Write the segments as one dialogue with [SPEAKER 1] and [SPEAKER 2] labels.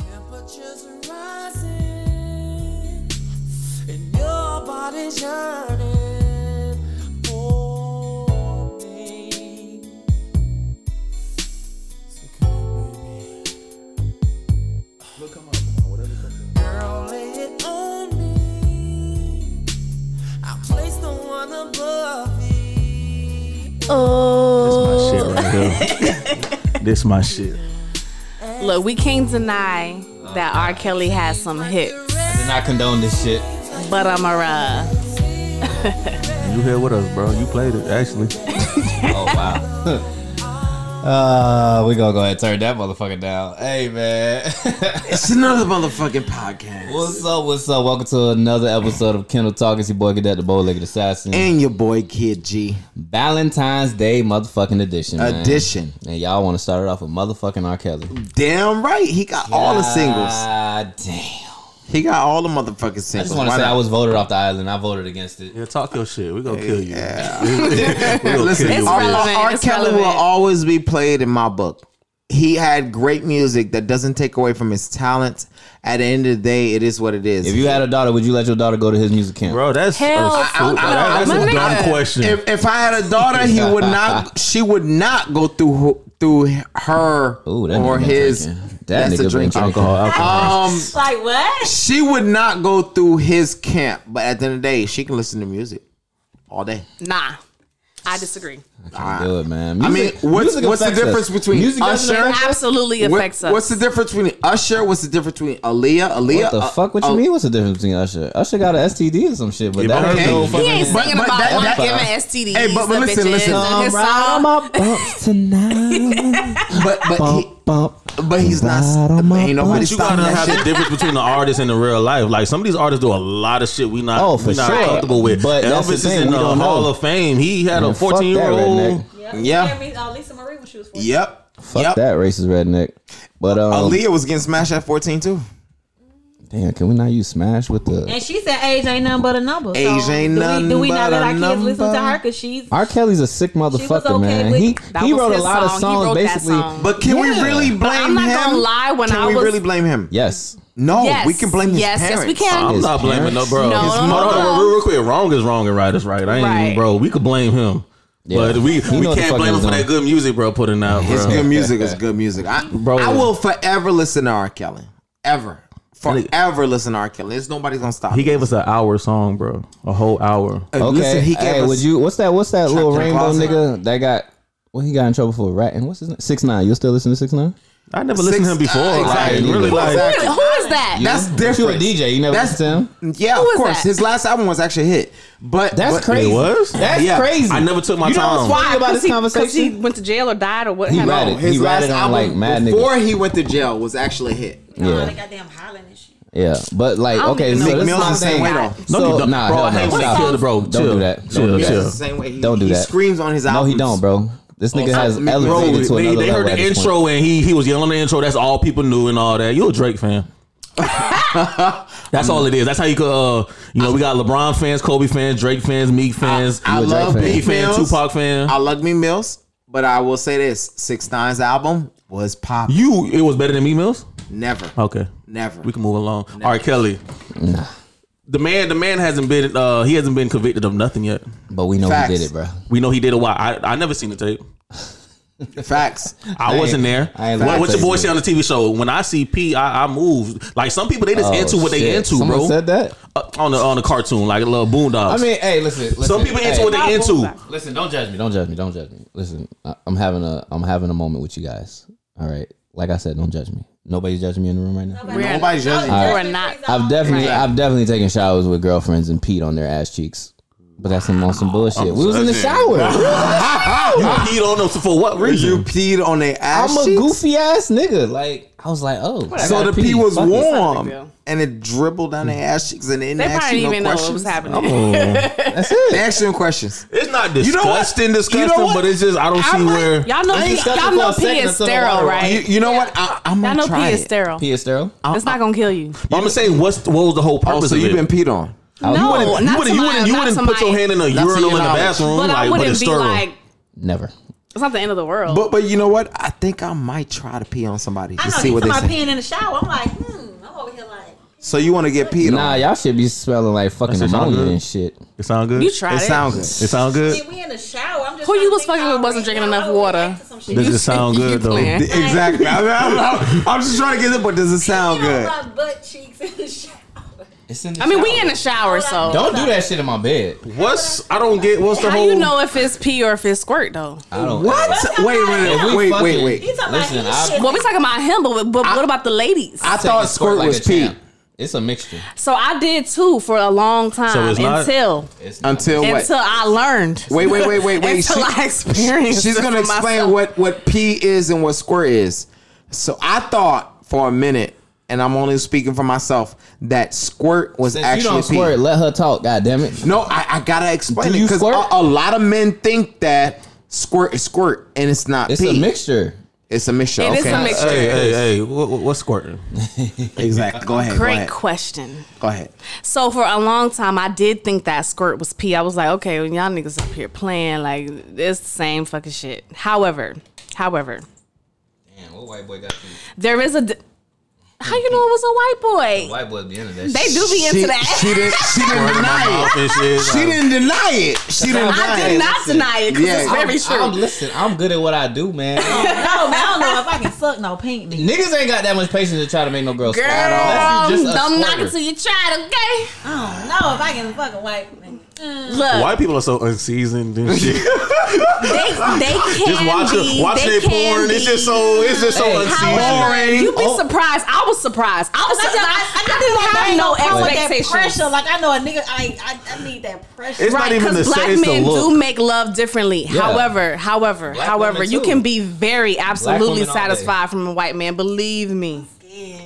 [SPEAKER 1] Temperatures are rising, and your body's yearning for me. So come here,
[SPEAKER 2] Look, come on, come on, whatever comes
[SPEAKER 1] baby. Girl, lay it on me. I'll place the one above thee.
[SPEAKER 2] up.
[SPEAKER 3] Oh,
[SPEAKER 2] This my shit right here. this my shit.
[SPEAKER 3] look, we can't deny that R. Kelly has some hits,
[SPEAKER 4] Did not condone this shit.
[SPEAKER 3] but I'm a uh,
[SPEAKER 2] You here with us, bro. You played it, actually.
[SPEAKER 4] Oh wow. Uh, we gonna go ahead and turn that motherfucker down. Hey man,
[SPEAKER 5] It's another motherfucking podcast.
[SPEAKER 4] what's up? What's up? Welcome to another episode of Kendall Talk. It's your boy Cadet the Bowlegged Assassin.
[SPEAKER 5] And your boy Kid G
[SPEAKER 4] Valentine's Day motherfucking edition. man.
[SPEAKER 5] edition.
[SPEAKER 4] And y'all want to start it off with motherfucking R. Kelly.
[SPEAKER 5] Damn right, he got all the singles.
[SPEAKER 4] God damn.
[SPEAKER 5] He got all the motherfucking singles.
[SPEAKER 4] I just want to
[SPEAKER 5] Why
[SPEAKER 4] say
[SPEAKER 5] not?
[SPEAKER 4] I was voted off the island. I voted against it.
[SPEAKER 2] Yeah, talk your shit. We gonna kill you.
[SPEAKER 5] Yeah.
[SPEAKER 2] We gonna
[SPEAKER 5] Listen,
[SPEAKER 2] kill you.
[SPEAKER 3] It's
[SPEAKER 5] R.
[SPEAKER 3] relevant.
[SPEAKER 5] R.
[SPEAKER 3] It's
[SPEAKER 5] Kelly will
[SPEAKER 3] relevant.
[SPEAKER 5] always be played in my book. He had great music that doesn't take away from his talent. At the end of the day, it is what it is.
[SPEAKER 4] If you had a daughter, would you let your daughter go to his music camp?
[SPEAKER 2] bro. That's
[SPEAKER 3] Hell
[SPEAKER 2] a,
[SPEAKER 3] no,
[SPEAKER 2] that's
[SPEAKER 3] my
[SPEAKER 2] a
[SPEAKER 3] nigga.
[SPEAKER 2] dumb question.
[SPEAKER 5] if, if I had a daughter, he would not. She would not go through ho- through her
[SPEAKER 4] Ooh, that nigga
[SPEAKER 5] or
[SPEAKER 4] been
[SPEAKER 5] his.
[SPEAKER 4] drinking. That
[SPEAKER 5] that's
[SPEAKER 4] nigga
[SPEAKER 5] a
[SPEAKER 4] been
[SPEAKER 5] drink.
[SPEAKER 4] drinking.
[SPEAKER 2] alcohol, alcohol.
[SPEAKER 5] Um,
[SPEAKER 3] like what?
[SPEAKER 5] she would not go through his camp, but at the end of the day, she can listen to music all day.
[SPEAKER 3] Nah, I disagree.
[SPEAKER 4] Can't do it, man.
[SPEAKER 5] I mean,
[SPEAKER 4] Music-
[SPEAKER 5] what's
[SPEAKER 4] music
[SPEAKER 5] what's the
[SPEAKER 4] affects us.
[SPEAKER 5] difference between
[SPEAKER 4] music doesn't
[SPEAKER 5] Usher?
[SPEAKER 4] affect us?
[SPEAKER 3] Absolutely
[SPEAKER 5] What-
[SPEAKER 3] affects us.
[SPEAKER 5] What's the difference between Usher? What's the difference between Aaliyah? Aaliyah?
[SPEAKER 4] What the
[SPEAKER 5] uh,
[SPEAKER 4] fuck? What you
[SPEAKER 5] uh,
[SPEAKER 4] mean? What's the difference between Usher? Usher got an STD or some shit, but
[SPEAKER 2] Yeah,
[SPEAKER 4] that
[SPEAKER 2] but okay.
[SPEAKER 4] ain't no
[SPEAKER 2] He
[SPEAKER 3] he
[SPEAKER 4] fucking.
[SPEAKER 3] ain't
[SPEAKER 5] But-
[SPEAKER 3] singing
[SPEAKER 5] but
[SPEAKER 3] about
[SPEAKER 5] that-
[SPEAKER 3] one
[SPEAKER 5] that-
[SPEAKER 3] giving STDs.
[SPEAKER 5] Hey, but- but
[SPEAKER 3] the
[SPEAKER 5] listen,
[SPEAKER 3] bitches
[SPEAKER 5] listen.
[SPEAKER 3] in his song.
[SPEAKER 4] my bumps tonight.
[SPEAKER 5] But but he,
[SPEAKER 4] bump.
[SPEAKER 5] but he's not.
[SPEAKER 4] Bottom up.
[SPEAKER 5] Ain't
[SPEAKER 2] But
[SPEAKER 5] nobody
[SPEAKER 2] you
[SPEAKER 5] stopping
[SPEAKER 2] gotta
[SPEAKER 5] that
[SPEAKER 2] have
[SPEAKER 5] shit.
[SPEAKER 2] the difference between the artist and the real life. Like some of these artists do a lot of shit we not
[SPEAKER 4] Oh, for
[SPEAKER 2] we not
[SPEAKER 4] sure.
[SPEAKER 2] comfortable with.
[SPEAKER 4] But that's
[SPEAKER 2] Elvis
[SPEAKER 4] the
[SPEAKER 2] is
[SPEAKER 4] thing,
[SPEAKER 2] in
[SPEAKER 4] we
[SPEAKER 2] the
[SPEAKER 4] don't
[SPEAKER 2] Hall
[SPEAKER 4] know.
[SPEAKER 2] of Fame. He had a
[SPEAKER 4] Man, fuck
[SPEAKER 2] fourteen year
[SPEAKER 4] that
[SPEAKER 2] old.
[SPEAKER 4] redneck.
[SPEAKER 5] Yeah.
[SPEAKER 6] Mary- uh, Lisa Marie when she was 14.
[SPEAKER 5] Yep.
[SPEAKER 4] Fuck
[SPEAKER 5] yep.
[SPEAKER 4] that racist redneck. But um,
[SPEAKER 5] Aaliyah was getting smashed at fourteen too.
[SPEAKER 4] damn, can we not use Smash with the
[SPEAKER 6] And she said age ain't nothing but a number. So
[SPEAKER 5] Age ain't
[SPEAKER 6] do
[SPEAKER 5] nothing
[SPEAKER 6] we, do we
[SPEAKER 5] but
[SPEAKER 6] not let
[SPEAKER 5] a
[SPEAKER 6] our kids listen to
[SPEAKER 5] number.
[SPEAKER 6] her because she's
[SPEAKER 4] R. Kelly's a sick motherfucker,
[SPEAKER 6] okay
[SPEAKER 4] man.
[SPEAKER 6] with-
[SPEAKER 4] He
[SPEAKER 3] That
[SPEAKER 4] he
[SPEAKER 3] was
[SPEAKER 4] wrote a
[SPEAKER 3] his
[SPEAKER 4] lot of
[SPEAKER 3] song. He
[SPEAKER 4] songs,
[SPEAKER 3] wrote that
[SPEAKER 4] basically.
[SPEAKER 3] song.
[SPEAKER 5] But can we
[SPEAKER 4] Yeah.
[SPEAKER 5] really blame
[SPEAKER 3] But I'm not
[SPEAKER 5] him?
[SPEAKER 3] gonna lie, when
[SPEAKER 5] can
[SPEAKER 3] I
[SPEAKER 5] we
[SPEAKER 3] was-
[SPEAKER 5] really blame him?
[SPEAKER 4] Yes,
[SPEAKER 5] No,
[SPEAKER 3] Yes.
[SPEAKER 5] we can blame his
[SPEAKER 3] Yes, yes,
[SPEAKER 5] parents.
[SPEAKER 3] we can.
[SPEAKER 2] I'm
[SPEAKER 4] His
[SPEAKER 2] not blaming no
[SPEAKER 4] parents?
[SPEAKER 2] bro.
[SPEAKER 3] No,
[SPEAKER 2] His
[SPEAKER 3] no,
[SPEAKER 2] mother-
[SPEAKER 3] no.
[SPEAKER 2] Real, real quick, wrong is wrong and right is right. I ain't
[SPEAKER 3] Right.
[SPEAKER 2] bro. We could blame him, but we
[SPEAKER 4] He
[SPEAKER 2] we
[SPEAKER 4] know what the
[SPEAKER 2] can't
[SPEAKER 4] fuck
[SPEAKER 2] blame
[SPEAKER 4] he
[SPEAKER 2] him
[SPEAKER 4] was
[SPEAKER 2] for that
[SPEAKER 4] doing.
[SPEAKER 2] good music, bro. Putting out, bro.
[SPEAKER 5] His good music is good music. I,
[SPEAKER 2] Bro.
[SPEAKER 5] I will forever listen to R. Kelly. Ever. Forever listen to R. Kelly. There's nobody gonna stop.
[SPEAKER 2] He
[SPEAKER 5] me.
[SPEAKER 2] gave us an hour song, bro. A whole hour.
[SPEAKER 5] Uh,
[SPEAKER 4] Okay.
[SPEAKER 5] Listen, he gave
[SPEAKER 4] hey,
[SPEAKER 5] us.
[SPEAKER 4] would you? What's that? What's that little
[SPEAKER 5] in a
[SPEAKER 4] rainbow
[SPEAKER 5] closet.
[SPEAKER 4] nigga that got? Well, he got in trouble for a rat. And what's his name? Six nine. You still listen to six nine?
[SPEAKER 2] I never listened to him
[SPEAKER 5] Six-
[SPEAKER 2] before.
[SPEAKER 5] uh,
[SPEAKER 2] like,
[SPEAKER 4] exactly.
[SPEAKER 2] really, like
[SPEAKER 3] Who who is that?
[SPEAKER 5] That's
[SPEAKER 4] You a
[SPEAKER 5] different.
[SPEAKER 4] DJ? You never
[SPEAKER 5] That's-
[SPEAKER 4] listen to him?
[SPEAKER 5] Yeah, of
[SPEAKER 3] was
[SPEAKER 5] course.
[SPEAKER 3] that?
[SPEAKER 5] His last album was actually a hit, but
[SPEAKER 4] That's
[SPEAKER 5] but-
[SPEAKER 4] crazy.
[SPEAKER 2] It was?
[SPEAKER 4] That's
[SPEAKER 5] Yeah.
[SPEAKER 4] crazy.
[SPEAKER 2] I never took my
[SPEAKER 4] You know
[SPEAKER 2] time.
[SPEAKER 4] what's
[SPEAKER 3] Why?
[SPEAKER 4] funny about
[SPEAKER 3] 'Cause
[SPEAKER 4] this
[SPEAKER 3] he- 'cause
[SPEAKER 4] conversation?
[SPEAKER 3] he went to jail or died or what?
[SPEAKER 4] He
[SPEAKER 3] happened?
[SPEAKER 4] ratted.
[SPEAKER 5] No, his
[SPEAKER 4] he
[SPEAKER 5] last
[SPEAKER 4] ratted on
[SPEAKER 5] album
[SPEAKER 4] like mad
[SPEAKER 5] before
[SPEAKER 4] niggas.
[SPEAKER 5] he went to jail was actually a hit.
[SPEAKER 6] yeah.
[SPEAKER 4] Yeah.
[SPEAKER 6] they goddamn hollering and shit.
[SPEAKER 4] Yeah, but like,
[SPEAKER 3] don't
[SPEAKER 4] okay,
[SPEAKER 3] even
[SPEAKER 4] so
[SPEAKER 3] know
[SPEAKER 4] this
[SPEAKER 3] what
[SPEAKER 4] is my
[SPEAKER 5] Mills is
[SPEAKER 4] thing.
[SPEAKER 5] saying, wait,
[SPEAKER 4] So,
[SPEAKER 2] No, you don't.
[SPEAKER 4] nah,
[SPEAKER 2] bro,
[SPEAKER 4] hell
[SPEAKER 2] I hate
[SPEAKER 4] no,
[SPEAKER 2] when
[SPEAKER 4] stop.
[SPEAKER 2] you kill the bro.
[SPEAKER 4] Don't
[SPEAKER 2] Chill.
[SPEAKER 4] do that. Don't
[SPEAKER 2] Chill,
[SPEAKER 4] do
[SPEAKER 5] That's
[SPEAKER 2] chill.
[SPEAKER 5] the same way. He,
[SPEAKER 4] Don't do
[SPEAKER 5] he
[SPEAKER 4] that.
[SPEAKER 5] screams on his
[SPEAKER 4] No,
[SPEAKER 5] album.
[SPEAKER 4] he don't, bro. This nigga has
[SPEAKER 5] Bro,
[SPEAKER 2] Bro,
[SPEAKER 4] elevated to
[SPEAKER 2] they,
[SPEAKER 4] another
[SPEAKER 2] they
[SPEAKER 4] level
[SPEAKER 2] heard
[SPEAKER 4] at
[SPEAKER 2] the
[SPEAKER 4] this point.
[SPEAKER 2] intro and he he was yelling the intro. That's all people knew and all that. You a Drake fan? That's all it is. That's how you could. Uh, you know, we got LeBron fans, Kobe fans, Drake fans, Meek fans,
[SPEAKER 5] I
[SPEAKER 4] you a Drake
[SPEAKER 5] love
[SPEAKER 4] fan.
[SPEAKER 5] Meek
[SPEAKER 2] Biggie fan,
[SPEAKER 5] Mills.
[SPEAKER 2] Tupac fan.
[SPEAKER 5] I love me Mills, but I will say this: Six Nine's album was pop.
[SPEAKER 2] you, it was better than me, Mills.
[SPEAKER 5] Never,
[SPEAKER 2] Okay,
[SPEAKER 5] never.
[SPEAKER 2] we can move along. All right, Kelly. The man, the man hasn't been. Uh, he hasn't been convicted of nothing yet.
[SPEAKER 4] But we know
[SPEAKER 5] Facts.
[SPEAKER 4] he did it, bro.
[SPEAKER 2] We know he did a while. I, I never seen the tape.
[SPEAKER 5] Facts.
[SPEAKER 2] I,
[SPEAKER 4] I
[SPEAKER 2] wasn't there.
[SPEAKER 4] ain't- I ain't
[SPEAKER 2] What,
[SPEAKER 4] lying
[SPEAKER 2] what
[SPEAKER 4] to
[SPEAKER 2] your boy
[SPEAKER 4] you.
[SPEAKER 2] say on the TV show? When I see P, I, I move. Like some people, they just
[SPEAKER 4] Oh,
[SPEAKER 2] into what
[SPEAKER 4] shit.
[SPEAKER 2] they into,
[SPEAKER 4] Someone
[SPEAKER 2] bro.
[SPEAKER 4] said that?
[SPEAKER 2] Uh, on the on the cartoon, like a little boondocks.
[SPEAKER 4] I mean, hey, listen. listen
[SPEAKER 2] some people
[SPEAKER 4] hey,
[SPEAKER 2] into what they into.
[SPEAKER 3] Boondocks.
[SPEAKER 4] Listen, don't judge me. Don't judge me. Don't judge me. Listen, I, I'm having a I'm having a moment with you guys. All right. Like I said, don't judge me. Nobody's judging me in the room right now.
[SPEAKER 5] Nobody's judging.
[SPEAKER 6] All
[SPEAKER 5] you.
[SPEAKER 3] We're not-
[SPEAKER 4] I've definitely
[SPEAKER 5] Right.
[SPEAKER 4] I've definitely taken showers with girlfriends and peed on their ass cheeks. But that's some on some
[SPEAKER 5] Oh,
[SPEAKER 4] bullshit. We was in the
[SPEAKER 2] judging.
[SPEAKER 4] shower.
[SPEAKER 2] You peed on them so for what
[SPEAKER 5] You
[SPEAKER 2] reason?
[SPEAKER 5] peed on their ass.
[SPEAKER 4] I'm a
[SPEAKER 5] cheeks?
[SPEAKER 4] goofy ass nigga. Like I was like, oh, I
[SPEAKER 5] So
[SPEAKER 4] gotta
[SPEAKER 5] the pee was
[SPEAKER 4] Fuck it.
[SPEAKER 3] big
[SPEAKER 5] warm
[SPEAKER 3] deal.
[SPEAKER 5] and it dribbled down their ass cheeks and they didn't
[SPEAKER 3] They
[SPEAKER 5] ask
[SPEAKER 3] probably
[SPEAKER 5] you
[SPEAKER 3] didn't even
[SPEAKER 5] no
[SPEAKER 3] know
[SPEAKER 5] questions.
[SPEAKER 3] what was happening.
[SPEAKER 4] That's it.
[SPEAKER 5] They asked you no questions.
[SPEAKER 2] It's not
[SPEAKER 5] You know what?
[SPEAKER 2] disgusting,
[SPEAKER 5] You know
[SPEAKER 2] disgusting,
[SPEAKER 5] what?
[SPEAKER 2] but it's just I don't
[SPEAKER 3] I'm
[SPEAKER 2] see
[SPEAKER 3] like,
[SPEAKER 2] where.
[SPEAKER 3] y'all know,
[SPEAKER 4] It's
[SPEAKER 3] pee,
[SPEAKER 4] disgusting
[SPEAKER 3] y'all
[SPEAKER 4] for
[SPEAKER 3] know
[SPEAKER 4] a
[SPEAKER 3] pee
[SPEAKER 4] second
[SPEAKER 3] is
[SPEAKER 4] until the
[SPEAKER 3] sterile,
[SPEAKER 4] water
[SPEAKER 3] right?
[SPEAKER 5] You, you know what? I, I'm
[SPEAKER 3] y'all
[SPEAKER 5] gonna
[SPEAKER 3] know
[SPEAKER 5] try
[SPEAKER 3] pee is
[SPEAKER 5] it. uh-uh.
[SPEAKER 3] sterile.
[SPEAKER 4] Pee is sterile.
[SPEAKER 3] It's not gonna kill you.
[SPEAKER 2] I'm gonna say what's what was the whole
[SPEAKER 5] Oh,
[SPEAKER 2] purpose
[SPEAKER 5] so
[SPEAKER 2] of
[SPEAKER 5] you've
[SPEAKER 2] it?
[SPEAKER 5] been peed on.
[SPEAKER 4] Oh,
[SPEAKER 3] No,
[SPEAKER 2] you wouldn't,
[SPEAKER 3] not
[SPEAKER 2] you wouldn't,
[SPEAKER 3] to
[SPEAKER 2] you
[SPEAKER 3] my-
[SPEAKER 2] wouldn't, you
[SPEAKER 3] not
[SPEAKER 2] wouldn't
[SPEAKER 3] to
[SPEAKER 2] put
[SPEAKER 3] my-
[SPEAKER 2] your hand in a
[SPEAKER 5] to your
[SPEAKER 2] urinal in the
[SPEAKER 5] knowledge.
[SPEAKER 2] bathroom,
[SPEAKER 3] But I
[SPEAKER 2] like, but
[SPEAKER 3] wouldn't
[SPEAKER 2] it's
[SPEAKER 3] be
[SPEAKER 2] sterile.
[SPEAKER 3] like,
[SPEAKER 4] Never.
[SPEAKER 3] it's not the end of the world.
[SPEAKER 5] But but you know what? I think I might try to pee on somebody
[SPEAKER 6] I
[SPEAKER 5] to
[SPEAKER 6] know
[SPEAKER 5] see what they
[SPEAKER 6] somebody
[SPEAKER 5] say.
[SPEAKER 6] peeing in the shower. I'm like, hmm.
[SPEAKER 5] So you want to get peed
[SPEAKER 4] Nah,
[SPEAKER 5] on?
[SPEAKER 4] y'all should be smelling like fucking
[SPEAKER 2] That shit sound
[SPEAKER 4] ammonia
[SPEAKER 2] good.
[SPEAKER 4] and shit.
[SPEAKER 2] It sound good.
[SPEAKER 3] You tried
[SPEAKER 5] It
[SPEAKER 3] it.
[SPEAKER 5] sounds
[SPEAKER 2] It sound
[SPEAKER 6] I
[SPEAKER 5] Uh,
[SPEAKER 2] good.
[SPEAKER 6] mean, we in the shower. I'm just
[SPEAKER 3] Who
[SPEAKER 6] trying
[SPEAKER 3] you
[SPEAKER 6] to
[SPEAKER 3] was
[SPEAKER 6] think
[SPEAKER 3] fucking with
[SPEAKER 6] y'all
[SPEAKER 3] wasn't
[SPEAKER 6] already
[SPEAKER 3] drinking enough
[SPEAKER 6] know I
[SPEAKER 3] water?
[SPEAKER 6] went back to some shit.
[SPEAKER 2] Does it sound
[SPEAKER 3] you
[SPEAKER 2] good though?
[SPEAKER 3] playing.
[SPEAKER 2] It
[SPEAKER 5] exactly. I'm, I'm- I'm just trying to get it, but does it sound
[SPEAKER 6] You know,
[SPEAKER 5] good?
[SPEAKER 6] my butt cheeks in the shower.
[SPEAKER 4] It's in the
[SPEAKER 3] I mean, we in the shower, so
[SPEAKER 4] Don't do that shit in my bed.
[SPEAKER 2] What's I don't get. What's the
[SPEAKER 3] how
[SPEAKER 2] whole?
[SPEAKER 3] you know if it's pee or if it's squirt though?
[SPEAKER 4] I don't.
[SPEAKER 5] What? Wait,
[SPEAKER 4] If
[SPEAKER 5] wait,
[SPEAKER 4] we
[SPEAKER 5] wait,
[SPEAKER 4] fucking-
[SPEAKER 5] wait, wait.
[SPEAKER 6] He talking
[SPEAKER 4] Listen,
[SPEAKER 6] about he
[SPEAKER 4] I-
[SPEAKER 6] shit.
[SPEAKER 3] Well, we talking about him, but, but what about the ladies?
[SPEAKER 5] I
[SPEAKER 4] Take
[SPEAKER 5] thought
[SPEAKER 4] a
[SPEAKER 5] squirt
[SPEAKER 4] like
[SPEAKER 5] was
[SPEAKER 4] a
[SPEAKER 5] pee
[SPEAKER 4] champ. It's a mixture.
[SPEAKER 3] so I did too for a long time
[SPEAKER 2] So it's not-
[SPEAKER 3] until
[SPEAKER 4] It's not-
[SPEAKER 5] until what?
[SPEAKER 3] until I learned.
[SPEAKER 5] Wait, wait, wait, wait, wait.
[SPEAKER 3] until
[SPEAKER 5] She-
[SPEAKER 3] I experienced.
[SPEAKER 5] She's
[SPEAKER 3] it
[SPEAKER 5] gonna
[SPEAKER 3] for
[SPEAKER 5] explain
[SPEAKER 3] myself.
[SPEAKER 5] what what pee is and what squirt is. So I thought for a minute, and I'm only speaking for myself, that squirt was
[SPEAKER 4] Since you
[SPEAKER 5] actually
[SPEAKER 4] don't
[SPEAKER 5] pee.
[SPEAKER 4] squirt, let her talk. God damn it.
[SPEAKER 5] No, I, I gotta explain
[SPEAKER 4] Do
[SPEAKER 5] it
[SPEAKER 4] you
[SPEAKER 5] because
[SPEAKER 4] squirt?
[SPEAKER 5] a, a lot of men think that squirt is squirt, and it's not
[SPEAKER 4] It's
[SPEAKER 5] pee.
[SPEAKER 4] a mixture.
[SPEAKER 5] It's a mixture.
[SPEAKER 3] It
[SPEAKER 5] okay. Uh,
[SPEAKER 3] is a mixture.
[SPEAKER 2] Hey, hey, hey! What, what- what's squirting?
[SPEAKER 5] Exactly. Go ahead. go
[SPEAKER 3] Great
[SPEAKER 5] ahead.
[SPEAKER 3] question.
[SPEAKER 5] Go ahead.
[SPEAKER 3] So for a long time, I did think that squirt was pee. I was like, okay, when y'all niggas up here playing, like it's the same fucking shit. However, however,
[SPEAKER 4] Damn, what white boy got you?
[SPEAKER 3] there is a. D- How you know it was a white boy?
[SPEAKER 4] White boys be into that
[SPEAKER 3] They do be
[SPEAKER 5] She,
[SPEAKER 3] into that.
[SPEAKER 5] she didn't. She didn't deny it.
[SPEAKER 2] Office is,
[SPEAKER 5] She
[SPEAKER 2] uh,
[SPEAKER 5] didn't deny it. She didn't
[SPEAKER 3] I
[SPEAKER 5] deny
[SPEAKER 3] did
[SPEAKER 5] it.
[SPEAKER 3] not deny it because
[SPEAKER 5] Yeah.
[SPEAKER 3] it's
[SPEAKER 5] I'm-
[SPEAKER 3] very true.
[SPEAKER 4] I'm, listen, I'm good at what I do, man.
[SPEAKER 6] No, man, I don't know if I can suck no pink meat.
[SPEAKER 4] Niggas ain't got that much patience to try to make no girl squirt.
[SPEAKER 3] Girl,
[SPEAKER 4] Unless you just a
[SPEAKER 3] don't knock
[SPEAKER 4] squirter.
[SPEAKER 3] it till you try it, okay?
[SPEAKER 6] I don't know if I can fucking wipe me.
[SPEAKER 3] Look,
[SPEAKER 2] White people are so unseasoned and shit.
[SPEAKER 3] they they can
[SPEAKER 2] just watch
[SPEAKER 3] be.
[SPEAKER 2] it, watch
[SPEAKER 3] they
[SPEAKER 2] they
[SPEAKER 3] can
[SPEAKER 2] porn.
[SPEAKER 3] be.
[SPEAKER 2] It's just so it's just so
[SPEAKER 4] Hey,
[SPEAKER 2] unseasoned.
[SPEAKER 3] However,
[SPEAKER 5] Boring.
[SPEAKER 3] you'd be
[SPEAKER 4] Oh.
[SPEAKER 3] surprised. I was surprised. I was.
[SPEAKER 6] I,
[SPEAKER 3] surprised.
[SPEAKER 6] just,
[SPEAKER 3] I,
[SPEAKER 6] I, I,
[SPEAKER 3] didn't
[SPEAKER 6] just
[SPEAKER 3] have no
[SPEAKER 6] I want that
[SPEAKER 3] expectations.
[SPEAKER 6] pressure. Like I know a nigga, I I, I need that pressure.
[SPEAKER 2] It's not
[SPEAKER 3] Right,
[SPEAKER 2] even the
[SPEAKER 3] because black
[SPEAKER 2] sex. It's the
[SPEAKER 3] men do
[SPEAKER 2] look.
[SPEAKER 3] make love differently. However, however,
[SPEAKER 4] Black
[SPEAKER 3] however,
[SPEAKER 4] women
[SPEAKER 3] you
[SPEAKER 4] too.
[SPEAKER 3] can be very absolutely
[SPEAKER 4] women all day.
[SPEAKER 3] satisfied from a white man. Believe me,
[SPEAKER 6] Yeah.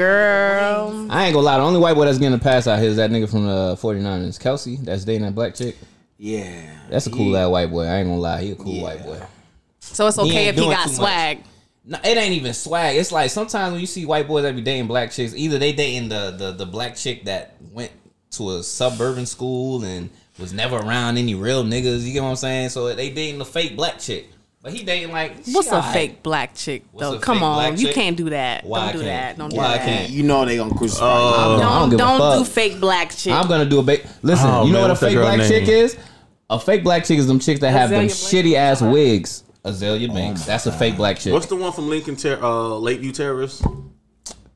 [SPEAKER 3] girl.
[SPEAKER 4] I ain't gonna lie. The only white boy that's getting a pass out here is that nigga from the 49ers, Kelsey. That's dating that black chick.
[SPEAKER 5] Yeah.
[SPEAKER 4] That's a cool ass white boy. I ain't gonna lie. He a cool white boy.
[SPEAKER 3] So it's okay
[SPEAKER 4] ain't
[SPEAKER 3] if he
[SPEAKER 4] doing
[SPEAKER 3] got
[SPEAKER 4] too much.
[SPEAKER 3] swag.
[SPEAKER 4] No, it ain't even swag. It's like sometimes when you see white boys that be dating black chicks, either they dating the the, the black chick that went to a suburban school and was never around any real niggas. You get what I'm saying? So they dating the fake black chick, but he dating like she
[SPEAKER 3] What's a
[SPEAKER 4] alright.
[SPEAKER 3] fake black chick
[SPEAKER 4] What's
[SPEAKER 3] though?
[SPEAKER 4] a
[SPEAKER 3] Come
[SPEAKER 4] fake
[SPEAKER 3] on,
[SPEAKER 4] black
[SPEAKER 3] you
[SPEAKER 4] chick?
[SPEAKER 3] can't do that.
[SPEAKER 4] Why I
[SPEAKER 3] don't do
[SPEAKER 4] can't?
[SPEAKER 3] that. Don't do
[SPEAKER 4] Why I
[SPEAKER 3] that.
[SPEAKER 4] can't? Oh.
[SPEAKER 5] You know they gonna crucify. you.
[SPEAKER 4] No, Uh, I
[SPEAKER 3] Don't
[SPEAKER 4] give a
[SPEAKER 3] don't, do
[SPEAKER 4] fuck.
[SPEAKER 3] fake black chick.
[SPEAKER 4] I'm gonna do a ba- listen.
[SPEAKER 2] Oh,
[SPEAKER 4] you know
[SPEAKER 2] man,
[SPEAKER 4] what a
[SPEAKER 2] what's that
[SPEAKER 4] fake
[SPEAKER 2] girl
[SPEAKER 4] black
[SPEAKER 2] name?
[SPEAKER 4] chick is? A fake black chick is them chicks that have them
[SPEAKER 3] Azalea
[SPEAKER 4] shitty ass wigs. Azalea Banks. That's a fake black chick.
[SPEAKER 2] Oh What's the one from Lincoln Ter- uh, Lakeview Terrace?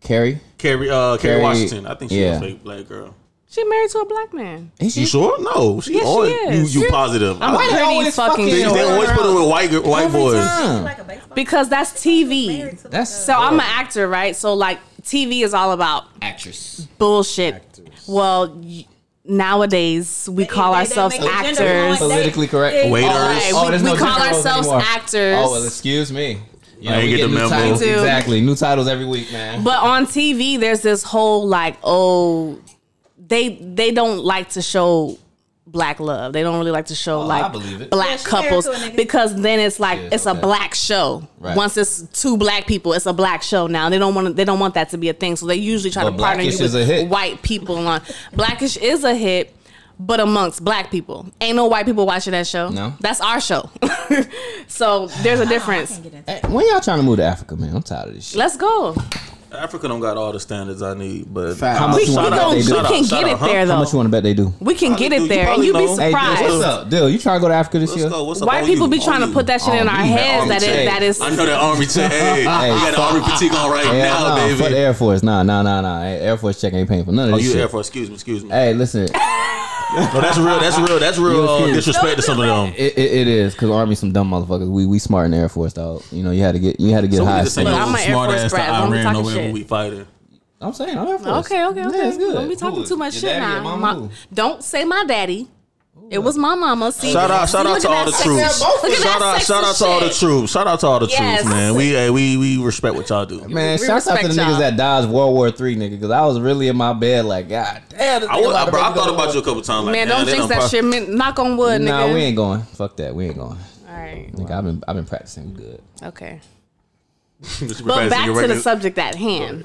[SPEAKER 4] Carrie?
[SPEAKER 2] Carrie uh, Carrie
[SPEAKER 4] Carrie-
[SPEAKER 2] Washington. I think she
[SPEAKER 4] yeah.
[SPEAKER 2] was a black girl.
[SPEAKER 3] she married to a black man.
[SPEAKER 4] Is
[SPEAKER 2] You sure? No, she
[SPEAKER 3] Yes, she
[SPEAKER 2] always
[SPEAKER 3] is.
[SPEAKER 2] you you positive.
[SPEAKER 3] I'm
[SPEAKER 2] I-
[SPEAKER 3] pretty
[SPEAKER 4] always
[SPEAKER 3] fucking
[SPEAKER 4] fucking
[SPEAKER 2] they,
[SPEAKER 3] sure.
[SPEAKER 2] they
[SPEAKER 4] around?
[SPEAKER 2] always put it with white gir- white
[SPEAKER 4] Every
[SPEAKER 2] boys.
[SPEAKER 4] time.
[SPEAKER 6] Like a baseball.
[SPEAKER 3] Because that's TV.
[SPEAKER 4] That's
[SPEAKER 3] So I'm an actor, right? So like TV is all about
[SPEAKER 4] actress.
[SPEAKER 3] bullshit. Well, y- nowadays we call
[SPEAKER 6] they- they
[SPEAKER 3] ourselves
[SPEAKER 6] make it
[SPEAKER 3] actors.
[SPEAKER 6] gender-fluid.
[SPEAKER 4] Politically correct.
[SPEAKER 6] They-
[SPEAKER 2] Waiters.
[SPEAKER 3] Right,
[SPEAKER 4] Oh,
[SPEAKER 3] we,
[SPEAKER 4] there's
[SPEAKER 3] we
[SPEAKER 4] no
[SPEAKER 3] call
[SPEAKER 4] gender roles
[SPEAKER 3] ourselves
[SPEAKER 4] anymore.
[SPEAKER 3] actors,
[SPEAKER 4] Oh, well, excuse me. You
[SPEAKER 2] I ain't
[SPEAKER 4] we
[SPEAKER 2] get the
[SPEAKER 4] new
[SPEAKER 2] memo.
[SPEAKER 4] titles.
[SPEAKER 3] Me too.
[SPEAKER 4] Exactly. New titles every week, man.
[SPEAKER 3] but on TV there's this whole like oh they they don't like to show black love. They don't really like to show
[SPEAKER 4] Oh, I
[SPEAKER 3] like
[SPEAKER 4] believe it.
[SPEAKER 6] Yeah,
[SPEAKER 3] black
[SPEAKER 6] she
[SPEAKER 3] couples
[SPEAKER 6] married to a nigga.
[SPEAKER 3] because then it's like
[SPEAKER 4] Yes,
[SPEAKER 3] it's
[SPEAKER 4] okay.
[SPEAKER 3] a black show.
[SPEAKER 4] Right.
[SPEAKER 3] Once it's two black people, it's a black show now. They don't want they don't want that to be a thing. So they usually try
[SPEAKER 4] But
[SPEAKER 3] to partner
[SPEAKER 4] Blackish
[SPEAKER 3] you
[SPEAKER 4] is a
[SPEAKER 3] with
[SPEAKER 4] hit.
[SPEAKER 3] white people on Blackish is a hit. But amongst black people, ain't no white people watching that show.
[SPEAKER 4] No.
[SPEAKER 3] that's our show. so there's a difference.
[SPEAKER 4] Hey, when y'all trying to move to Africa, man? I'm tired of this shit.
[SPEAKER 3] Let's go.
[SPEAKER 2] Africa don't got all the standards I need, but
[SPEAKER 5] Facts.
[SPEAKER 2] Oh, Shout out,
[SPEAKER 5] We- we
[SPEAKER 2] shout
[SPEAKER 4] gon-
[SPEAKER 2] out,
[SPEAKER 4] we
[SPEAKER 2] shout
[SPEAKER 4] can
[SPEAKER 2] out,
[SPEAKER 3] get
[SPEAKER 2] shout
[SPEAKER 3] it
[SPEAKER 2] out, huh?
[SPEAKER 3] there,
[SPEAKER 4] How much you want to bet they do?
[SPEAKER 3] We can get
[SPEAKER 2] dude,
[SPEAKER 3] it
[SPEAKER 2] you
[SPEAKER 3] there, and
[SPEAKER 2] probably
[SPEAKER 3] you'd be
[SPEAKER 2] know. Hey,
[SPEAKER 4] Hey, Dill,
[SPEAKER 3] surprised.
[SPEAKER 4] what's up, Dill? You trying to go to Africa this
[SPEAKER 2] Let's
[SPEAKER 4] year?
[SPEAKER 2] go. What's up?
[SPEAKER 3] White
[SPEAKER 2] Oh,
[SPEAKER 3] people
[SPEAKER 2] you,
[SPEAKER 3] be
[SPEAKER 2] oh,
[SPEAKER 3] trying to
[SPEAKER 2] you.
[SPEAKER 3] put that shit in
[SPEAKER 4] Oh,
[SPEAKER 3] our
[SPEAKER 4] you
[SPEAKER 3] heads
[SPEAKER 4] army
[SPEAKER 3] that
[SPEAKER 4] check.
[SPEAKER 3] it, that is.
[SPEAKER 2] I know that army tech. Hey, you got an army fatigue on right
[SPEAKER 4] Yeah,
[SPEAKER 2] now,
[SPEAKER 4] nah,
[SPEAKER 2] baby.
[SPEAKER 4] fuck the Air Force. Nah, nah, nah, nah. Hey, Air Force check ain't paying for none of
[SPEAKER 2] Oh,
[SPEAKER 4] this
[SPEAKER 2] you
[SPEAKER 4] shit.
[SPEAKER 2] Air Force? Excuse me, excuse me.
[SPEAKER 4] Hey, listen, it,
[SPEAKER 2] No, that's real. That's real. That's real uh,
[SPEAKER 4] excuse me.
[SPEAKER 2] disrespect to some of them.
[SPEAKER 4] it, it is because Army some dumb motherfuckers. We we smart in the Air Force, dog. You know you had to get you had to get
[SPEAKER 2] So we
[SPEAKER 4] high.
[SPEAKER 2] just say
[SPEAKER 3] Look, I'm
[SPEAKER 2] I'm
[SPEAKER 3] an Air
[SPEAKER 2] smart
[SPEAKER 3] Force
[SPEAKER 2] ass to
[SPEAKER 3] brat, as long as we
[SPEAKER 2] Iran or
[SPEAKER 3] talking
[SPEAKER 2] wherever
[SPEAKER 3] shit.
[SPEAKER 2] we fighting.
[SPEAKER 4] I'm saying I'm Air Force.
[SPEAKER 3] Okay, okay, okay.
[SPEAKER 4] Yeah, it's good.
[SPEAKER 3] Don't be talking
[SPEAKER 4] Who?
[SPEAKER 3] too much
[SPEAKER 4] Your
[SPEAKER 3] shit
[SPEAKER 4] daddy,
[SPEAKER 3] now.
[SPEAKER 4] your mama,
[SPEAKER 3] Ma-
[SPEAKER 4] who?
[SPEAKER 3] don't say my daddy. It was my mama. See,
[SPEAKER 2] Shout out,
[SPEAKER 3] see,
[SPEAKER 2] shout out
[SPEAKER 3] look
[SPEAKER 2] to
[SPEAKER 3] at
[SPEAKER 2] all
[SPEAKER 3] that
[SPEAKER 2] the
[SPEAKER 3] sexist-
[SPEAKER 2] troops.
[SPEAKER 3] look at
[SPEAKER 2] Shout
[SPEAKER 3] that
[SPEAKER 2] out, shout out
[SPEAKER 3] sexist
[SPEAKER 2] to all the
[SPEAKER 3] shit.
[SPEAKER 2] troops. Shout out to all the
[SPEAKER 3] Yes.
[SPEAKER 2] troops, man. We hey, we we respect what y'all do.
[SPEAKER 4] Man,
[SPEAKER 3] We
[SPEAKER 4] shouts out to the
[SPEAKER 3] respect y'all.
[SPEAKER 4] niggas that dodged World War Three, nigga, because I was really in my bed like, God damn. this
[SPEAKER 2] I,
[SPEAKER 4] nigga
[SPEAKER 2] was,
[SPEAKER 4] about
[SPEAKER 2] I,
[SPEAKER 4] to
[SPEAKER 2] bro,
[SPEAKER 4] make
[SPEAKER 2] I thought
[SPEAKER 4] me go to
[SPEAKER 2] about
[SPEAKER 4] war.
[SPEAKER 2] you a couple times. Like,
[SPEAKER 3] Man,
[SPEAKER 2] damn,
[SPEAKER 3] don't
[SPEAKER 2] they
[SPEAKER 3] jinx that
[SPEAKER 2] pro-
[SPEAKER 3] shit. Man, knock on wood,
[SPEAKER 4] Nah,
[SPEAKER 3] nigga.
[SPEAKER 4] we ain't going. Fuck that, we ain't going.
[SPEAKER 3] All right,
[SPEAKER 4] Nigga, I've been I've been practicing We good.
[SPEAKER 3] okay.
[SPEAKER 2] Mr.
[SPEAKER 3] But
[SPEAKER 2] Patterson,
[SPEAKER 3] back
[SPEAKER 2] you're
[SPEAKER 3] to the
[SPEAKER 2] ready-
[SPEAKER 3] subject at hand.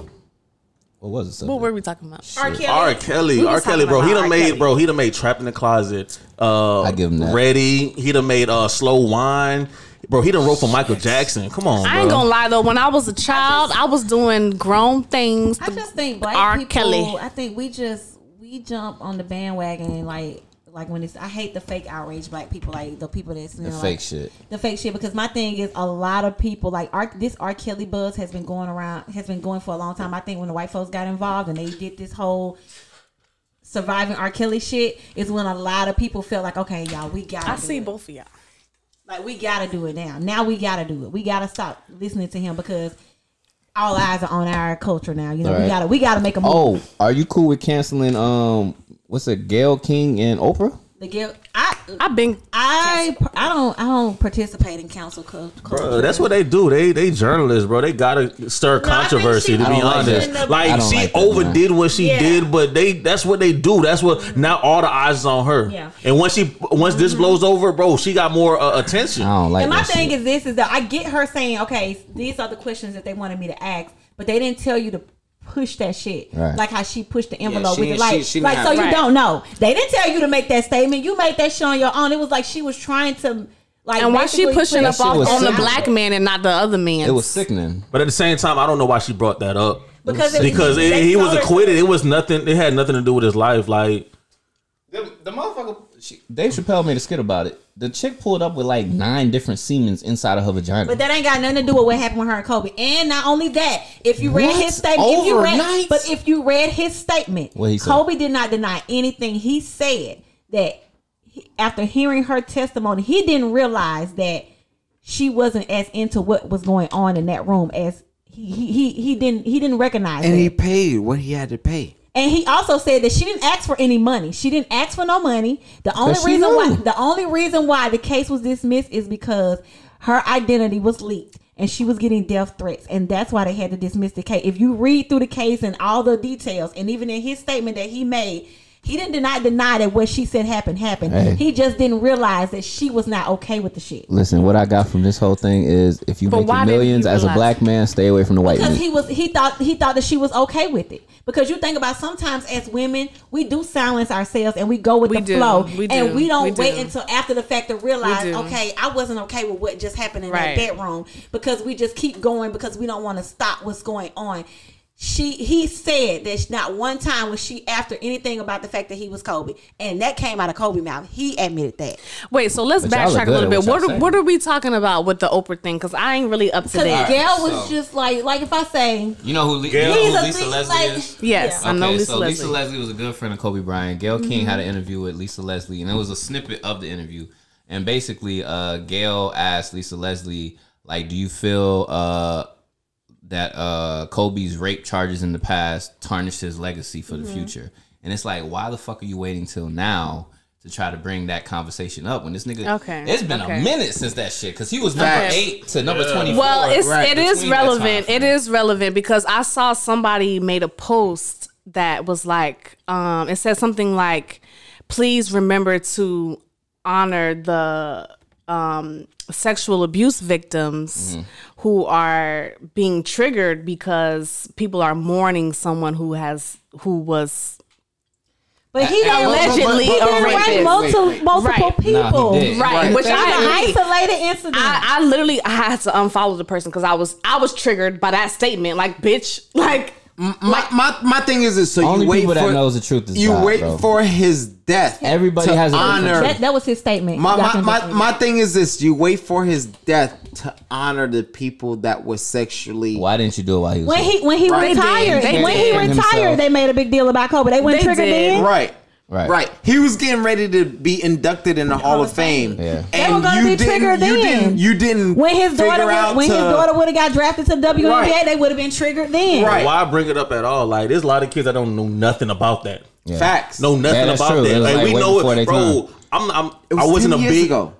[SPEAKER 4] What was it? Subject?
[SPEAKER 3] What were we talking about?
[SPEAKER 6] R. Kelly.
[SPEAKER 2] R. Kelly,
[SPEAKER 3] was
[SPEAKER 2] R. Kelly,
[SPEAKER 3] talking
[SPEAKER 2] bro, he
[SPEAKER 3] about
[SPEAKER 2] done
[SPEAKER 3] R.
[SPEAKER 2] made,
[SPEAKER 3] Kelly.
[SPEAKER 2] bro, he done made "Trapped in the Closet." Uh,
[SPEAKER 4] I give him that.
[SPEAKER 2] Ready, he done made uh, "Slow Wine." Bro, he done wrote for Michael Jackson. Come on,
[SPEAKER 3] I ain't
[SPEAKER 2] bro.
[SPEAKER 3] gonna lie though. When I was a child, I, was doing grown things.
[SPEAKER 6] I just think black
[SPEAKER 3] R.
[SPEAKER 6] people.
[SPEAKER 3] Kelly.
[SPEAKER 6] I think we just we jump on the bandwagon like like when it's. I hate the fake outrage black people like the people that's you know,
[SPEAKER 4] The
[SPEAKER 6] like,
[SPEAKER 4] fake shit.
[SPEAKER 6] the fake shit because my thing is a lot of people like R, this R. Kelly buzz has been going around has been going for a long time. I think when the white folks got involved and they did this whole surviving R. Kelly shit is when a lot of people felt like, okay, y'all, we gotta
[SPEAKER 3] I
[SPEAKER 6] do
[SPEAKER 3] see
[SPEAKER 6] it.
[SPEAKER 3] both of y'all.
[SPEAKER 6] like we gotta do it now. Now we gotta do it. We gotta stop listening to him because all eyes are on our culture now. You know, we
[SPEAKER 4] Right.
[SPEAKER 6] gotta we gotta make a move.
[SPEAKER 4] Oh, are you cool with canceling? Um, what's it? Gail King and Oprah.
[SPEAKER 6] The guilt. I
[SPEAKER 3] I've been
[SPEAKER 6] I I don't I don't participate in council cul- culture.
[SPEAKER 2] Bro, that's what they do. They they journalists, bro. They gotta stir
[SPEAKER 6] I think
[SPEAKER 2] controversy.
[SPEAKER 6] she-
[SPEAKER 2] To
[SPEAKER 6] I
[SPEAKER 2] be
[SPEAKER 4] don't like
[SPEAKER 2] honest,
[SPEAKER 6] that.
[SPEAKER 4] I
[SPEAKER 2] like
[SPEAKER 4] don't
[SPEAKER 2] she
[SPEAKER 4] like that, man.
[SPEAKER 2] overdid what she
[SPEAKER 6] Yeah.
[SPEAKER 2] did, but they that's what they do. That's what now all the eyes is on her.
[SPEAKER 6] Yeah.
[SPEAKER 2] And once she once
[SPEAKER 3] Mm-hmm.
[SPEAKER 2] this blows over, bro, she got more uh, attention.
[SPEAKER 4] I don't like.
[SPEAKER 6] and my
[SPEAKER 4] that
[SPEAKER 6] thing
[SPEAKER 4] shit.
[SPEAKER 6] is this is that I get her saying, okay, these are the questions that they wanted me to ask, but they didn't tell you to push that shit
[SPEAKER 4] Right.
[SPEAKER 6] like how she pushed the envelope
[SPEAKER 5] she
[SPEAKER 6] with it
[SPEAKER 5] didn't-
[SPEAKER 6] like
[SPEAKER 5] she- she didn't
[SPEAKER 6] like
[SPEAKER 5] have-
[SPEAKER 6] so you
[SPEAKER 3] Right.
[SPEAKER 6] don't know they didn't tell you to make that statement you made that shit on your own it was like she was trying to like
[SPEAKER 3] and why she
[SPEAKER 6] basically
[SPEAKER 3] pushing
[SPEAKER 6] push-
[SPEAKER 3] up
[SPEAKER 4] shit
[SPEAKER 3] off
[SPEAKER 4] was
[SPEAKER 3] on the
[SPEAKER 4] sick.
[SPEAKER 3] black man and not the other man?
[SPEAKER 4] it was sickening.
[SPEAKER 2] But at the same time, I don't know why she brought that up
[SPEAKER 6] Because it-
[SPEAKER 2] it-
[SPEAKER 6] they
[SPEAKER 2] he
[SPEAKER 6] told
[SPEAKER 2] was
[SPEAKER 6] her-
[SPEAKER 2] acquitted. It was nothing. It had nothing to do with his life. Like
[SPEAKER 4] The, the motherfucker. She, Dave Chappelle made a skit about it. The chick pulled up with like nine different semens inside of her vagina.
[SPEAKER 6] But that ain't got nothing to do with what happened with her and Kobe. And not only that, if you read
[SPEAKER 4] What?
[SPEAKER 6] his statement, if you read,
[SPEAKER 4] Overnight?
[SPEAKER 6] but if you read his statement,
[SPEAKER 4] What he said?
[SPEAKER 6] Kobe did not deny anything. He said that he, after hearing her testimony, he didn't realize that she wasn't as into what was going on in that room as he he he, he didn't he didn't recognize.
[SPEAKER 5] And
[SPEAKER 6] it.
[SPEAKER 5] he paid what he had to pay.
[SPEAKER 6] And he also said that she didn't ask for any money. She didn't ask for no money. The only
[SPEAKER 4] she
[SPEAKER 6] reason
[SPEAKER 4] knew.
[SPEAKER 6] why the only reason why the case was dismissed is because her identity was leaked and she was getting death threats and that's why they had to dismiss the case. If you read through the case and all the details and even in his statement that he made, he didn't deny deny that what she said happened happened.
[SPEAKER 4] Hey.
[SPEAKER 6] He just didn't realize that she was not okay with the shit.
[SPEAKER 4] Listen, what I got from this whole thing is if you
[SPEAKER 3] But
[SPEAKER 4] make
[SPEAKER 3] why
[SPEAKER 4] making
[SPEAKER 3] didn't
[SPEAKER 4] millions
[SPEAKER 3] you
[SPEAKER 4] as a
[SPEAKER 3] realize
[SPEAKER 4] black man, stay away from the white
[SPEAKER 6] because
[SPEAKER 4] man.
[SPEAKER 6] he was he thought he thought that she was okay with it because you think about sometimes as women we do silence ourselves and we go with
[SPEAKER 3] We
[SPEAKER 6] the
[SPEAKER 3] do.
[SPEAKER 6] flow
[SPEAKER 3] We
[SPEAKER 6] and
[SPEAKER 3] do.
[SPEAKER 6] we don't
[SPEAKER 3] We
[SPEAKER 6] wait
[SPEAKER 3] do.
[SPEAKER 6] until after the fact to realize
[SPEAKER 3] We do.
[SPEAKER 6] okay i wasn't okay with what just happened in
[SPEAKER 3] Right.
[SPEAKER 6] that bedroom because we just keep going because we don't want to stop what's going on she he said that not one time was she after anything about the fact that he was kobe and that came out of kobe mouth he admitted that
[SPEAKER 3] Wait, so let's
[SPEAKER 4] But y'all are
[SPEAKER 3] backtrack
[SPEAKER 4] good
[SPEAKER 3] a little
[SPEAKER 4] at
[SPEAKER 3] bit.
[SPEAKER 4] what y'all
[SPEAKER 3] What are,
[SPEAKER 4] saying.
[SPEAKER 3] what are we talking about with the Oprah thing? Because I ain't really up to
[SPEAKER 6] because
[SPEAKER 3] date.
[SPEAKER 6] gail was just like like if i say
[SPEAKER 4] you know who, Le-
[SPEAKER 2] Gail-
[SPEAKER 6] he's
[SPEAKER 2] He's
[SPEAKER 6] a big, like,
[SPEAKER 3] Yes, I know
[SPEAKER 4] Okay,
[SPEAKER 3] Lisa
[SPEAKER 4] so Lisa
[SPEAKER 3] Leslie. Mm-hmm.
[SPEAKER 4] Leslie. was a good friend of Kobe Bryant. Gail King had an interview with Lisa Leslie, and it was a snippet of the interview. And basically, uh, Gail asked Lisa Leslie, like, do you feel uh, that uh, Kobe's rape charges in the past tarnished his legacy for
[SPEAKER 3] Mm-hmm.
[SPEAKER 4] the future? And it's like, why the fuck are you waiting till now? To try to bring that conversation up when this nigga,
[SPEAKER 3] Okay,
[SPEAKER 4] it's been
[SPEAKER 3] okay.
[SPEAKER 4] a minute since that shit because he was number
[SPEAKER 5] Facts.
[SPEAKER 4] eight to number twenty-four.
[SPEAKER 3] Well, it's
[SPEAKER 5] right,
[SPEAKER 3] it is
[SPEAKER 4] between that time
[SPEAKER 3] relevant. It
[SPEAKER 4] frame.
[SPEAKER 3] is relevant because I saw somebody made a post that was like, um, it said something like, "Please remember to honor the um, sexual abuse victims who are being triggered because people are mourning someone who has who was
[SPEAKER 6] but he didn't
[SPEAKER 3] allegedly
[SPEAKER 6] He
[SPEAKER 3] a
[SPEAKER 6] didn't
[SPEAKER 3] rapist.
[SPEAKER 6] rape multiple, multiple
[SPEAKER 3] Right.
[SPEAKER 4] Nah,
[SPEAKER 6] people.
[SPEAKER 4] he did.
[SPEAKER 3] Right,
[SPEAKER 4] Right.
[SPEAKER 3] which
[SPEAKER 6] It was an
[SPEAKER 3] I agree.
[SPEAKER 6] isolated incident.
[SPEAKER 3] I, I literally I had to unfollow the person because I was I was triggered by that statement. Like, bitch, like
[SPEAKER 5] My my, my thing is this: so
[SPEAKER 4] Only
[SPEAKER 5] you wait
[SPEAKER 4] people
[SPEAKER 5] for
[SPEAKER 4] that knows the truth is
[SPEAKER 5] you
[SPEAKER 4] God,
[SPEAKER 5] wait
[SPEAKER 4] bro.
[SPEAKER 5] for his death.
[SPEAKER 4] Everybody
[SPEAKER 5] to
[SPEAKER 4] has a different
[SPEAKER 5] honor.
[SPEAKER 6] that, that was his statement.
[SPEAKER 5] My,
[SPEAKER 6] Y'all
[SPEAKER 5] my,
[SPEAKER 6] can
[SPEAKER 5] my,
[SPEAKER 6] just-
[SPEAKER 5] my thing is this you wait for his death to honor the people that were sexually
[SPEAKER 4] Why didn't you do it while he was?
[SPEAKER 6] when
[SPEAKER 4] here?
[SPEAKER 6] he when he
[SPEAKER 5] Right.
[SPEAKER 6] retired,
[SPEAKER 3] They did.
[SPEAKER 6] when
[SPEAKER 3] They
[SPEAKER 6] he
[SPEAKER 4] did.
[SPEAKER 6] retired, they made a big deal about Kobe. They went
[SPEAKER 3] They
[SPEAKER 6] triggered
[SPEAKER 3] did.
[SPEAKER 6] then.
[SPEAKER 5] right
[SPEAKER 4] Right.
[SPEAKER 5] right he was getting ready to be inducted in the hall of fame
[SPEAKER 4] Yeah.
[SPEAKER 5] and
[SPEAKER 4] They
[SPEAKER 6] were gonna
[SPEAKER 5] you
[SPEAKER 6] be
[SPEAKER 5] didn't
[SPEAKER 6] triggered
[SPEAKER 5] you
[SPEAKER 6] then.
[SPEAKER 5] didn't you didn't
[SPEAKER 6] When his
[SPEAKER 5] figure
[SPEAKER 6] daughter
[SPEAKER 5] out
[SPEAKER 6] would, when his
[SPEAKER 5] to-
[SPEAKER 6] daughter would have got drafted to WNBA,
[SPEAKER 5] Right.
[SPEAKER 6] they would have been triggered then.
[SPEAKER 5] Right.
[SPEAKER 2] why bring it up at all? Like there's a lot of kids that don't know nothing about that.
[SPEAKER 5] facts
[SPEAKER 2] Know
[SPEAKER 4] Yeah,
[SPEAKER 2] nothing
[SPEAKER 4] that's
[SPEAKER 2] about
[SPEAKER 4] true. It
[SPEAKER 2] that.
[SPEAKER 4] was
[SPEAKER 2] Like,
[SPEAKER 4] like
[SPEAKER 2] we
[SPEAKER 4] way
[SPEAKER 2] know
[SPEAKER 4] before their
[SPEAKER 2] it, bro. I'm, I'm
[SPEAKER 5] It was
[SPEAKER 2] I wasn't
[SPEAKER 5] 10
[SPEAKER 2] a
[SPEAKER 5] years
[SPEAKER 2] big.
[SPEAKER 5] ago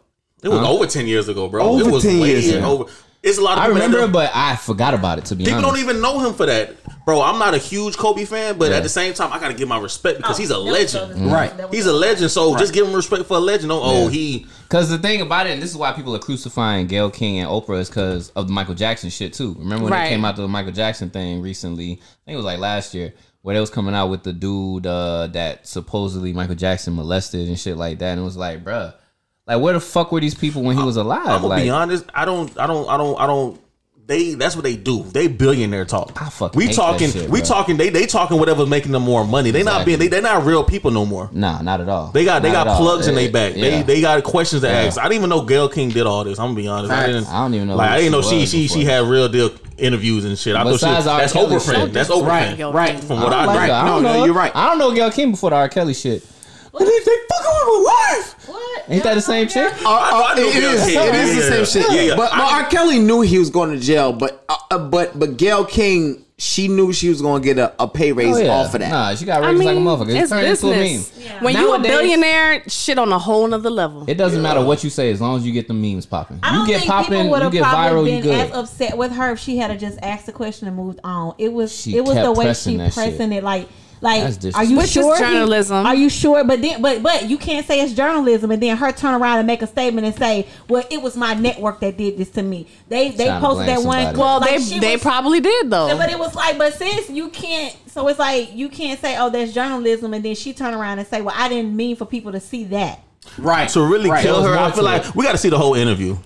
[SPEAKER 2] It was over ten years ago, bro.
[SPEAKER 5] Over
[SPEAKER 2] it was
[SPEAKER 5] 10
[SPEAKER 2] way
[SPEAKER 5] years ago.
[SPEAKER 2] over. It's a lot of
[SPEAKER 4] I
[SPEAKER 2] people that
[SPEAKER 4] remember,
[SPEAKER 2] don't-
[SPEAKER 4] but I forgot about it. To be
[SPEAKER 2] People
[SPEAKER 4] honest,
[SPEAKER 2] don't even know him for that, bro. I'm not a huge Kobe fan, but
[SPEAKER 4] Yeah.
[SPEAKER 2] at the same time, I gotta give my respect because he's a
[SPEAKER 6] Oh, That was other-
[SPEAKER 2] legend.
[SPEAKER 6] that
[SPEAKER 5] Right.
[SPEAKER 6] was
[SPEAKER 2] He's a legend, so just give him respect for a legend. Oh, oh, he
[SPEAKER 4] because the thing about it, and this is why people are crucifying Gail King and Oprah, is because of the Michael Jackson shit too. Remember when
[SPEAKER 3] Right.
[SPEAKER 4] it came out the Michael Jackson thing recently? I think it was like last year, where they was coming out with the dude uh, that supposedly Michael Jackson molested and shit like that, and it was like, bruh. Like, where the fuck were these people when he was alive?
[SPEAKER 2] I'm gonna
[SPEAKER 4] like,
[SPEAKER 2] be honest. I don't. I don't. I don't. I don't. They. That's what they do. They billionaire talk.
[SPEAKER 4] I fucking
[SPEAKER 2] we
[SPEAKER 4] hate that
[SPEAKER 2] talking.
[SPEAKER 4] shit,
[SPEAKER 2] we
[SPEAKER 4] bro.
[SPEAKER 2] talking. They. They talking whatever's making them more money. They not being. They. They not real people no more.
[SPEAKER 4] nah, not at all.
[SPEAKER 2] They got. They
[SPEAKER 4] Not at
[SPEAKER 2] got
[SPEAKER 4] all.
[SPEAKER 2] plugs in
[SPEAKER 4] Eh,
[SPEAKER 2] their back.
[SPEAKER 4] yeah.
[SPEAKER 2] They. They got questions to
[SPEAKER 4] Yeah.
[SPEAKER 2] ask. I didn't even know Gail King did all this. I'm gonna be honest. I
[SPEAKER 5] Facts.
[SPEAKER 2] didn't.
[SPEAKER 4] I don't even know
[SPEAKER 2] Like
[SPEAKER 4] who
[SPEAKER 2] I didn't know
[SPEAKER 4] she
[SPEAKER 2] she.
[SPEAKER 4] was
[SPEAKER 2] She. She
[SPEAKER 4] before.
[SPEAKER 2] had real deal interviews and shit. I thought she.
[SPEAKER 4] Besides R.
[SPEAKER 2] That's
[SPEAKER 4] Kelly
[SPEAKER 2] Oprah friend.
[SPEAKER 4] shit.
[SPEAKER 2] That's Oprah
[SPEAKER 5] Right,
[SPEAKER 2] friend.
[SPEAKER 3] right.
[SPEAKER 2] From what
[SPEAKER 4] I
[SPEAKER 2] I
[SPEAKER 4] like
[SPEAKER 2] read.
[SPEAKER 4] her.
[SPEAKER 5] Right.
[SPEAKER 4] I
[SPEAKER 5] No,
[SPEAKER 4] don't
[SPEAKER 5] no,
[SPEAKER 4] know-
[SPEAKER 5] you're right.
[SPEAKER 4] I don't know Gail King before the R. Kelly shit. They, they fucking with my wife.
[SPEAKER 6] What?
[SPEAKER 4] Ain't that the same chick?
[SPEAKER 2] I- I know
[SPEAKER 5] it
[SPEAKER 2] Gayle
[SPEAKER 5] is.
[SPEAKER 2] King.
[SPEAKER 5] It
[SPEAKER 2] Yeah,
[SPEAKER 5] is
[SPEAKER 2] yeah,
[SPEAKER 5] the same
[SPEAKER 2] yeah.
[SPEAKER 5] shit.
[SPEAKER 2] Yeah, yeah.
[SPEAKER 5] But, but R. Kelly knew he was going to jail. But uh, uh, but but Gail King, she knew she was going to get a, a pay raise
[SPEAKER 4] Oh, yeah.
[SPEAKER 5] off of that.
[SPEAKER 4] Nah, she got
[SPEAKER 3] I
[SPEAKER 4] raised like a
[SPEAKER 3] mean,
[SPEAKER 4] motherfucker.
[SPEAKER 3] it's
[SPEAKER 4] It's turned into a meme.
[SPEAKER 3] business. When
[SPEAKER 4] Nowadays-
[SPEAKER 3] you a billionaire, shit on a whole nother level.
[SPEAKER 4] It doesn't matter what you say as long as you get the memes popping.
[SPEAKER 6] I
[SPEAKER 4] You
[SPEAKER 6] don't
[SPEAKER 4] get
[SPEAKER 6] think
[SPEAKER 4] popping,
[SPEAKER 6] people would
[SPEAKER 4] you
[SPEAKER 6] have
[SPEAKER 4] get
[SPEAKER 6] probably
[SPEAKER 4] viral, you
[SPEAKER 6] been as
[SPEAKER 4] good.
[SPEAKER 6] upset with her if she had to just asked the question and moved on. It was
[SPEAKER 4] She
[SPEAKER 6] it was
[SPEAKER 4] kept
[SPEAKER 6] the way
[SPEAKER 4] pressing
[SPEAKER 6] she
[SPEAKER 4] that shit.
[SPEAKER 6] pressing it like like
[SPEAKER 4] That's
[SPEAKER 6] are you
[SPEAKER 3] disrespectful. Which is
[SPEAKER 6] sure he-
[SPEAKER 3] journalism.
[SPEAKER 6] are you sure? But then but but you can't say it's journalism and then her turn around and make a statement and say, Well, it was my network that did this to me. They they
[SPEAKER 4] Trying to
[SPEAKER 6] posted
[SPEAKER 4] blame
[SPEAKER 6] that one
[SPEAKER 4] somebody.
[SPEAKER 3] well,
[SPEAKER 6] like,
[SPEAKER 3] they
[SPEAKER 6] she
[SPEAKER 3] they
[SPEAKER 6] was-
[SPEAKER 3] probably did though.
[SPEAKER 6] But it was like, but sis, you can't. So it's like you can't say, "Oh, that's journalism," and then she turn around and say, "Well, I didn't mean for people to see that."
[SPEAKER 5] Right.
[SPEAKER 2] to really
[SPEAKER 5] Right.
[SPEAKER 2] kill her,
[SPEAKER 4] There was
[SPEAKER 2] I
[SPEAKER 4] more
[SPEAKER 2] feel
[SPEAKER 4] to
[SPEAKER 2] like
[SPEAKER 4] it.
[SPEAKER 2] we got to see the whole interview.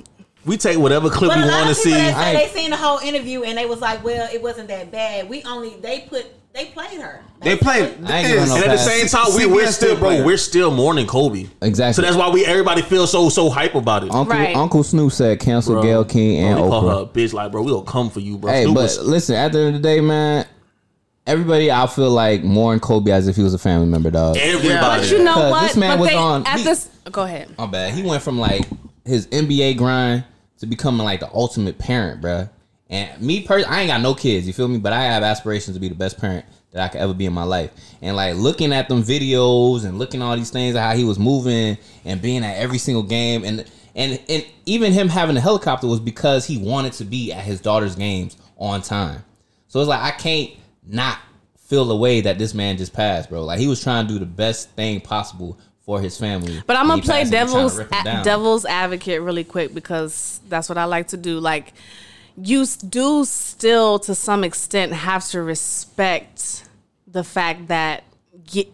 [SPEAKER 2] We take whatever clip
[SPEAKER 6] But
[SPEAKER 2] we
[SPEAKER 6] a lot
[SPEAKER 2] want to
[SPEAKER 6] of people
[SPEAKER 2] see.
[SPEAKER 6] that say
[SPEAKER 4] I-
[SPEAKER 6] they seen the whole interview and they was like, "Well, it wasn't that bad. We only they put they played her.
[SPEAKER 5] They played.
[SPEAKER 4] I ain't giving no
[SPEAKER 2] and at the
[SPEAKER 4] pass.
[SPEAKER 2] same time, we,
[SPEAKER 5] CBS
[SPEAKER 2] we're still, bro,
[SPEAKER 5] player.
[SPEAKER 2] we're still mourning Kobe.
[SPEAKER 4] Exactly.
[SPEAKER 2] So that's why we everybody feels so so hype about it.
[SPEAKER 4] Uncle
[SPEAKER 3] Right.
[SPEAKER 4] Uncle Snoop said cancel
[SPEAKER 2] Bro,
[SPEAKER 4] Gail King and
[SPEAKER 2] bro, we call
[SPEAKER 4] Oprah.
[SPEAKER 2] her a bitch, like bro, we'll come for you, bro.
[SPEAKER 4] Hey,
[SPEAKER 2] Snoop
[SPEAKER 4] but
[SPEAKER 2] was-
[SPEAKER 4] listen, at the end of the day, man, everybody, I feel like more in Kobe as if he was a family member, dog.
[SPEAKER 2] everybody.
[SPEAKER 3] but you know
[SPEAKER 4] Because
[SPEAKER 3] what?
[SPEAKER 4] this man
[SPEAKER 3] but
[SPEAKER 4] was
[SPEAKER 3] they,
[SPEAKER 4] on-
[SPEAKER 3] at
[SPEAKER 4] he-
[SPEAKER 3] this. Go ahead.
[SPEAKER 4] My bad. He went from like his NBA grind to becoming like the ultimate parent, bruh. And me, per- I ain't got no kids. You feel me? But I have aspirations to be the best parent that I could ever be in my life. And like looking at them videos and looking at all these things, how he was moving and being at every single game, and and and even him having a helicopter was because he wanted to be at his daughter's games on time. So it's like I can't not feel the way that this man just passed, bro. Like he was trying to do the best thing possible for his family.
[SPEAKER 3] But I'm gonna
[SPEAKER 4] and he
[SPEAKER 3] play
[SPEAKER 4] passed and they trying to
[SPEAKER 3] devil's
[SPEAKER 4] rip him
[SPEAKER 3] a-
[SPEAKER 4] down.
[SPEAKER 3] devil's advocate really quick because that's what I like to do. Like you s- do still to some extent have to respect the fact that ye-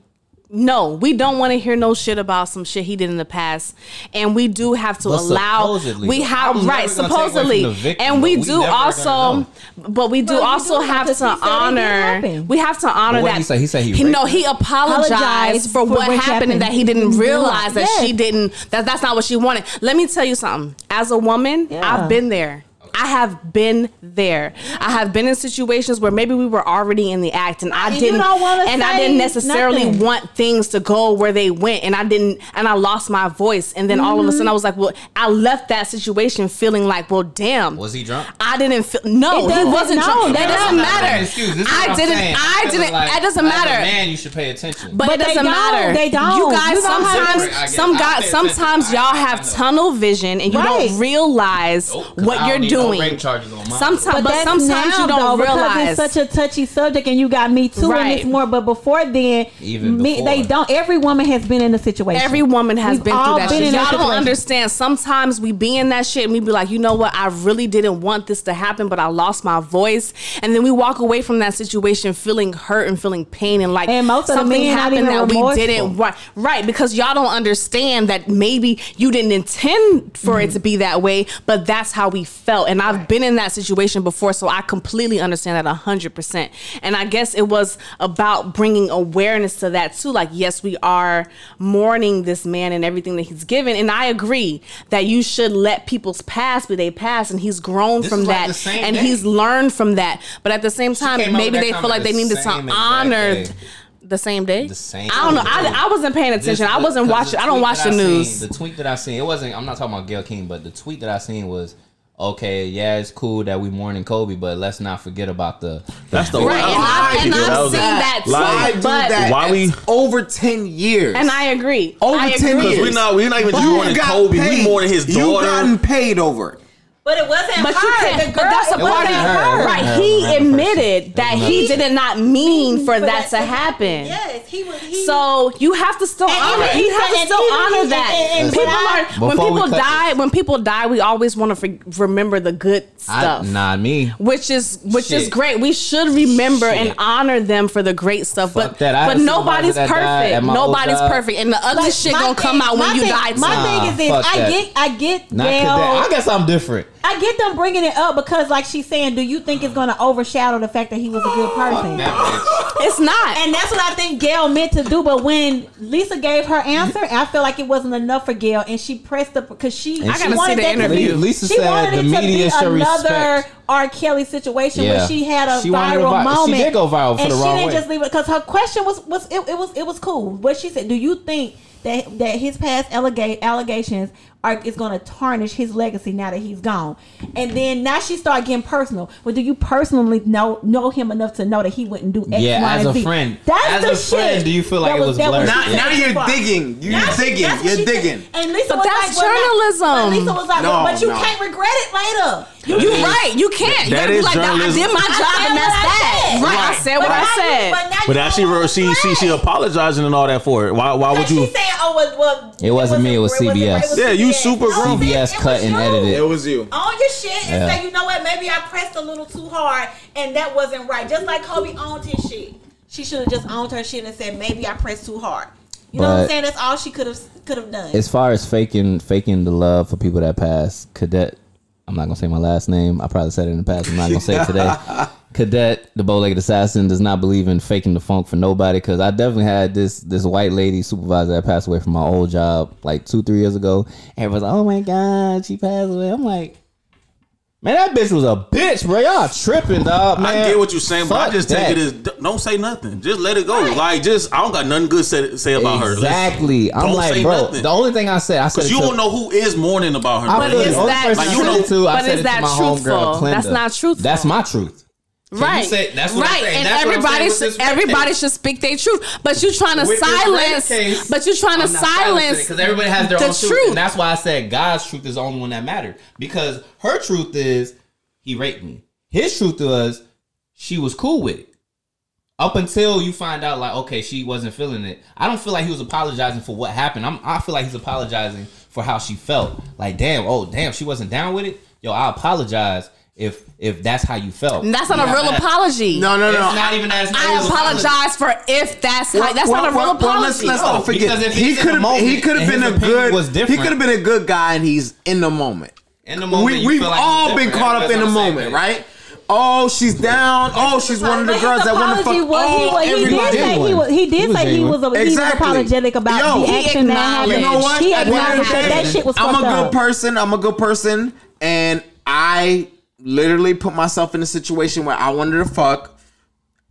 [SPEAKER 3] no, we don't want to hear no shit about some shit he did in the past, and we do have to
[SPEAKER 4] But
[SPEAKER 3] allow.
[SPEAKER 4] supposedly,
[SPEAKER 3] We
[SPEAKER 4] though.
[SPEAKER 3] have
[SPEAKER 4] I'm
[SPEAKER 3] right
[SPEAKER 4] never gonna take away from
[SPEAKER 3] supposedly,
[SPEAKER 4] the victim,
[SPEAKER 3] and
[SPEAKER 4] though.
[SPEAKER 3] we
[SPEAKER 4] We
[SPEAKER 3] do
[SPEAKER 4] never gonna
[SPEAKER 3] also, but we do
[SPEAKER 6] Well, you
[SPEAKER 3] also
[SPEAKER 6] do,
[SPEAKER 3] have
[SPEAKER 6] because
[SPEAKER 3] to
[SPEAKER 6] he said it did
[SPEAKER 3] honor.
[SPEAKER 6] happen.
[SPEAKER 3] We have to honor
[SPEAKER 4] But what
[SPEAKER 3] that
[SPEAKER 4] he say? He say he raped
[SPEAKER 3] no
[SPEAKER 4] her?
[SPEAKER 3] he apologized,
[SPEAKER 6] Apologized
[SPEAKER 3] for,
[SPEAKER 6] for
[SPEAKER 3] what
[SPEAKER 6] what
[SPEAKER 3] happened, and
[SPEAKER 6] happened.
[SPEAKER 3] that he didn't
[SPEAKER 6] He
[SPEAKER 3] realize that
[SPEAKER 6] realized,
[SPEAKER 3] she
[SPEAKER 6] yes.
[SPEAKER 3] didn't that that's not what she wanted. Let me tell you something. As a woman,
[SPEAKER 6] Yeah.
[SPEAKER 3] I've been there. I have been there. I have been in situations where maybe we were already in the act, and I
[SPEAKER 6] And you
[SPEAKER 3] didn't,
[SPEAKER 6] don't wanna
[SPEAKER 3] and I
[SPEAKER 6] say
[SPEAKER 3] didn't necessarily
[SPEAKER 6] nothing.
[SPEAKER 3] want things to go where they went, and I didn't, and I lost my voice, and then all of a sudden I was like, well, I left that situation feeling like, well, damn,
[SPEAKER 4] Was he drunk?
[SPEAKER 3] I didn't feel no.
[SPEAKER 6] It
[SPEAKER 3] He
[SPEAKER 6] doesn't-
[SPEAKER 3] wasn't
[SPEAKER 6] no,
[SPEAKER 3] drunk. That
[SPEAKER 6] that
[SPEAKER 3] doesn't
[SPEAKER 6] doesn't-
[SPEAKER 3] matter. I didn't. I didn't. That doesn't matter.
[SPEAKER 4] man, you should pay attention.
[SPEAKER 3] But,
[SPEAKER 6] But
[SPEAKER 3] it
[SPEAKER 6] they
[SPEAKER 3] doesn't
[SPEAKER 6] don't.
[SPEAKER 3] matter.
[SPEAKER 6] They don't.
[SPEAKER 3] You guys
[SPEAKER 6] You don't have to-
[SPEAKER 4] I get
[SPEAKER 3] sometimes
[SPEAKER 4] it.
[SPEAKER 3] some
[SPEAKER 4] I
[SPEAKER 3] guys
[SPEAKER 4] pay attention.
[SPEAKER 3] sometimes y'all
[SPEAKER 4] I- I
[SPEAKER 3] have
[SPEAKER 4] know.
[SPEAKER 3] tunnel vision and you
[SPEAKER 6] Right.
[SPEAKER 3] don't realize
[SPEAKER 4] Nope, 'cause
[SPEAKER 3] what
[SPEAKER 4] I
[SPEAKER 3] you're
[SPEAKER 4] don't need no
[SPEAKER 3] doing.
[SPEAKER 4] rape charges on mine.
[SPEAKER 3] sometimes, but,
[SPEAKER 6] But, that's
[SPEAKER 3] sometimes
[SPEAKER 6] now,
[SPEAKER 3] you don't
[SPEAKER 6] though,
[SPEAKER 3] realize.
[SPEAKER 6] because it's such a touchy subject, and you got me too, and
[SPEAKER 3] Right.
[SPEAKER 6] it's more. But before then,
[SPEAKER 4] Even
[SPEAKER 6] me,
[SPEAKER 4] before.
[SPEAKER 6] they don't. Every woman has been in a situation.
[SPEAKER 3] Every woman has
[SPEAKER 6] We've
[SPEAKER 3] been
[SPEAKER 6] all
[SPEAKER 3] through that
[SPEAKER 6] been
[SPEAKER 3] shit.
[SPEAKER 6] in that
[SPEAKER 3] Y'all don't
[SPEAKER 6] situation.
[SPEAKER 3] understand. Sometimes we be in that shit and we be like, you know what? I really didn't want this to happen, but I lost my voice. And then we walk away from that situation feeling hurt and feeling pain and like
[SPEAKER 6] And most of the
[SPEAKER 3] something
[SPEAKER 6] men not
[SPEAKER 3] happened
[SPEAKER 6] even
[SPEAKER 3] that we
[SPEAKER 6] remorseful.
[SPEAKER 3] didn't want. Right. Because y'all don't understand that maybe you didn't intend for it to be that way, but that's how we felt. And I've been in that situation before, so I completely understand that 100%. And I guess it was about bringing awareness to that too. Like, yes, we are mourning this man and everything that he's given. And I agree that you should let people's past be they past, and he's grown
[SPEAKER 4] This
[SPEAKER 3] from
[SPEAKER 4] is like
[SPEAKER 3] that
[SPEAKER 4] the same
[SPEAKER 3] and
[SPEAKER 4] day.
[SPEAKER 3] he's learned from that. But at the same
[SPEAKER 4] came
[SPEAKER 3] time,
[SPEAKER 4] out with
[SPEAKER 3] maybe
[SPEAKER 4] that
[SPEAKER 3] they feel
[SPEAKER 4] comment
[SPEAKER 3] like they
[SPEAKER 4] the
[SPEAKER 3] needed to
[SPEAKER 4] same exact
[SPEAKER 3] honor.
[SPEAKER 4] day.
[SPEAKER 3] The same day.
[SPEAKER 4] The same
[SPEAKER 3] I don't know.
[SPEAKER 4] day.
[SPEAKER 3] I, I wasn't paying attention.
[SPEAKER 4] This-
[SPEAKER 3] I
[SPEAKER 4] the-
[SPEAKER 3] wasn't
[SPEAKER 4] 'cause
[SPEAKER 3] watching.
[SPEAKER 4] the
[SPEAKER 3] I don't
[SPEAKER 4] tweet
[SPEAKER 3] watch the
[SPEAKER 4] that I seen-
[SPEAKER 3] news.
[SPEAKER 4] the tweet that I seen, it wasn't. I'm not talking about Gail King, but the tweet that I seen was. Okay, yeah, it's cool that we mourning Kobe, but let's not forget about the.
[SPEAKER 2] that's the
[SPEAKER 3] Right, and, I, and
[SPEAKER 2] That
[SPEAKER 3] I've
[SPEAKER 2] was a-
[SPEAKER 3] seen that too.
[SPEAKER 2] Why
[SPEAKER 5] Why
[SPEAKER 2] do
[SPEAKER 5] do
[SPEAKER 3] but
[SPEAKER 5] that?
[SPEAKER 2] Why we-
[SPEAKER 5] It's over ten years?
[SPEAKER 3] and I agree.
[SPEAKER 5] Over
[SPEAKER 3] I
[SPEAKER 5] 10
[SPEAKER 3] agree.
[SPEAKER 2] Because we're not, we're not even just mourning Kobe. We mourning his
[SPEAKER 5] You
[SPEAKER 2] daughter.
[SPEAKER 5] gotten paid over it.
[SPEAKER 6] but it wasn't
[SPEAKER 3] But you
[SPEAKER 6] her.
[SPEAKER 3] can't.
[SPEAKER 6] The girl,
[SPEAKER 3] but that's
[SPEAKER 6] it
[SPEAKER 3] a part
[SPEAKER 6] wasn't
[SPEAKER 3] of
[SPEAKER 4] her.
[SPEAKER 6] her.
[SPEAKER 3] Right.
[SPEAKER 4] Her,
[SPEAKER 3] He
[SPEAKER 4] her, her
[SPEAKER 3] admitted that he
[SPEAKER 6] person.
[SPEAKER 3] did not mean for that to happen.
[SPEAKER 6] happen. Yes, Yes, he was- he-
[SPEAKER 3] so you have to still
[SPEAKER 6] And
[SPEAKER 3] honor.
[SPEAKER 6] even-
[SPEAKER 3] You have to
[SPEAKER 6] and
[SPEAKER 3] still
[SPEAKER 6] even-
[SPEAKER 3] honor
[SPEAKER 6] and-
[SPEAKER 3] that.
[SPEAKER 6] and- and
[SPEAKER 3] people
[SPEAKER 6] what I-
[SPEAKER 3] are when
[SPEAKER 4] Before we
[SPEAKER 3] people
[SPEAKER 4] cut
[SPEAKER 3] die. When people die, we always want to remember the good
[SPEAKER 4] I,
[SPEAKER 3] stuff.
[SPEAKER 4] nah, me.
[SPEAKER 3] Which is which is
[SPEAKER 4] Shit.
[SPEAKER 3] great. We should remember and
[SPEAKER 4] Shit.
[SPEAKER 3] honor them for the great stuff.
[SPEAKER 4] Fuck
[SPEAKER 3] but
[SPEAKER 4] that. I
[SPEAKER 3] but
[SPEAKER 4] had a
[SPEAKER 3] nobody's
[SPEAKER 4] supervisor that died at
[SPEAKER 3] perfect.
[SPEAKER 4] my old
[SPEAKER 3] Nobody's
[SPEAKER 4] job.
[SPEAKER 3] perfect, and the ugly
[SPEAKER 6] Like,
[SPEAKER 3] shit
[SPEAKER 6] my
[SPEAKER 3] gonna come
[SPEAKER 6] thing-
[SPEAKER 3] out
[SPEAKER 6] my
[SPEAKER 3] when you
[SPEAKER 6] thing-
[SPEAKER 3] die.
[SPEAKER 6] My
[SPEAKER 3] too.
[SPEAKER 6] thing is this:
[SPEAKER 4] fuck
[SPEAKER 6] I
[SPEAKER 4] that.
[SPEAKER 6] get, I get,
[SPEAKER 4] Not
[SPEAKER 6] well,
[SPEAKER 4] that. I guess I'm different.
[SPEAKER 6] I get them bringing it up because, like she's saying, do you think it's going to overshadow the fact that he was a good person?
[SPEAKER 3] It's not.
[SPEAKER 6] And that's what I think Gail meant to do. But when Lisa gave her answer, I feel like it wasn't enough for Gail, and she pressed the because she,
[SPEAKER 4] I gotta
[SPEAKER 6] wanted
[SPEAKER 3] see the
[SPEAKER 6] that to be-
[SPEAKER 3] interview.
[SPEAKER 4] Lisa
[SPEAKER 6] she
[SPEAKER 4] said
[SPEAKER 6] wanted
[SPEAKER 4] the
[SPEAKER 6] it to
[SPEAKER 4] media
[SPEAKER 6] be
[SPEAKER 4] should
[SPEAKER 6] another
[SPEAKER 4] respect.
[SPEAKER 6] R. Kelly situation where
[SPEAKER 4] Yeah.
[SPEAKER 6] she had a
[SPEAKER 4] She wanted
[SPEAKER 6] viral
[SPEAKER 4] to vi- she
[SPEAKER 6] moment.
[SPEAKER 4] did go viral for
[SPEAKER 6] and
[SPEAKER 4] the
[SPEAKER 6] she
[SPEAKER 4] wrong
[SPEAKER 6] didn't
[SPEAKER 4] way.
[SPEAKER 6] just leave it because her question was was it, it was it was cool. What she said, do you think? That, that his past allega- allegations are is going to tarnish his legacy now that he's gone, and then now she started getting personal. Well, do you personally know know him enough to know that he wouldn't do X,
[SPEAKER 4] Yeah,
[SPEAKER 6] Y,
[SPEAKER 4] as
[SPEAKER 6] and
[SPEAKER 4] a
[SPEAKER 6] Z.
[SPEAKER 4] friend.
[SPEAKER 6] That's
[SPEAKER 4] As
[SPEAKER 6] the
[SPEAKER 4] a friend,
[SPEAKER 6] shit.
[SPEAKER 4] do you feel like
[SPEAKER 6] That
[SPEAKER 4] it was blurred?
[SPEAKER 6] that
[SPEAKER 5] Now,
[SPEAKER 6] she
[SPEAKER 5] now
[SPEAKER 6] said
[SPEAKER 5] you're
[SPEAKER 6] fuck.
[SPEAKER 5] digging. You're
[SPEAKER 6] That's-
[SPEAKER 5] digging.
[SPEAKER 6] that's what
[SPEAKER 5] You're
[SPEAKER 6] she said.
[SPEAKER 5] digging.
[SPEAKER 6] And Lisa
[SPEAKER 3] But
[SPEAKER 6] was
[SPEAKER 3] that's
[SPEAKER 6] like, Well,
[SPEAKER 3] journalism.
[SPEAKER 6] but Lisa was like, well,
[SPEAKER 5] No,
[SPEAKER 6] but you
[SPEAKER 5] no.
[SPEAKER 6] can't regret it later. You
[SPEAKER 3] You're right. You can't. You gotta
[SPEAKER 2] That
[SPEAKER 3] be
[SPEAKER 2] is
[SPEAKER 3] like, "Nah, I
[SPEAKER 2] journalism.
[SPEAKER 3] did my
[SPEAKER 6] I
[SPEAKER 3] job,
[SPEAKER 6] said
[SPEAKER 3] and
[SPEAKER 6] what
[SPEAKER 3] that's
[SPEAKER 6] I
[SPEAKER 3] that.
[SPEAKER 6] said.
[SPEAKER 3] Right. I said what
[SPEAKER 6] now
[SPEAKER 3] I
[SPEAKER 6] you-
[SPEAKER 3] said.
[SPEAKER 6] but now you
[SPEAKER 2] But actually,
[SPEAKER 6] know
[SPEAKER 2] she,
[SPEAKER 6] what
[SPEAKER 2] she
[SPEAKER 6] was
[SPEAKER 2] she she
[SPEAKER 6] right.
[SPEAKER 2] apologizing and all that for it. Why why would
[SPEAKER 6] But she
[SPEAKER 2] you?
[SPEAKER 6] said, oh, well, well,
[SPEAKER 4] It wasn't me, it was
[SPEAKER 6] wasn't-
[SPEAKER 4] CBS.
[SPEAKER 2] Yeah, you
[SPEAKER 6] CBS.
[SPEAKER 2] super
[SPEAKER 6] No,
[SPEAKER 2] grown.
[SPEAKER 6] bitch,
[SPEAKER 4] CBS
[SPEAKER 6] it
[SPEAKER 4] cut
[SPEAKER 6] was
[SPEAKER 4] and
[SPEAKER 6] you.
[SPEAKER 4] edited it.
[SPEAKER 5] It was you.
[SPEAKER 6] Own your shit and
[SPEAKER 4] Yeah.
[SPEAKER 6] say, you know what, maybe I pressed a little too hard and that wasn't right. Just like Kobe owned his shit. She should have just owned her shit and said, maybe I pressed too hard. You know what I'm
[SPEAKER 4] But-
[SPEAKER 6] saying? That's all she could have could have done.
[SPEAKER 4] As far as faking faking the love for people that pass, Cadet. I'm not gonna say my last name. I probably said it in the past. I'm not gonna say it today. Cadet, the bow-legged assassin, does not believe in faking the funk for nobody. Cause I definitely had this this white lady supervisor that passed away from my old job like two three years ago. Everyone's like, oh my god, she passed away. I'm like. Man, that bitch was a bitch, bro. Y'all tripping, dog. Man,
[SPEAKER 2] I get what you're saying, but I
[SPEAKER 4] Fuck
[SPEAKER 2] just take
[SPEAKER 4] that.
[SPEAKER 2] it as d- don't say nothing. Just let it go. Like just I don't got nothing good say, say about her. Let's-
[SPEAKER 4] Exactly. I'm
[SPEAKER 2] Don't
[SPEAKER 4] like,
[SPEAKER 2] say
[SPEAKER 4] bro.
[SPEAKER 2] nothing.
[SPEAKER 4] The only thing I said, I said
[SPEAKER 2] Cause you
[SPEAKER 4] it to-
[SPEAKER 2] don't know who is mourning about her.
[SPEAKER 4] I
[SPEAKER 2] man.
[SPEAKER 4] feel
[SPEAKER 3] is
[SPEAKER 4] the only
[SPEAKER 3] that-
[SPEAKER 4] person
[SPEAKER 2] Like,
[SPEAKER 4] I
[SPEAKER 2] you
[SPEAKER 4] said it
[SPEAKER 2] know-
[SPEAKER 4] to, I
[SPEAKER 3] but is
[SPEAKER 4] said it to
[SPEAKER 3] that
[SPEAKER 4] my homegirl,
[SPEAKER 3] truthful? That's
[SPEAKER 4] Clinda.
[SPEAKER 3] not truthful.
[SPEAKER 4] That's my truth.
[SPEAKER 3] Right.
[SPEAKER 4] say- that's what I'm
[SPEAKER 3] right.
[SPEAKER 4] saying.
[SPEAKER 3] And
[SPEAKER 4] That's what I'm
[SPEAKER 3] everybody
[SPEAKER 4] saying with
[SPEAKER 3] should
[SPEAKER 4] this rape
[SPEAKER 3] everybody
[SPEAKER 4] case.
[SPEAKER 3] should speak their truth. But you trying to
[SPEAKER 4] With this rape
[SPEAKER 3] silence
[SPEAKER 4] case,
[SPEAKER 3] but you trying to silence
[SPEAKER 4] because everybody has their
[SPEAKER 3] the
[SPEAKER 4] own truth.
[SPEAKER 3] truth.
[SPEAKER 4] and that's why I said God's truth is the only one that mattered. Because her truth is he raped me. His truth was she was cool with it. Up until you find out, like, okay, she wasn't feeling it. I don't feel like he was apologizing for what happened. I'm, I feel like he's apologizing for how she felt. Like, damn, oh, damn, she wasn't down with it. Yo, I apologize if if that's how you felt.
[SPEAKER 3] And that's not a real apology.
[SPEAKER 5] No, no,
[SPEAKER 4] It's
[SPEAKER 5] no.
[SPEAKER 4] not even as
[SPEAKER 3] I apologize for if that's how, that's not a real
[SPEAKER 5] let's,
[SPEAKER 3] apology.
[SPEAKER 5] let's
[SPEAKER 4] No,
[SPEAKER 5] not forget.
[SPEAKER 4] because if
[SPEAKER 5] He
[SPEAKER 4] he's in
[SPEAKER 5] could
[SPEAKER 4] the
[SPEAKER 5] have.
[SPEAKER 4] moment
[SPEAKER 5] He could have
[SPEAKER 4] and
[SPEAKER 5] been
[SPEAKER 4] his
[SPEAKER 5] a
[SPEAKER 4] opinion
[SPEAKER 5] good.
[SPEAKER 4] was
[SPEAKER 5] He
[SPEAKER 4] different.
[SPEAKER 5] could have been a good guy, and he's in the moment.
[SPEAKER 4] In the moment,
[SPEAKER 5] we
[SPEAKER 4] you
[SPEAKER 5] we've
[SPEAKER 4] feel like it's
[SPEAKER 5] all been
[SPEAKER 4] different.
[SPEAKER 5] caught up in the
[SPEAKER 4] Everybody's on
[SPEAKER 5] moment,
[SPEAKER 4] same page.
[SPEAKER 5] right? Oh, she's down. Oh, she's one of the
[SPEAKER 6] But
[SPEAKER 5] girls
[SPEAKER 6] his
[SPEAKER 5] that want to fuck.
[SPEAKER 6] apology was- he
[SPEAKER 5] Oh,
[SPEAKER 6] was- he did
[SPEAKER 5] everybody.
[SPEAKER 6] say he
[SPEAKER 4] Genuine.
[SPEAKER 6] was. He did
[SPEAKER 4] He was
[SPEAKER 6] say he was. A, he was
[SPEAKER 5] Exactly.
[SPEAKER 6] apologetic about
[SPEAKER 5] Yo,
[SPEAKER 6] the
[SPEAKER 5] He
[SPEAKER 6] action that happened.
[SPEAKER 3] acknowledged.
[SPEAKER 5] You know what?
[SPEAKER 6] He
[SPEAKER 5] At the end of
[SPEAKER 6] acknowledged
[SPEAKER 5] the
[SPEAKER 6] that,
[SPEAKER 5] day,
[SPEAKER 6] that shit was.
[SPEAKER 5] I'm a
[SPEAKER 6] fucked
[SPEAKER 5] good
[SPEAKER 6] up.
[SPEAKER 5] person. I'm a good person, and I literally put myself in a situation where I wanted to fuck.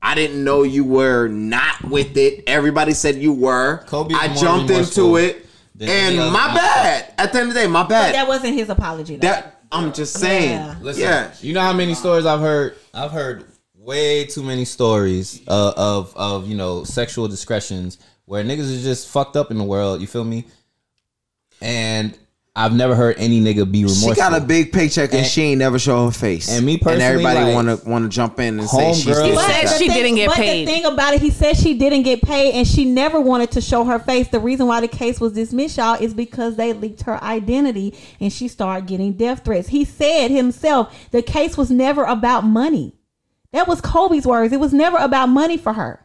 [SPEAKER 5] I didn't know you were not with it. Everybody said you were.
[SPEAKER 4] Kobe was
[SPEAKER 5] I
[SPEAKER 4] more
[SPEAKER 5] jumped
[SPEAKER 4] remorseful
[SPEAKER 5] into it,
[SPEAKER 4] than
[SPEAKER 5] and
[SPEAKER 4] any other
[SPEAKER 5] my
[SPEAKER 4] person.
[SPEAKER 5] bad. At the end of the day, my
[SPEAKER 6] That
[SPEAKER 5] bad.
[SPEAKER 6] wasn't his apology. though.
[SPEAKER 5] That I'm just saying.
[SPEAKER 6] Yeah.
[SPEAKER 4] Listen,
[SPEAKER 5] yeah.
[SPEAKER 4] you know how many stories I've heard? I've heard way too many stories uh, of of you know sexual discretions where niggas are just fucked up in the world. You feel me? And I've never heard any nigga be remorseful.
[SPEAKER 5] She got a big paycheck and,
[SPEAKER 4] And-
[SPEAKER 5] she ain't never show her face.
[SPEAKER 4] and me
[SPEAKER 5] and
[SPEAKER 4] personally,
[SPEAKER 5] everybody
[SPEAKER 4] like,
[SPEAKER 5] want to want to jump in and say
[SPEAKER 4] homegirl-
[SPEAKER 5] she's
[SPEAKER 4] He
[SPEAKER 5] this,
[SPEAKER 4] said
[SPEAKER 5] that.
[SPEAKER 6] the
[SPEAKER 3] she didn't get
[SPEAKER 6] but
[SPEAKER 3] paid.
[SPEAKER 6] the thing about it, he said she didn't get paid, and she never wanted to show her face. The reason why the case was dismissed, y'all, is because they leaked her identity, and she started getting death threats. He said himself, the case was never about money. That was Kobe's words. It was never about money for her.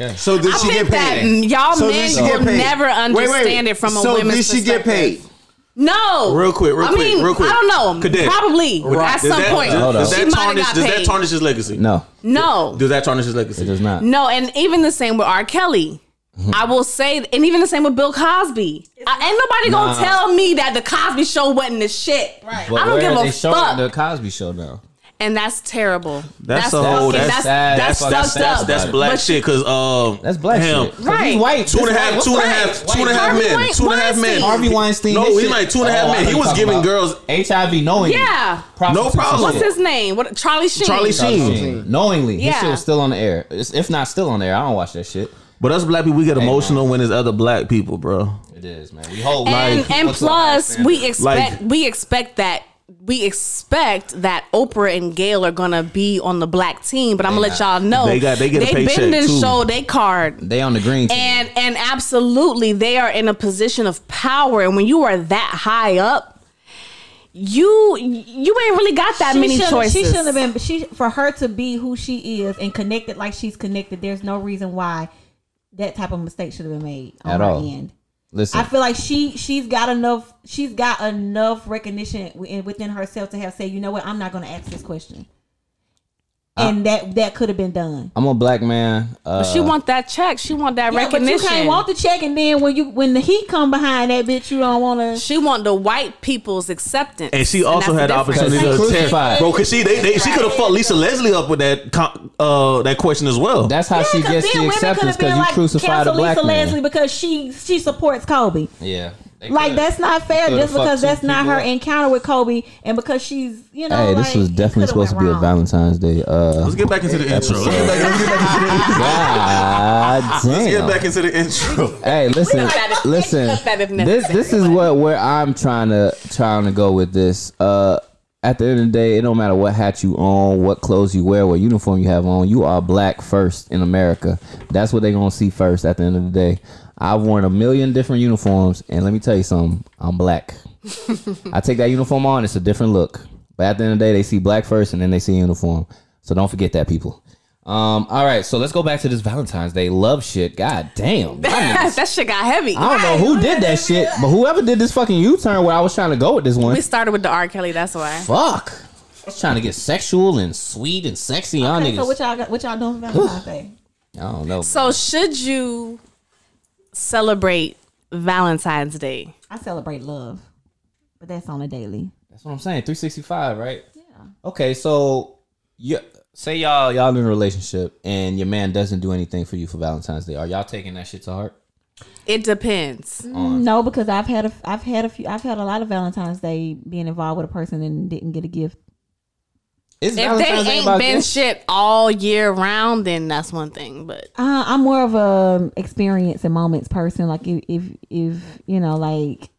[SPEAKER 4] Okay.
[SPEAKER 5] So did
[SPEAKER 3] I
[SPEAKER 5] she
[SPEAKER 3] think
[SPEAKER 5] get
[SPEAKER 3] that
[SPEAKER 5] paid?
[SPEAKER 3] y'all
[SPEAKER 5] So did
[SPEAKER 3] men
[SPEAKER 5] she get
[SPEAKER 3] will
[SPEAKER 5] paid?
[SPEAKER 3] never understand
[SPEAKER 5] Wait, wait.
[SPEAKER 3] it from a
[SPEAKER 5] so
[SPEAKER 3] woman's
[SPEAKER 5] did she get
[SPEAKER 3] perspective.
[SPEAKER 5] paid?
[SPEAKER 3] No.
[SPEAKER 2] Real quick, real
[SPEAKER 3] I
[SPEAKER 2] quick,
[SPEAKER 3] mean,
[SPEAKER 2] real quick.
[SPEAKER 3] I don't know.
[SPEAKER 2] Cadet.
[SPEAKER 3] Probably
[SPEAKER 5] Right.
[SPEAKER 3] at
[SPEAKER 2] Does
[SPEAKER 3] some
[SPEAKER 2] that-
[SPEAKER 3] point.
[SPEAKER 2] Does,
[SPEAKER 4] Hold
[SPEAKER 2] does
[SPEAKER 4] up.
[SPEAKER 3] she
[SPEAKER 2] that
[SPEAKER 3] might have
[SPEAKER 2] tarnish?
[SPEAKER 3] got
[SPEAKER 2] Does that
[SPEAKER 3] paid.
[SPEAKER 2] tarnish his legacy?
[SPEAKER 4] no,
[SPEAKER 3] No.
[SPEAKER 2] Does that tarnish his legacy?
[SPEAKER 4] it does not.
[SPEAKER 3] No, and even the same with R. Kelly.
[SPEAKER 2] Mm-hmm.
[SPEAKER 3] I will say, and even the same with Bill Cosby. I, ain't nobody gonna
[SPEAKER 4] Nah.
[SPEAKER 3] tell me that the Cosby Show wasn't the shit. Right.
[SPEAKER 4] But
[SPEAKER 3] I don't
[SPEAKER 4] where
[SPEAKER 3] give
[SPEAKER 4] are
[SPEAKER 3] a
[SPEAKER 4] they showing
[SPEAKER 3] fuck.
[SPEAKER 4] The Cosby Show now.
[SPEAKER 3] and that's terrible.
[SPEAKER 2] That's a whole-
[SPEAKER 3] fucking-
[SPEAKER 2] that's
[SPEAKER 4] sad.
[SPEAKER 2] That's
[SPEAKER 4] That's
[SPEAKER 2] that's
[SPEAKER 4] fucked
[SPEAKER 2] that's,
[SPEAKER 4] up.
[SPEAKER 2] that's black
[SPEAKER 3] But-
[SPEAKER 2] shit. Cause um,
[SPEAKER 4] That's black
[SPEAKER 2] him.
[SPEAKER 4] shit. 'Cause
[SPEAKER 3] Right.
[SPEAKER 4] He's white.
[SPEAKER 2] Two and a
[SPEAKER 4] This
[SPEAKER 2] half,
[SPEAKER 4] white-
[SPEAKER 2] two and a
[SPEAKER 4] white-
[SPEAKER 2] half, two and a
[SPEAKER 4] white-
[SPEAKER 2] half
[SPEAKER 3] Harvey
[SPEAKER 2] men,
[SPEAKER 3] Wein-
[SPEAKER 2] two and a half men.
[SPEAKER 3] Weinstein.
[SPEAKER 4] Harvey Weinstein.
[SPEAKER 2] No,
[SPEAKER 4] this
[SPEAKER 2] he's
[SPEAKER 4] shit.
[SPEAKER 2] like two and a half
[SPEAKER 4] Oh, I
[SPEAKER 2] men. He
[SPEAKER 4] thought you
[SPEAKER 2] was
[SPEAKER 4] talking
[SPEAKER 2] giving
[SPEAKER 4] about
[SPEAKER 2] girls-
[SPEAKER 4] HIV knowingly.
[SPEAKER 3] Yeah.
[SPEAKER 4] Prostitution
[SPEAKER 2] problem.
[SPEAKER 4] shit.
[SPEAKER 3] What's his name? What Charlie Sheen?
[SPEAKER 2] Charlie Sheen.
[SPEAKER 4] Knowingly, his
[SPEAKER 3] Yeah.
[SPEAKER 4] shit was still on the air. It's, if not still on the air, I don't watch that shit.
[SPEAKER 2] but us black people, we get emotional when it's other black people, bro.
[SPEAKER 4] It is, man. We hold
[SPEAKER 2] Oh,
[SPEAKER 3] And,
[SPEAKER 4] people
[SPEAKER 3] and
[SPEAKER 4] to a high
[SPEAKER 3] plus,
[SPEAKER 4] standard.
[SPEAKER 3] we expect
[SPEAKER 2] Like-
[SPEAKER 3] we expect that we expect that Oprah and Gail are gonna be on the black team, but I'm gonna let y'all know
[SPEAKER 2] They got- they get a paycheck,
[SPEAKER 3] bend and
[SPEAKER 2] too.
[SPEAKER 3] show they card.
[SPEAKER 4] They on the green team.
[SPEAKER 3] And and absolutely they are in a position of power. And when you are that high up, you you ain't really got that many
[SPEAKER 6] shouldn't-
[SPEAKER 3] choices.
[SPEAKER 6] She shouldn't have been. She for her to be who she is and connected like she's connected. There's no reason why that type of mistake should have been made on
[SPEAKER 4] At
[SPEAKER 6] her
[SPEAKER 4] all.
[SPEAKER 6] end.
[SPEAKER 4] Listen,
[SPEAKER 6] I feel like she she's got enough. She's got enough recognition wi- within herself to have said, you know what, I'm not going to ask this question. And that that could have been done.
[SPEAKER 4] I'm a black man. Uh,
[SPEAKER 3] She want that check. She want that
[SPEAKER 6] Yeah, but
[SPEAKER 3] recognition.
[SPEAKER 6] you can't want the check, and then when you when the heat come behind that bitch, you don't want to.
[SPEAKER 3] she want the white people's acceptance.
[SPEAKER 2] And she also
[SPEAKER 3] that's
[SPEAKER 2] had the
[SPEAKER 3] difference.
[SPEAKER 2] opportunity
[SPEAKER 4] Because
[SPEAKER 2] to
[SPEAKER 4] she
[SPEAKER 2] tear,
[SPEAKER 4] crucified.
[SPEAKER 2] bro. Cause she they, they she could have fucked Lisa Leslie up with that co- uh that question as well.
[SPEAKER 4] that's how she gets the acceptance because you crucified a black
[SPEAKER 6] Lisa
[SPEAKER 4] man.
[SPEAKER 6] Leslie because she she supports Kobe.
[SPEAKER 4] Yeah, they
[SPEAKER 6] Like
[SPEAKER 4] could.
[SPEAKER 6] that's not fair
[SPEAKER 4] Could've
[SPEAKER 6] just
[SPEAKER 4] fucked
[SPEAKER 6] because
[SPEAKER 4] some
[SPEAKER 6] that's not
[SPEAKER 4] people
[SPEAKER 6] her
[SPEAKER 4] up.
[SPEAKER 6] encounter with Kobe and because she's you know.
[SPEAKER 4] Hey, this
[SPEAKER 6] like,
[SPEAKER 4] was
[SPEAKER 6] it
[SPEAKER 4] definitely
[SPEAKER 6] could've went
[SPEAKER 4] supposed to be a
[SPEAKER 6] wrong.
[SPEAKER 4] Valentine's Day. Uh,
[SPEAKER 2] Let's get back into the intro. Let's get back, let's get back, let's
[SPEAKER 4] God
[SPEAKER 2] get
[SPEAKER 4] damn.
[SPEAKER 2] back into the intro.
[SPEAKER 4] Hey, listen,
[SPEAKER 3] cut that if-
[SPEAKER 4] listen.
[SPEAKER 3] cut that if
[SPEAKER 4] This this is what where I'm trying to trying to go with this. Uh, at the end of the day, it don't matter what hat you own, what clothes you wear, what uniform you have on. You are black first in America. That's what they gonna see first. At the end of the day, I've worn a million different uniforms, and let me tell you something. I'm black. I take that uniform on, it's a different look. But at the end of the day, they see black first and then they see uniform. So don't forget that, people. Um, all right, so let's go back to this Valentine's Day love shit. God damn. y'all niggas-
[SPEAKER 3] that shit got heavy.
[SPEAKER 4] I don't know who did that shit, but whoever did this fucking U turn where I was trying to go with this one.
[SPEAKER 3] We started with the R. Kelly. That's why.
[SPEAKER 4] Fuck. I was trying to get sexual and sweet and sexy. Y'all
[SPEAKER 6] Okay,
[SPEAKER 4] niggas.
[SPEAKER 6] so what y'all got, what y'all doing for Valentine's Day?
[SPEAKER 4] I don't know.
[SPEAKER 3] So should you celebrate Valentine's Day?
[SPEAKER 6] I celebrate love, but that's on a daily.
[SPEAKER 4] That's what I'm saying. 365, right? Yeah. Okay, so you say y'all y'all in a relationship and your man doesn't do anything for you for Valentine's Day. Are y'all taking that shit to heart?
[SPEAKER 3] It depends.
[SPEAKER 6] Mm, No, because I've had a I've had a few I've had a lot of Valentine's Day being involved with a person and didn't get a gift.
[SPEAKER 4] It's
[SPEAKER 3] If they ain't been shit all year round, then that's one thing. But
[SPEAKER 6] Uh, I'm more of a um, experience and moments person. Like if if, if you know like.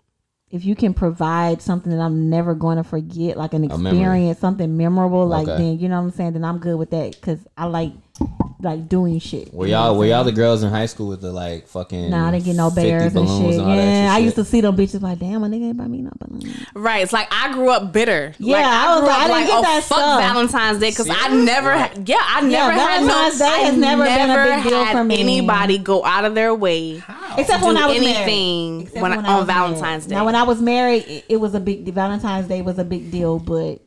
[SPEAKER 6] If you can provide something that I'm never going to forget, like an
[SPEAKER 4] memory.
[SPEAKER 6] experience, something memorable, like
[SPEAKER 4] Okay.
[SPEAKER 6] then you know what I'm saying, then I'm good with that because I like like doing shit.
[SPEAKER 4] Were
[SPEAKER 6] you know
[SPEAKER 4] y'all
[SPEAKER 6] what
[SPEAKER 4] were
[SPEAKER 6] I'm
[SPEAKER 4] y'all the girls in high school with the like fucking?
[SPEAKER 6] Nah, I didn't get no
[SPEAKER 4] 50
[SPEAKER 6] bears and
[SPEAKER 4] balloons
[SPEAKER 6] shit.
[SPEAKER 4] all that
[SPEAKER 6] yeah,
[SPEAKER 4] extra
[SPEAKER 6] I
[SPEAKER 4] shit?
[SPEAKER 6] used to see them bitches like, damn, my nigga ain't buy me no balloon.
[SPEAKER 3] right, it's like I grew up bitter.
[SPEAKER 6] Yeah,
[SPEAKER 3] like,
[SPEAKER 6] I was
[SPEAKER 3] grew
[SPEAKER 6] like,
[SPEAKER 3] up
[SPEAKER 6] I didn't get that
[SPEAKER 3] fuck
[SPEAKER 6] stuff.
[SPEAKER 3] Valentine's Day because I never, had yeah, I never had no.
[SPEAKER 6] Valentine's Day
[SPEAKER 3] I
[SPEAKER 6] has never been a big deal
[SPEAKER 3] had
[SPEAKER 6] for me.
[SPEAKER 3] Anybody go out of their way
[SPEAKER 6] Except
[SPEAKER 3] Oh, do
[SPEAKER 6] when I was
[SPEAKER 3] anything
[SPEAKER 6] married. Except
[SPEAKER 3] when I-
[SPEAKER 6] I
[SPEAKER 3] on
[SPEAKER 6] was
[SPEAKER 3] Valentine's
[SPEAKER 6] married.
[SPEAKER 3] Day.
[SPEAKER 6] Now, when I was married, it, it was a big Valentine's Day was a big deal, but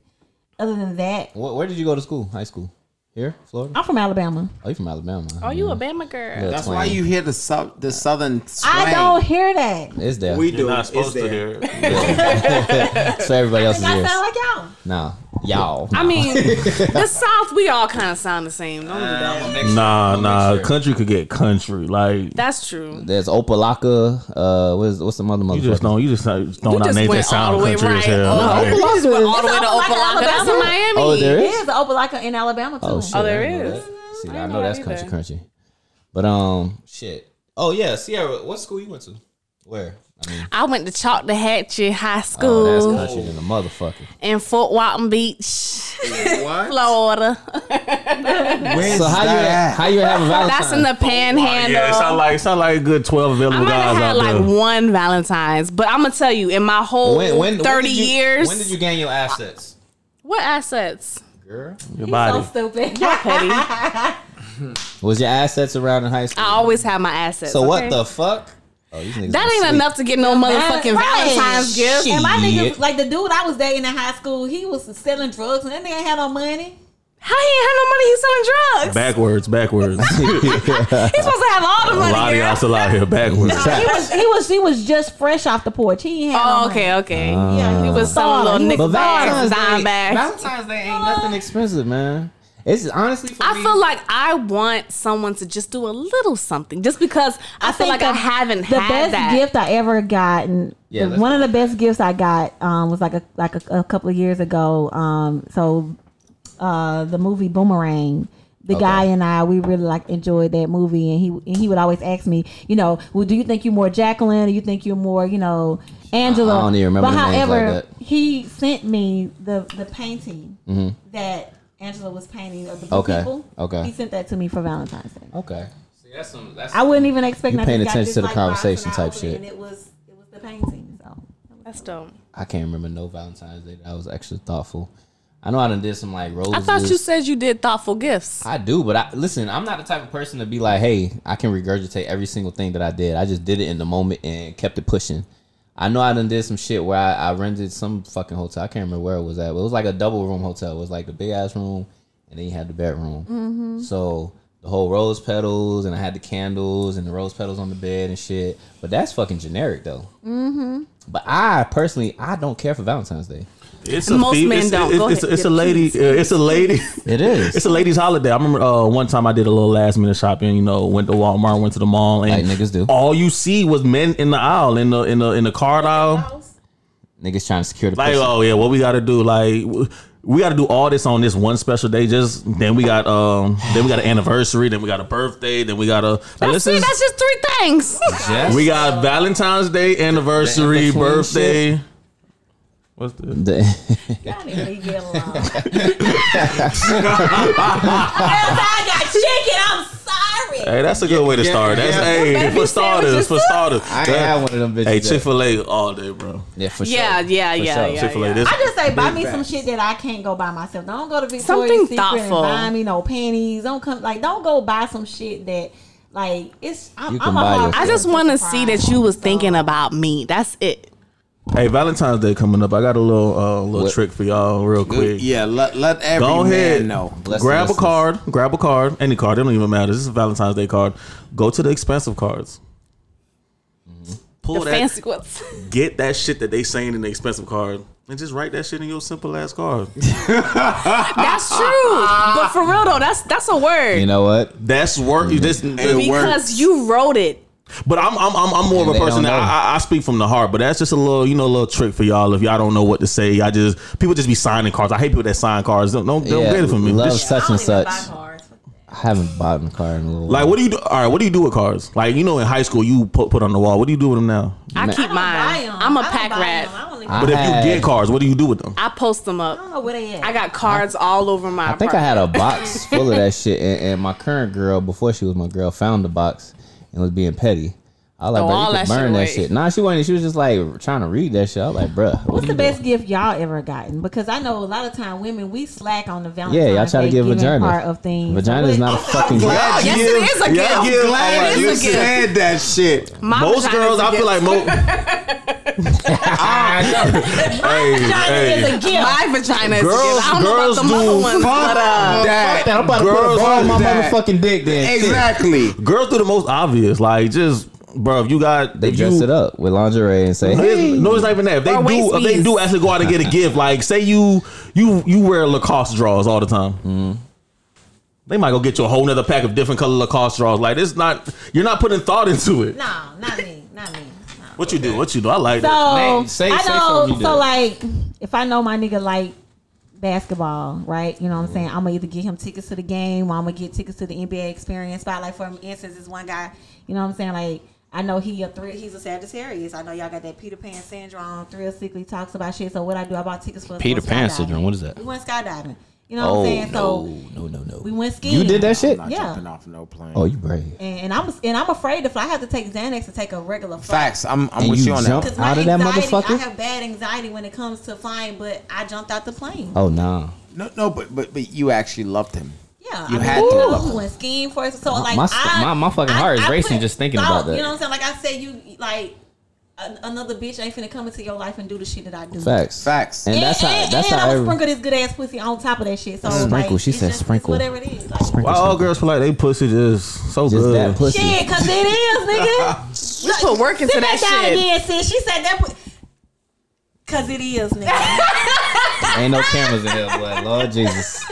[SPEAKER 6] other than that,
[SPEAKER 4] Where, where did you go to school? High school here, Florida.
[SPEAKER 6] I'm from Alabama.
[SPEAKER 4] Oh, you from Alabama?
[SPEAKER 3] Oh, you a Bama girl?
[SPEAKER 4] Yeah.
[SPEAKER 5] That's why you hear the sou- the southern slang.
[SPEAKER 6] I don't hear that.
[SPEAKER 4] It's there.
[SPEAKER 5] We do.
[SPEAKER 2] You're not
[SPEAKER 5] It's
[SPEAKER 2] supposed to
[SPEAKER 5] there.
[SPEAKER 2] hear. it.
[SPEAKER 4] so everybody else is
[SPEAKER 6] I
[SPEAKER 4] yours.
[SPEAKER 6] sound like y'all.
[SPEAKER 4] Nah, y'all.
[SPEAKER 3] I mean, the South, we all kind of sound the same. Don't do that.
[SPEAKER 2] Nah, nah. Country could get country. Like
[SPEAKER 3] That's true.
[SPEAKER 4] There's Opalaka. Uh, what's what's the mother motherfucker?
[SPEAKER 2] you just don't. You just not just throwing
[SPEAKER 3] You
[SPEAKER 2] out
[SPEAKER 3] just
[SPEAKER 2] names that
[SPEAKER 3] went all
[SPEAKER 2] sound
[SPEAKER 3] the way
[SPEAKER 2] country as
[SPEAKER 3] right.
[SPEAKER 2] hell.
[SPEAKER 3] Oh,
[SPEAKER 2] Like,
[SPEAKER 3] you just went all the way to
[SPEAKER 6] It's Opelika,
[SPEAKER 3] Opelika. That's in Miami.
[SPEAKER 4] Oh, there
[SPEAKER 6] It
[SPEAKER 4] is.
[SPEAKER 6] is Opelika in Alabama, too.
[SPEAKER 4] Oh, shit,
[SPEAKER 3] Oh, there
[SPEAKER 4] I didn't know
[SPEAKER 3] is.
[SPEAKER 4] that. See,
[SPEAKER 3] didn't
[SPEAKER 4] I
[SPEAKER 3] know
[SPEAKER 4] know
[SPEAKER 3] that
[SPEAKER 4] that's country,
[SPEAKER 3] either.
[SPEAKER 4] country. But um, shit. Oh yeah, Sierra. What school you went to? Where? I mean,
[SPEAKER 3] I went to Choctahatchee High
[SPEAKER 4] oh, that's
[SPEAKER 3] School
[SPEAKER 4] country than a motherfucker.
[SPEAKER 3] in Fort Walton Beach,
[SPEAKER 5] What?
[SPEAKER 3] Florida.
[SPEAKER 5] Where's
[SPEAKER 4] So how you
[SPEAKER 5] that?
[SPEAKER 4] how you have a Valentine's?
[SPEAKER 3] That's in the Panhandle.
[SPEAKER 2] yeah, it sound like it sound like a good twelve
[SPEAKER 3] I
[SPEAKER 2] available
[SPEAKER 3] might have
[SPEAKER 2] guys
[SPEAKER 3] had
[SPEAKER 2] out
[SPEAKER 3] like
[SPEAKER 2] there.
[SPEAKER 3] one Valentine's, but I'm gonna tell you, in my whole
[SPEAKER 4] when, when, when
[SPEAKER 3] 30
[SPEAKER 4] did you-
[SPEAKER 3] years,
[SPEAKER 4] When did you gain your assets,
[SPEAKER 3] what assets?
[SPEAKER 4] girl?
[SPEAKER 2] Your body.
[SPEAKER 6] So stupid.
[SPEAKER 3] Petty. I
[SPEAKER 4] Was your assets around in high school?
[SPEAKER 3] always have my assets.
[SPEAKER 4] so what
[SPEAKER 3] Oh, okay?
[SPEAKER 4] the fuck? Oh, these niggas
[SPEAKER 3] That ain't enough to get no motherfucking
[SPEAKER 6] Right.
[SPEAKER 3] Valentine's gift.
[SPEAKER 6] And my
[SPEAKER 4] Shit.
[SPEAKER 6] nigga, like the dude I was dating in high school, he was selling drugs and that nigga ain't had no money.
[SPEAKER 3] How he ain't had no money? He's selling drugs.
[SPEAKER 2] Backwards, backwards.
[SPEAKER 3] He's supposed to have all the
[SPEAKER 2] a lot
[SPEAKER 3] money.
[SPEAKER 2] of
[SPEAKER 3] girl.
[SPEAKER 2] y'all still out here backwards.
[SPEAKER 6] He was, he was, he was just fresh off the porch. He ain't had no
[SPEAKER 3] Oh,
[SPEAKER 6] money.
[SPEAKER 3] okay, okay.
[SPEAKER 6] Yeah,
[SPEAKER 3] he was selling little
[SPEAKER 6] He was
[SPEAKER 3] nickel bags, dime
[SPEAKER 4] Day,
[SPEAKER 3] bags.
[SPEAKER 4] Valentine's Day ain't nothing expensive, man. It's honestly for
[SPEAKER 3] I
[SPEAKER 4] me.
[SPEAKER 3] feel like I want someone to just do a little something, just because I, feel like
[SPEAKER 6] think
[SPEAKER 3] I
[SPEAKER 6] the-
[SPEAKER 3] haven't
[SPEAKER 6] the
[SPEAKER 3] had
[SPEAKER 6] best
[SPEAKER 3] that.
[SPEAKER 6] gift I ever gotten.
[SPEAKER 4] Yeah,
[SPEAKER 6] the-
[SPEAKER 4] let's
[SPEAKER 6] one of the best gifts I got um, was like a like a, a couple of years ago. Um, so uh, the movie Boomerang. The guy and I, we really like enjoyed that movie, and he and he would always ask me, you know, well, do you think you're more Jacqueline, or you think you're more, you know,
[SPEAKER 4] I
[SPEAKER 6] Angela?
[SPEAKER 4] don't even remember
[SPEAKER 6] But
[SPEAKER 4] the names like
[SPEAKER 6] however,
[SPEAKER 4] that.
[SPEAKER 6] he sent me the the painting that Angela was painting of the blue
[SPEAKER 4] Mm-hmm. Okay,
[SPEAKER 6] people.
[SPEAKER 4] okay.
[SPEAKER 6] he sent that to me for Valentine's Day.
[SPEAKER 4] Okay.
[SPEAKER 6] I wouldn't even expect.
[SPEAKER 4] You
[SPEAKER 6] nothing.
[SPEAKER 4] paying
[SPEAKER 6] I just
[SPEAKER 4] attention to the
[SPEAKER 6] got
[SPEAKER 4] conversation
[SPEAKER 6] this, like, box and I
[SPEAKER 4] type
[SPEAKER 6] opened it,
[SPEAKER 4] shit.
[SPEAKER 6] And it was it was the painting. So
[SPEAKER 3] That's dope.
[SPEAKER 4] I can't remember no Valentine's Day that I was extra thoughtful. I know I done did some like roses.
[SPEAKER 3] I thought you said you did thoughtful gifts.
[SPEAKER 4] I do, but I listen. I'm not the type of person to be like, "Hey, I can regurgitate every single thing that I did." I just did it in the moment and kept it pushing. I know I done did some shit where I, I rented some fucking hotel. I can't remember where it was at, but it was like a double room hotel. It was like the big ass room, and then you had the bedroom. So the whole rose petals, and I had the candles and the rose petals on the bed and shit. But that's fucking generic though. Mm-hmm. But I personally, I don't care for Valentine's Day.
[SPEAKER 2] It's
[SPEAKER 3] Most
[SPEAKER 2] fe-
[SPEAKER 3] men
[SPEAKER 2] it's,
[SPEAKER 3] don't.
[SPEAKER 2] It's,
[SPEAKER 3] Go
[SPEAKER 2] it's,
[SPEAKER 3] ahead.
[SPEAKER 2] it's a
[SPEAKER 3] Yeah,
[SPEAKER 2] lady.
[SPEAKER 3] please.
[SPEAKER 2] uh, It's a lady.
[SPEAKER 4] It is.
[SPEAKER 2] It's a ladies' holiday. I remember uh, one time I did a little last minute shopping. You know, went to Walmart, went to the mall, and
[SPEAKER 4] Like niggas do.
[SPEAKER 2] All you see was men in the aisle, in the in the in the card aisle.
[SPEAKER 4] Niggas trying to secure the
[SPEAKER 2] Like,
[SPEAKER 4] pussy.
[SPEAKER 2] oh yeah, what we got to do? Like, w- we got to do all this on this one special day. Just then we got um then we got an anniversary, then we got a birthday, then we got a.
[SPEAKER 3] See,
[SPEAKER 2] Now, listen,
[SPEAKER 3] that's just three things.
[SPEAKER 4] Just-
[SPEAKER 2] we got Valentine's Day,
[SPEAKER 4] The
[SPEAKER 2] anniversary,
[SPEAKER 4] in-between
[SPEAKER 2] birthday. What's the
[SPEAKER 4] The-
[SPEAKER 6] Y'all need to leave me alone. If I got chicken, I'm sorry.
[SPEAKER 2] Hey, that's a good way to start. That's hey for starters, for starters.
[SPEAKER 4] I ain't had one of them bitches.
[SPEAKER 2] Hey,
[SPEAKER 4] that-
[SPEAKER 2] Chick Fil A all day, bro.
[SPEAKER 4] Yeah, for sure.
[SPEAKER 3] yeah, yeah,
[SPEAKER 4] For
[SPEAKER 3] yeah,
[SPEAKER 4] sure.
[SPEAKER 3] yeah,
[SPEAKER 2] Chick Fil A.
[SPEAKER 3] yeah.
[SPEAKER 2] This
[SPEAKER 6] I just say buy me some shit that I can't go buy myself. Don't go to Victoria's
[SPEAKER 3] Something
[SPEAKER 6] Secret
[SPEAKER 3] thoughtful.
[SPEAKER 6] and buy me no panties. Don't come like don't go buy some shit that like it's. I'm,
[SPEAKER 4] You can
[SPEAKER 6] I'm a
[SPEAKER 4] buy
[SPEAKER 6] hard-
[SPEAKER 4] yourself.
[SPEAKER 3] I just want to see that you was thinking about me. That's it.
[SPEAKER 2] Hey, Valentine's Day coming up. I got a little uh, little
[SPEAKER 4] What?
[SPEAKER 2] trick for y'all, real quick.
[SPEAKER 5] Yeah, let let every
[SPEAKER 2] Go ahead.
[SPEAKER 5] man know.
[SPEAKER 4] Bless the
[SPEAKER 2] grab a
[SPEAKER 4] listeners.
[SPEAKER 2] card. Grab a card. Any card. It don't even matter. This is a Valentine's Day card. Go to the expensive cards. Mm-hmm. Pull
[SPEAKER 3] The
[SPEAKER 2] that.
[SPEAKER 3] fancy ones.
[SPEAKER 2] Get that shit that they saying in the expensive card, and just write that shit in your simple ass card.
[SPEAKER 3] That's true. But for real though, that's that's a word
[SPEAKER 4] You know what?
[SPEAKER 2] That's work. You just.
[SPEAKER 5] It works.
[SPEAKER 3] Mm-hmm. because you wrote it.
[SPEAKER 2] But I'm I'm I'm, I'm more of
[SPEAKER 4] And
[SPEAKER 2] a
[SPEAKER 4] they
[SPEAKER 2] person
[SPEAKER 4] don't
[SPEAKER 2] that
[SPEAKER 4] know.
[SPEAKER 2] I, I- I speak from the heart. But that's just a little you know a little trick for y'all. If y'all don't know what to say, I just people just be signing cards. I hate people that sign cards. Don't don't, don't
[SPEAKER 4] Yeah,
[SPEAKER 2] get it from me.
[SPEAKER 4] love
[SPEAKER 2] Just-
[SPEAKER 4] such and such.
[SPEAKER 6] That's
[SPEAKER 4] I haven't bought a car in a little
[SPEAKER 2] like
[SPEAKER 4] while.
[SPEAKER 2] what do you do? All right, what do you do with cards? Like you know in high school you put put on the wall. What do you do with them now?
[SPEAKER 3] I
[SPEAKER 4] Man.
[SPEAKER 3] keep mine. I'm a pack rat.
[SPEAKER 6] I don't, even,
[SPEAKER 4] I
[SPEAKER 6] I
[SPEAKER 2] But if
[SPEAKER 4] had-
[SPEAKER 2] you get cards, what do you do with them?
[SPEAKER 3] I post them up.
[SPEAKER 6] don't know where they at.
[SPEAKER 3] I got cards all over my.
[SPEAKER 4] I think I had a box full of that shit, and, and my current girl, before she was my girl, found the box and was being petty. I was like,
[SPEAKER 3] Throw
[SPEAKER 4] bro,
[SPEAKER 3] all
[SPEAKER 4] you
[SPEAKER 3] that
[SPEAKER 4] could
[SPEAKER 3] shit
[SPEAKER 4] burn that
[SPEAKER 3] away.
[SPEAKER 4] shit. Nah, she wasn't. She was just like trying to read that shit. I was like, bruh, what
[SPEAKER 6] What's
[SPEAKER 4] you doing?
[SPEAKER 6] the best gift y'all ever gotten? Because I know a lot of time women we slack on the Valentine's
[SPEAKER 4] Yeah, y'all try to
[SPEAKER 6] Day
[SPEAKER 4] give
[SPEAKER 6] giving
[SPEAKER 4] vagina.
[SPEAKER 6] part of things.
[SPEAKER 4] Vagina is
[SPEAKER 6] What-
[SPEAKER 4] not a fucking.
[SPEAKER 5] Glad
[SPEAKER 3] yes,
[SPEAKER 5] you-
[SPEAKER 3] it is a
[SPEAKER 5] yeah,
[SPEAKER 3] gift.
[SPEAKER 5] yeah,
[SPEAKER 3] It
[SPEAKER 5] glad
[SPEAKER 3] is Oh,
[SPEAKER 5] you
[SPEAKER 3] a gift.
[SPEAKER 5] said that shit.
[SPEAKER 3] My
[SPEAKER 2] Most
[SPEAKER 3] vagina
[SPEAKER 2] girls,
[SPEAKER 3] is a
[SPEAKER 2] I feel
[SPEAKER 3] gift.
[SPEAKER 2] like most. hey, hey.
[SPEAKER 6] It's a gift.
[SPEAKER 3] my vagina is a
[SPEAKER 2] Girls-
[SPEAKER 3] gift. I don't
[SPEAKER 2] girls
[SPEAKER 3] know about the
[SPEAKER 2] do
[SPEAKER 3] mother ones, but uh,
[SPEAKER 5] that.
[SPEAKER 4] I'm about to put a
[SPEAKER 2] Girls
[SPEAKER 4] ball in
[SPEAKER 5] do
[SPEAKER 4] my
[SPEAKER 5] that.
[SPEAKER 4] motherfucking dick. Then shit.
[SPEAKER 5] Exactly.
[SPEAKER 2] Girls do the most obvious. Like just bro, if you got
[SPEAKER 4] They
[SPEAKER 2] if
[SPEAKER 4] dress
[SPEAKER 2] you,
[SPEAKER 4] it up with lingerie and say,
[SPEAKER 2] No,
[SPEAKER 4] hey,
[SPEAKER 2] it's- No, it's not even that. If they
[SPEAKER 3] Or waist
[SPEAKER 2] do, if they
[SPEAKER 3] beads.
[SPEAKER 2] do actually go out and get a gift, like say you you you wear Lacoste drawers all the time.
[SPEAKER 4] Mm-hmm.
[SPEAKER 2] They might go get you a whole nother pack of different color Lacoste drawers. Like it's not you're not putting thought into it.
[SPEAKER 6] No, not me. Not me. No.
[SPEAKER 2] What you do? What you do? I like that.
[SPEAKER 6] So
[SPEAKER 4] Name- say-
[SPEAKER 6] I
[SPEAKER 4] say
[SPEAKER 6] know.
[SPEAKER 4] something you
[SPEAKER 6] so
[SPEAKER 4] did.
[SPEAKER 6] like, if I know my nigga like basketball, right? You know
[SPEAKER 4] Mm-hmm.
[SPEAKER 6] what I'm saying? I'm gonna either get him tickets to the game, or I'm gonna get tickets to the NBA experience. But like for instance, this one guy, you know what I'm saying? Like. I know he a thrill. He's a Sagittarius. I know y'all got that Peter Pan syndrome. Thrill sickly talks about shit. So what I do? I bought tickets for us to go skydiving.
[SPEAKER 4] is that?
[SPEAKER 6] We went skydiving. You know what
[SPEAKER 4] Oh
[SPEAKER 6] I'm saying?
[SPEAKER 4] no,
[SPEAKER 6] So
[SPEAKER 4] no, no, no.
[SPEAKER 6] we went skiing.
[SPEAKER 4] You did that shit.
[SPEAKER 5] Not
[SPEAKER 6] Yeah.
[SPEAKER 5] jumping off no plane.
[SPEAKER 4] Oh, you brave.
[SPEAKER 6] and, and I'm and I'm afraid to fly. I have to take Xanax to take a regular flight.
[SPEAKER 5] Facts. I'm I'm
[SPEAKER 4] And
[SPEAKER 5] with
[SPEAKER 4] you
[SPEAKER 5] you on
[SPEAKER 4] jump-
[SPEAKER 5] that.
[SPEAKER 6] Because my
[SPEAKER 4] Out of that
[SPEAKER 6] anxiety, I
[SPEAKER 4] motherfucker?
[SPEAKER 6] have bad anxiety when it comes to flying, but I jumped out the plane.
[SPEAKER 4] Oh no.
[SPEAKER 5] No, no, but but but you actually loved him.
[SPEAKER 6] Yeah,
[SPEAKER 5] You
[SPEAKER 6] I mean,
[SPEAKER 5] had
[SPEAKER 6] you
[SPEAKER 5] to.
[SPEAKER 6] know, we went skiing for us. So like,
[SPEAKER 4] my-
[SPEAKER 6] I,
[SPEAKER 4] my- my fucking
[SPEAKER 6] I-
[SPEAKER 4] heart is
[SPEAKER 6] I
[SPEAKER 4] racing
[SPEAKER 6] put
[SPEAKER 4] just thinking
[SPEAKER 6] thought,
[SPEAKER 4] about that.
[SPEAKER 6] You know what I'm saying? Like I said, you like an, another bitch ain't finna come into your life and do the shit that I do.
[SPEAKER 4] Facts.
[SPEAKER 5] Facts.
[SPEAKER 4] And that's how.
[SPEAKER 6] and,
[SPEAKER 4] That's
[SPEAKER 6] and
[SPEAKER 4] how.
[SPEAKER 6] I'm
[SPEAKER 4] every-
[SPEAKER 6] sprinkle this good ass pussy on top of that shit. So
[SPEAKER 4] Sprinkle.
[SPEAKER 6] like,
[SPEAKER 4] She
[SPEAKER 6] it's
[SPEAKER 4] said
[SPEAKER 6] just- it's
[SPEAKER 4] sprinkle.
[SPEAKER 6] Whatever it is. Like,
[SPEAKER 2] Why all girls feel like they pussy just so
[SPEAKER 4] Just
[SPEAKER 2] good.
[SPEAKER 4] that pussy.
[SPEAKER 6] Shit, cause it is, nigga.
[SPEAKER 3] you put work into
[SPEAKER 6] Sit
[SPEAKER 3] that
[SPEAKER 6] back down
[SPEAKER 3] shit.
[SPEAKER 6] again, sis. She said that. pu- Cause it is, nigga.
[SPEAKER 4] Ain't no cameras in here, boy. Lord Jesus.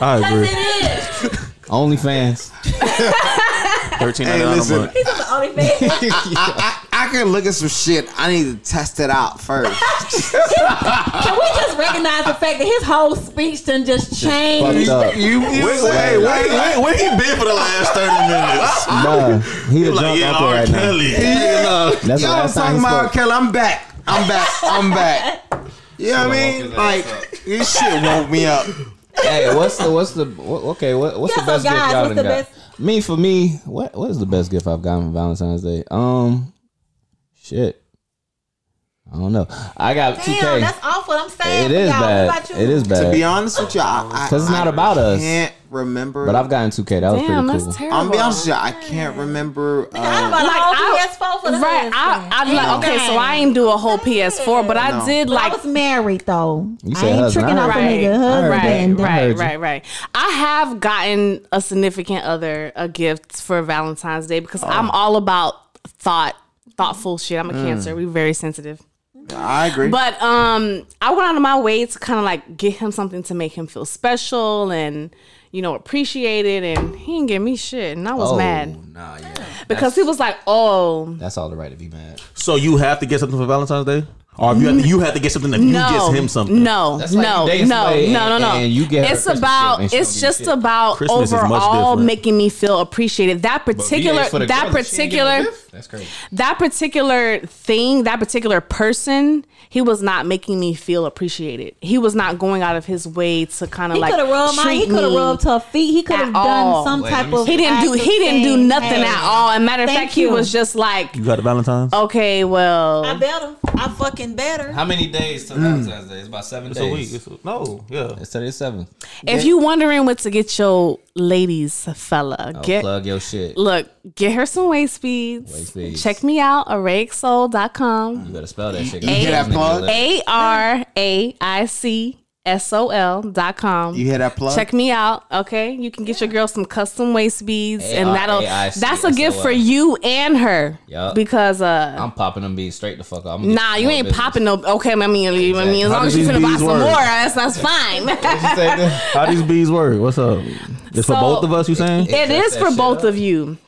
[SPEAKER 2] I
[SPEAKER 6] Cause
[SPEAKER 2] agree.
[SPEAKER 6] it is.
[SPEAKER 4] Only fans.
[SPEAKER 2] Thirteen
[SPEAKER 5] Hey,
[SPEAKER 2] ninety nine a
[SPEAKER 5] listen.
[SPEAKER 2] month.
[SPEAKER 6] He's on the only fan.
[SPEAKER 5] I, I I can look at some shit. I need to test it out first.
[SPEAKER 6] Can we just recognize the fact that his whole speech done just changed?
[SPEAKER 7] Fucked up.
[SPEAKER 5] you, you
[SPEAKER 2] Wait,
[SPEAKER 5] say,
[SPEAKER 2] wait, wait, wait, where he been for the last 30 minutes?
[SPEAKER 7] Nah, he the
[SPEAKER 2] like,
[SPEAKER 7] drunk
[SPEAKER 2] yeah,
[SPEAKER 7] uncle
[SPEAKER 2] R.
[SPEAKER 7] right now.
[SPEAKER 2] Kelly. You know,
[SPEAKER 7] That's the
[SPEAKER 5] Y'all
[SPEAKER 7] last
[SPEAKER 5] was
[SPEAKER 7] time
[SPEAKER 5] talking
[SPEAKER 7] he
[SPEAKER 5] about R.
[SPEAKER 7] spoke.
[SPEAKER 5] Kelly. I'm back. I'm back. I'm back. You know what I mean? Like this shit woke me up.
[SPEAKER 4] hey, what's the what's the what, okay? What, what's
[SPEAKER 6] Yeah,
[SPEAKER 4] the
[SPEAKER 6] so
[SPEAKER 4] best
[SPEAKER 6] guys,
[SPEAKER 4] gift y'all
[SPEAKER 6] what's
[SPEAKER 4] done
[SPEAKER 6] the
[SPEAKER 4] got?
[SPEAKER 6] best-
[SPEAKER 4] Me for me, what what is the best gift I've gotten for Valentine's Day? Um, shit, I don't know. I got
[SPEAKER 6] Damn,
[SPEAKER 4] 2K.
[SPEAKER 6] that's awful. I'm saying
[SPEAKER 4] it is
[SPEAKER 6] y'all. What
[SPEAKER 4] bad.
[SPEAKER 6] about you?
[SPEAKER 4] It is
[SPEAKER 5] To
[SPEAKER 4] bad.
[SPEAKER 5] be honest with you, I, I
[SPEAKER 4] Uh, 'Cause it's not
[SPEAKER 5] I
[SPEAKER 4] about us.
[SPEAKER 5] Can't remember.
[SPEAKER 4] but I've gotten 2K. That was
[SPEAKER 3] Damn,
[SPEAKER 4] pretty
[SPEAKER 3] that's
[SPEAKER 4] cool.
[SPEAKER 3] terrible.
[SPEAKER 5] I'm gonna be honest with you. I can't remember.
[SPEAKER 6] I
[SPEAKER 5] Uh,
[SPEAKER 6] bought a
[SPEAKER 3] Like,
[SPEAKER 6] whole
[SPEAKER 3] I-
[SPEAKER 6] PS4 for the
[SPEAKER 3] Right, I,
[SPEAKER 6] husband.
[SPEAKER 3] I'd like okay, so I ain't do a whole PS4, but I
[SPEAKER 5] No.
[SPEAKER 3] did
[SPEAKER 6] But I
[SPEAKER 3] like
[SPEAKER 6] was married though.
[SPEAKER 4] You
[SPEAKER 6] I
[SPEAKER 4] said
[SPEAKER 6] ain't
[SPEAKER 4] husband.
[SPEAKER 6] tricking
[SPEAKER 4] I
[SPEAKER 6] off a
[SPEAKER 3] right,
[SPEAKER 6] nigga
[SPEAKER 3] right,
[SPEAKER 6] husband.
[SPEAKER 3] right,
[SPEAKER 4] Heard you.
[SPEAKER 3] right, right. I have gotten a significant other a gift for Valentine's Day
[SPEAKER 2] Oh.
[SPEAKER 3] because I'm all about thought, thoughtful shit.
[SPEAKER 2] Mm.
[SPEAKER 3] I'm a Cancer. We're very sensitive.
[SPEAKER 5] I agree.
[SPEAKER 3] But um, I went out of my way to kind of like get him something to make him feel special and you know appreciated, and he didn't give me shit, and I
[SPEAKER 4] Oh,
[SPEAKER 3] was mad
[SPEAKER 4] Nah, yeah.
[SPEAKER 3] because he was like, "Oh,
[SPEAKER 4] That's all the right to be mad.
[SPEAKER 2] So you have to get something for Valentine's Day? Or if you, have to, you have to get something if
[SPEAKER 3] no,
[SPEAKER 2] you get him something.
[SPEAKER 3] no,
[SPEAKER 4] That's like
[SPEAKER 3] no, no,
[SPEAKER 4] you date somebody
[SPEAKER 3] no, no,
[SPEAKER 4] and-
[SPEAKER 3] no."
[SPEAKER 4] and you get her
[SPEAKER 3] it's
[SPEAKER 4] Christmas
[SPEAKER 3] about,
[SPEAKER 4] gift and she don't
[SPEAKER 3] it's
[SPEAKER 4] give
[SPEAKER 3] just
[SPEAKER 4] you shit.
[SPEAKER 3] about
[SPEAKER 2] Christmas is much
[SPEAKER 3] overall
[SPEAKER 2] different.
[SPEAKER 3] making me feel appreciated. That particular, that particular.
[SPEAKER 4] That's crazy.
[SPEAKER 3] that particular thing, that particular person, he was not making me feel appreciated. He was not going out of his way to kind of
[SPEAKER 6] He
[SPEAKER 3] like
[SPEAKER 6] could have rubbed my. He
[SPEAKER 3] treat
[SPEAKER 6] could have
[SPEAKER 3] me.
[SPEAKER 6] rubbed her feet. He could have
[SPEAKER 3] at
[SPEAKER 6] done
[SPEAKER 3] all.
[SPEAKER 6] some
[SPEAKER 4] Wait,
[SPEAKER 6] type
[SPEAKER 4] let me
[SPEAKER 6] of.
[SPEAKER 4] see.
[SPEAKER 3] He didn't do. He didn't do nothing at all. And matter of
[SPEAKER 6] Thank
[SPEAKER 3] fact,
[SPEAKER 6] you.
[SPEAKER 3] he was just like,
[SPEAKER 2] You got a Valentine's?
[SPEAKER 3] okay,
[SPEAKER 6] I
[SPEAKER 3] well,
[SPEAKER 6] better. I fucking better.
[SPEAKER 4] How many days till Valentine's Day? Mm. It's about seven days.
[SPEAKER 2] no, yeah.
[SPEAKER 4] It's today seven.
[SPEAKER 3] if you wondering what to get your ladies fella,
[SPEAKER 4] Oh,
[SPEAKER 3] get
[SPEAKER 4] plug your shit. You
[SPEAKER 3] look, get her some waist speeds.
[SPEAKER 4] Waist beads.
[SPEAKER 3] Check me out, arraixsol.com.
[SPEAKER 4] better spell that shit.
[SPEAKER 5] hear that plug?
[SPEAKER 3] A R A I C S O L dot com.
[SPEAKER 5] you hear that plug?
[SPEAKER 3] Check me out, okay? You can get your girl some custom waist beads, and that'll
[SPEAKER 4] A-R-A-I-C-S-O-L.
[SPEAKER 3] that's a gift for you and her.
[SPEAKER 4] Yup.
[SPEAKER 3] Because uh,
[SPEAKER 4] I'm popping them bees straight the fuck up.
[SPEAKER 3] nah, you ain't popping no. Okay, I mean, you know what I mean, as
[SPEAKER 2] How
[SPEAKER 3] long
[SPEAKER 2] do
[SPEAKER 3] as you
[SPEAKER 2] these
[SPEAKER 3] finna buy
[SPEAKER 2] beads
[SPEAKER 3] some
[SPEAKER 2] work?
[SPEAKER 3] more, that's that's fine.
[SPEAKER 2] How these bees work? What's up? It's for
[SPEAKER 3] So-
[SPEAKER 2] both of us, you saying?
[SPEAKER 3] it
[SPEAKER 4] dress
[SPEAKER 3] is
[SPEAKER 4] that
[SPEAKER 3] for
[SPEAKER 4] shit
[SPEAKER 3] both
[SPEAKER 4] up.
[SPEAKER 3] of you.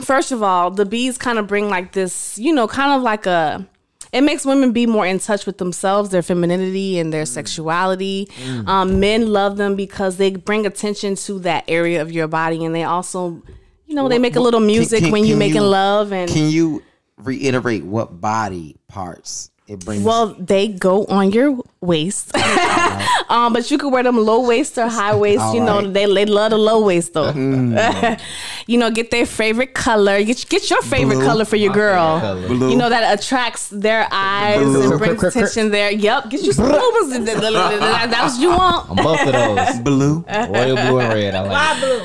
[SPEAKER 3] First of all, the bees kind of bring like this, you know, kind of like a. It makes women be more in touch with themselves, their femininity, and their sexuality. Um, men love them because they bring attention to that area of your body, and they also, you know, they make a little music
[SPEAKER 5] can-
[SPEAKER 3] when you
[SPEAKER 5] can
[SPEAKER 3] making
[SPEAKER 5] you-
[SPEAKER 3] love, and
[SPEAKER 5] Can you reiterate what body parts it brings?
[SPEAKER 3] Well, they go on your waist, um, but you could wear them low waist or high waist. you know,
[SPEAKER 5] right.
[SPEAKER 3] they they love the low waist though. you know, get their favorite color. Get get your favorite
[SPEAKER 5] Blue.
[SPEAKER 3] color for your girl.
[SPEAKER 5] Blue.
[SPEAKER 3] You know that attracts their eyes
[SPEAKER 5] Blue.
[SPEAKER 3] and brings attention there. Yep, get you some blues. That's what you want.
[SPEAKER 4] Both of those.
[SPEAKER 5] blue.
[SPEAKER 3] uh,
[SPEAKER 4] Royal blue and red. I like
[SPEAKER 6] Why blue?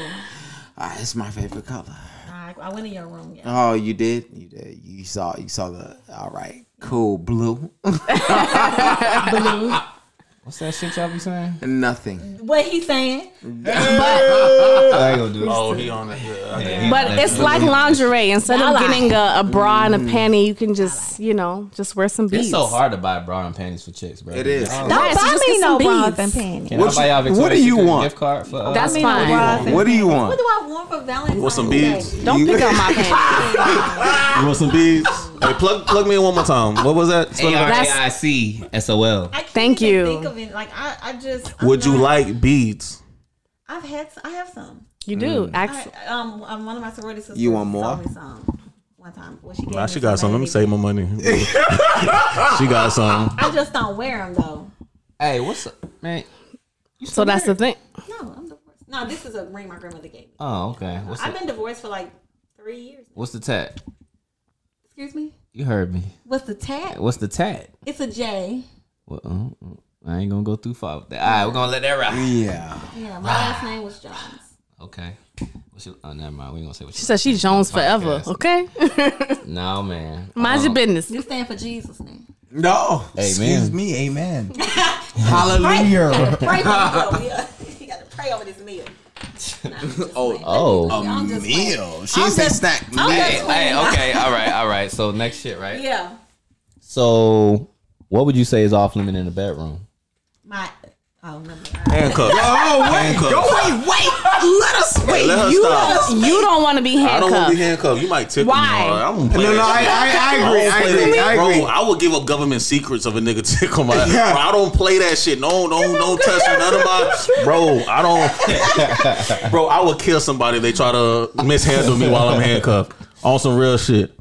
[SPEAKER 5] Ah, it's my favorite color.
[SPEAKER 6] I, I went in your room. Yeah.
[SPEAKER 5] Oh, you did? You did. You saw you saw the all right. Cool blue.
[SPEAKER 4] What's that shit y'all be saying?
[SPEAKER 5] Nothing.
[SPEAKER 6] What he saying?
[SPEAKER 4] I ain't gonna do it.
[SPEAKER 2] Oh, he on it.
[SPEAKER 3] But it's like lingerie. Instead
[SPEAKER 6] Y'all
[SPEAKER 3] of
[SPEAKER 6] like-
[SPEAKER 3] getting a, a bra and a panty, you can just you know just wear some beads.
[SPEAKER 4] It's so hard to buy bra and panties for chicks, bro.
[SPEAKER 5] It is.
[SPEAKER 4] Can
[SPEAKER 6] Don't
[SPEAKER 3] Right, so
[SPEAKER 6] Oh, buy
[SPEAKER 3] just
[SPEAKER 6] me
[SPEAKER 3] get
[SPEAKER 6] no
[SPEAKER 3] some
[SPEAKER 6] bras
[SPEAKER 3] beads.
[SPEAKER 6] and panties.
[SPEAKER 4] I buy y'all
[SPEAKER 5] What- what
[SPEAKER 4] Victoria's
[SPEAKER 5] do you
[SPEAKER 4] Secret
[SPEAKER 5] want?
[SPEAKER 4] gift card for uh,
[SPEAKER 3] That's
[SPEAKER 6] Me no
[SPEAKER 3] fine.
[SPEAKER 6] bras and-
[SPEAKER 5] What do you want?
[SPEAKER 6] What do I want for Valentine's?
[SPEAKER 2] Want some
[SPEAKER 6] Day?
[SPEAKER 2] beads?
[SPEAKER 3] Don't pick on my panties.
[SPEAKER 2] You want some bees? Hey, plug plug me in one more time. What was that? Spell it out.
[SPEAKER 4] A-R-A-I-C S-O-L.
[SPEAKER 6] I can't
[SPEAKER 3] Thank
[SPEAKER 6] even
[SPEAKER 3] you.
[SPEAKER 6] Think of it. Like I, I just. I'm
[SPEAKER 2] Would you
[SPEAKER 6] not-
[SPEAKER 2] like beads?
[SPEAKER 6] I've had. s- I have some.
[SPEAKER 3] You do.
[SPEAKER 6] I,
[SPEAKER 3] Actually,
[SPEAKER 6] um, um, one of my sorority sisters.
[SPEAKER 5] You want more?
[SPEAKER 6] Sold me some. One time. Well, she gave
[SPEAKER 2] Nah,
[SPEAKER 6] me
[SPEAKER 2] she got some.
[SPEAKER 6] some.
[SPEAKER 2] Let me
[SPEAKER 6] baby.
[SPEAKER 2] save my money. she got some.
[SPEAKER 6] I just don't wear them though.
[SPEAKER 4] Hey, what's up, man?
[SPEAKER 3] so that's the thing.
[SPEAKER 6] No, I'm divorced. No, this is a ring my grandmother gave me.
[SPEAKER 4] Oh, okay. What's
[SPEAKER 6] I've
[SPEAKER 4] the,
[SPEAKER 6] been divorced for like three years. now.
[SPEAKER 4] what's the tat?
[SPEAKER 6] Excuse me.
[SPEAKER 4] You heard me.
[SPEAKER 6] What's the tag?
[SPEAKER 4] What's the tat?
[SPEAKER 6] It's a J.
[SPEAKER 4] Well, uh, uh, I ain't gonna go too far with that. All right, we're gonna let that ride.
[SPEAKER 5] Yeah.
[SPEAKER 6] Yeah, my last name was Jones.
[SPEAKER 4] Okay. What's your, oh, never mind. We ain't gonna say what
[SPEAKER 3] She said she Jones forever. Okay,
[SPEAKER 4] No, man.
[SPEAKER 3] mind
[SPEAKER 2] Uh-huh.
[SPEAKER 3] your business.
[SPEAKER 6] You stand for Jesus name.
[SPEAKER 5] No.
[SPEAKER 7] Excuse
[SPEAKER 4] Amen.
[SPEAKER 7] me, amen.
[SPEAKER 5] Hallelujah.
[SPEAKER 6] Pray for me. uh, You got to pray over this meal. oh,
[SPEAKER 4] Oh.
[SPEAKER 6] I'm just playing.
[SPEAKER 5] Meal. She said snack.
[SPEAKER 6] I'm
[SPEAKER 5] Meal.
[SPEAKER 6] just
[SPEAKER 4] Hey, hey, okay. All right, all right. So next shit, right?
[SPEAKER 6] Yeah,
[SPEAKER 4] So, what would you say is off limit in the bedroom?
[SPEAKER 6] my Oh, no.
[SPEAKER 2] Handcuffs.
[SPEAKER 5] Oh wait,
[SPEAKER 2] Handcuffs.
[SPEAKER 5] go wait, wait. Let us wait.
[SPEAKER 2] let her
[SPEAKER 5] you
[SPEAKER 2] stop.
[SPEAKER 5] let us-
[SPEAKER 3] You don't want to be
[SPEAKER 2] I
[SPEAKER 3] handcuffed.
[SPEAKER 2] don't want to be handcuffed. You might tip me.
[SPEAKER 3] Why?
[SPEAKER 2] hard. I'm gonna play
[SPEAKER 5] No,
[SPEAKER 2] that
[SPEAKER 5] no, I,
[SPEAKER 2] shit.
[SPEAKER 5] I, I agree.
[SPEAKER 2] don't
[SPEAKER 5] I
[SPEAKER 2] play
[SPEAKER 5] agree.
[SPEAKER 2] that.
[SPEAKER 5] I
[SPEAKER 2] Bro,
[SPEAKER 5] agree.
[SPEAKER 2] I would give up government secrets of a nigga tickle my.
[SPEAKER 5] Yeah.
[SPEAKER 2] Bro, I don't play that shit. No, no, no, touch none of my. Bro, I don't. bro, I would kill somebody. if They try to mishandle me while I'm handcuffed on some real shit.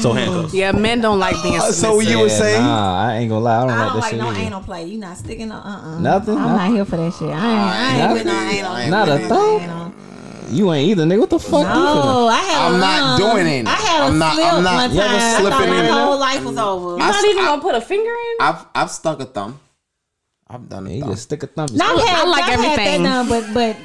[SPEAKER 2] So handcuffs.
[SPEAKER 3] yeah, men don't like
[SPEAKER 2] Uh,
[SPEAKER 3] being
[SPEAKER 5] So
[SPEAKER 3] submissive.
[SPEAKER 5] you would say
[SPEAKER 4] Nah, I ain't gonna lie. I don't
[SPEAKER 6] I
[SPEAKER 4] like
[SPEAKER 6] don't
[SPEAKER 4] that
[SPEAKER 6] like
[SPEAKER 4] shit.
[SPEAKER 6] no
[SPEAKER 4] either.
[SPEAKER 6] anal play. You not sticking no uh uh
[SPEAKER 4] Nothing,
[SPEAKER 6] I'm
[SPEAKER 4] no.
[SPEAKER 6] not here for that shit. I ain't, I ain't with no
[SPEAKER 5] Nothing.
[SPEAKER 6] anal.
[SPEAKER 5] I ain't
[SPEAKER 6] I ain't
[SPEAKER 4] Not
[SPEAKER 6] with
[SPEAKER 4] a
[SPEAKER 6] no
[SPEAKER 4] thought.
[SPEAKER 6] anal.
[SPEAKER 4] You ain't either, nigga. What the fuck?
[SPEAKER 6] No, I had.
[SPEAKER 5] I'm
[SPEAKER 6] a
[SPEAKER 5] not
[SPEAKER 6] lump.
[SPEAKER 5] doing it.
[SPEAKER 6] I had
[SPEAKER 5] I'm
[SPEAKER 6] a
[SPEAKER 5] not-
[SPEAKER 6] slip
[SPEAKER 5] I'm not-
[SPEAKER 6] one
[SPEAKER 5] You
[SPEAKER 6] time.
[SPEAKER 5] ever
[SPEAKER 6] I
[SPEAKER 5] slipping
[SPEAKER 6] thought
[SPEAKER 5] in
[SPEAKER 6] my
[SPEAKER 5] it?
[SPEAKER 6] whole life was over.
[SPEAKER 5] I-
[SPEAKER 3] Not even gonna put a finger in.
[SPEAKER 5] I've I've stuck a thumb. I've done a
[SPEAKER 4] You
[SPEAKER 5] thumb.
[SPEAKER 4] just stick a thumb.
[SPEAKER 6] Not
[SPEAKER 3] I
[SPEAKER 6] had,
[SPEAKER 3] like
[SPEAKER 6] I had
[SPEAKER 3] everything.
[SPEAKER 6] that done, but but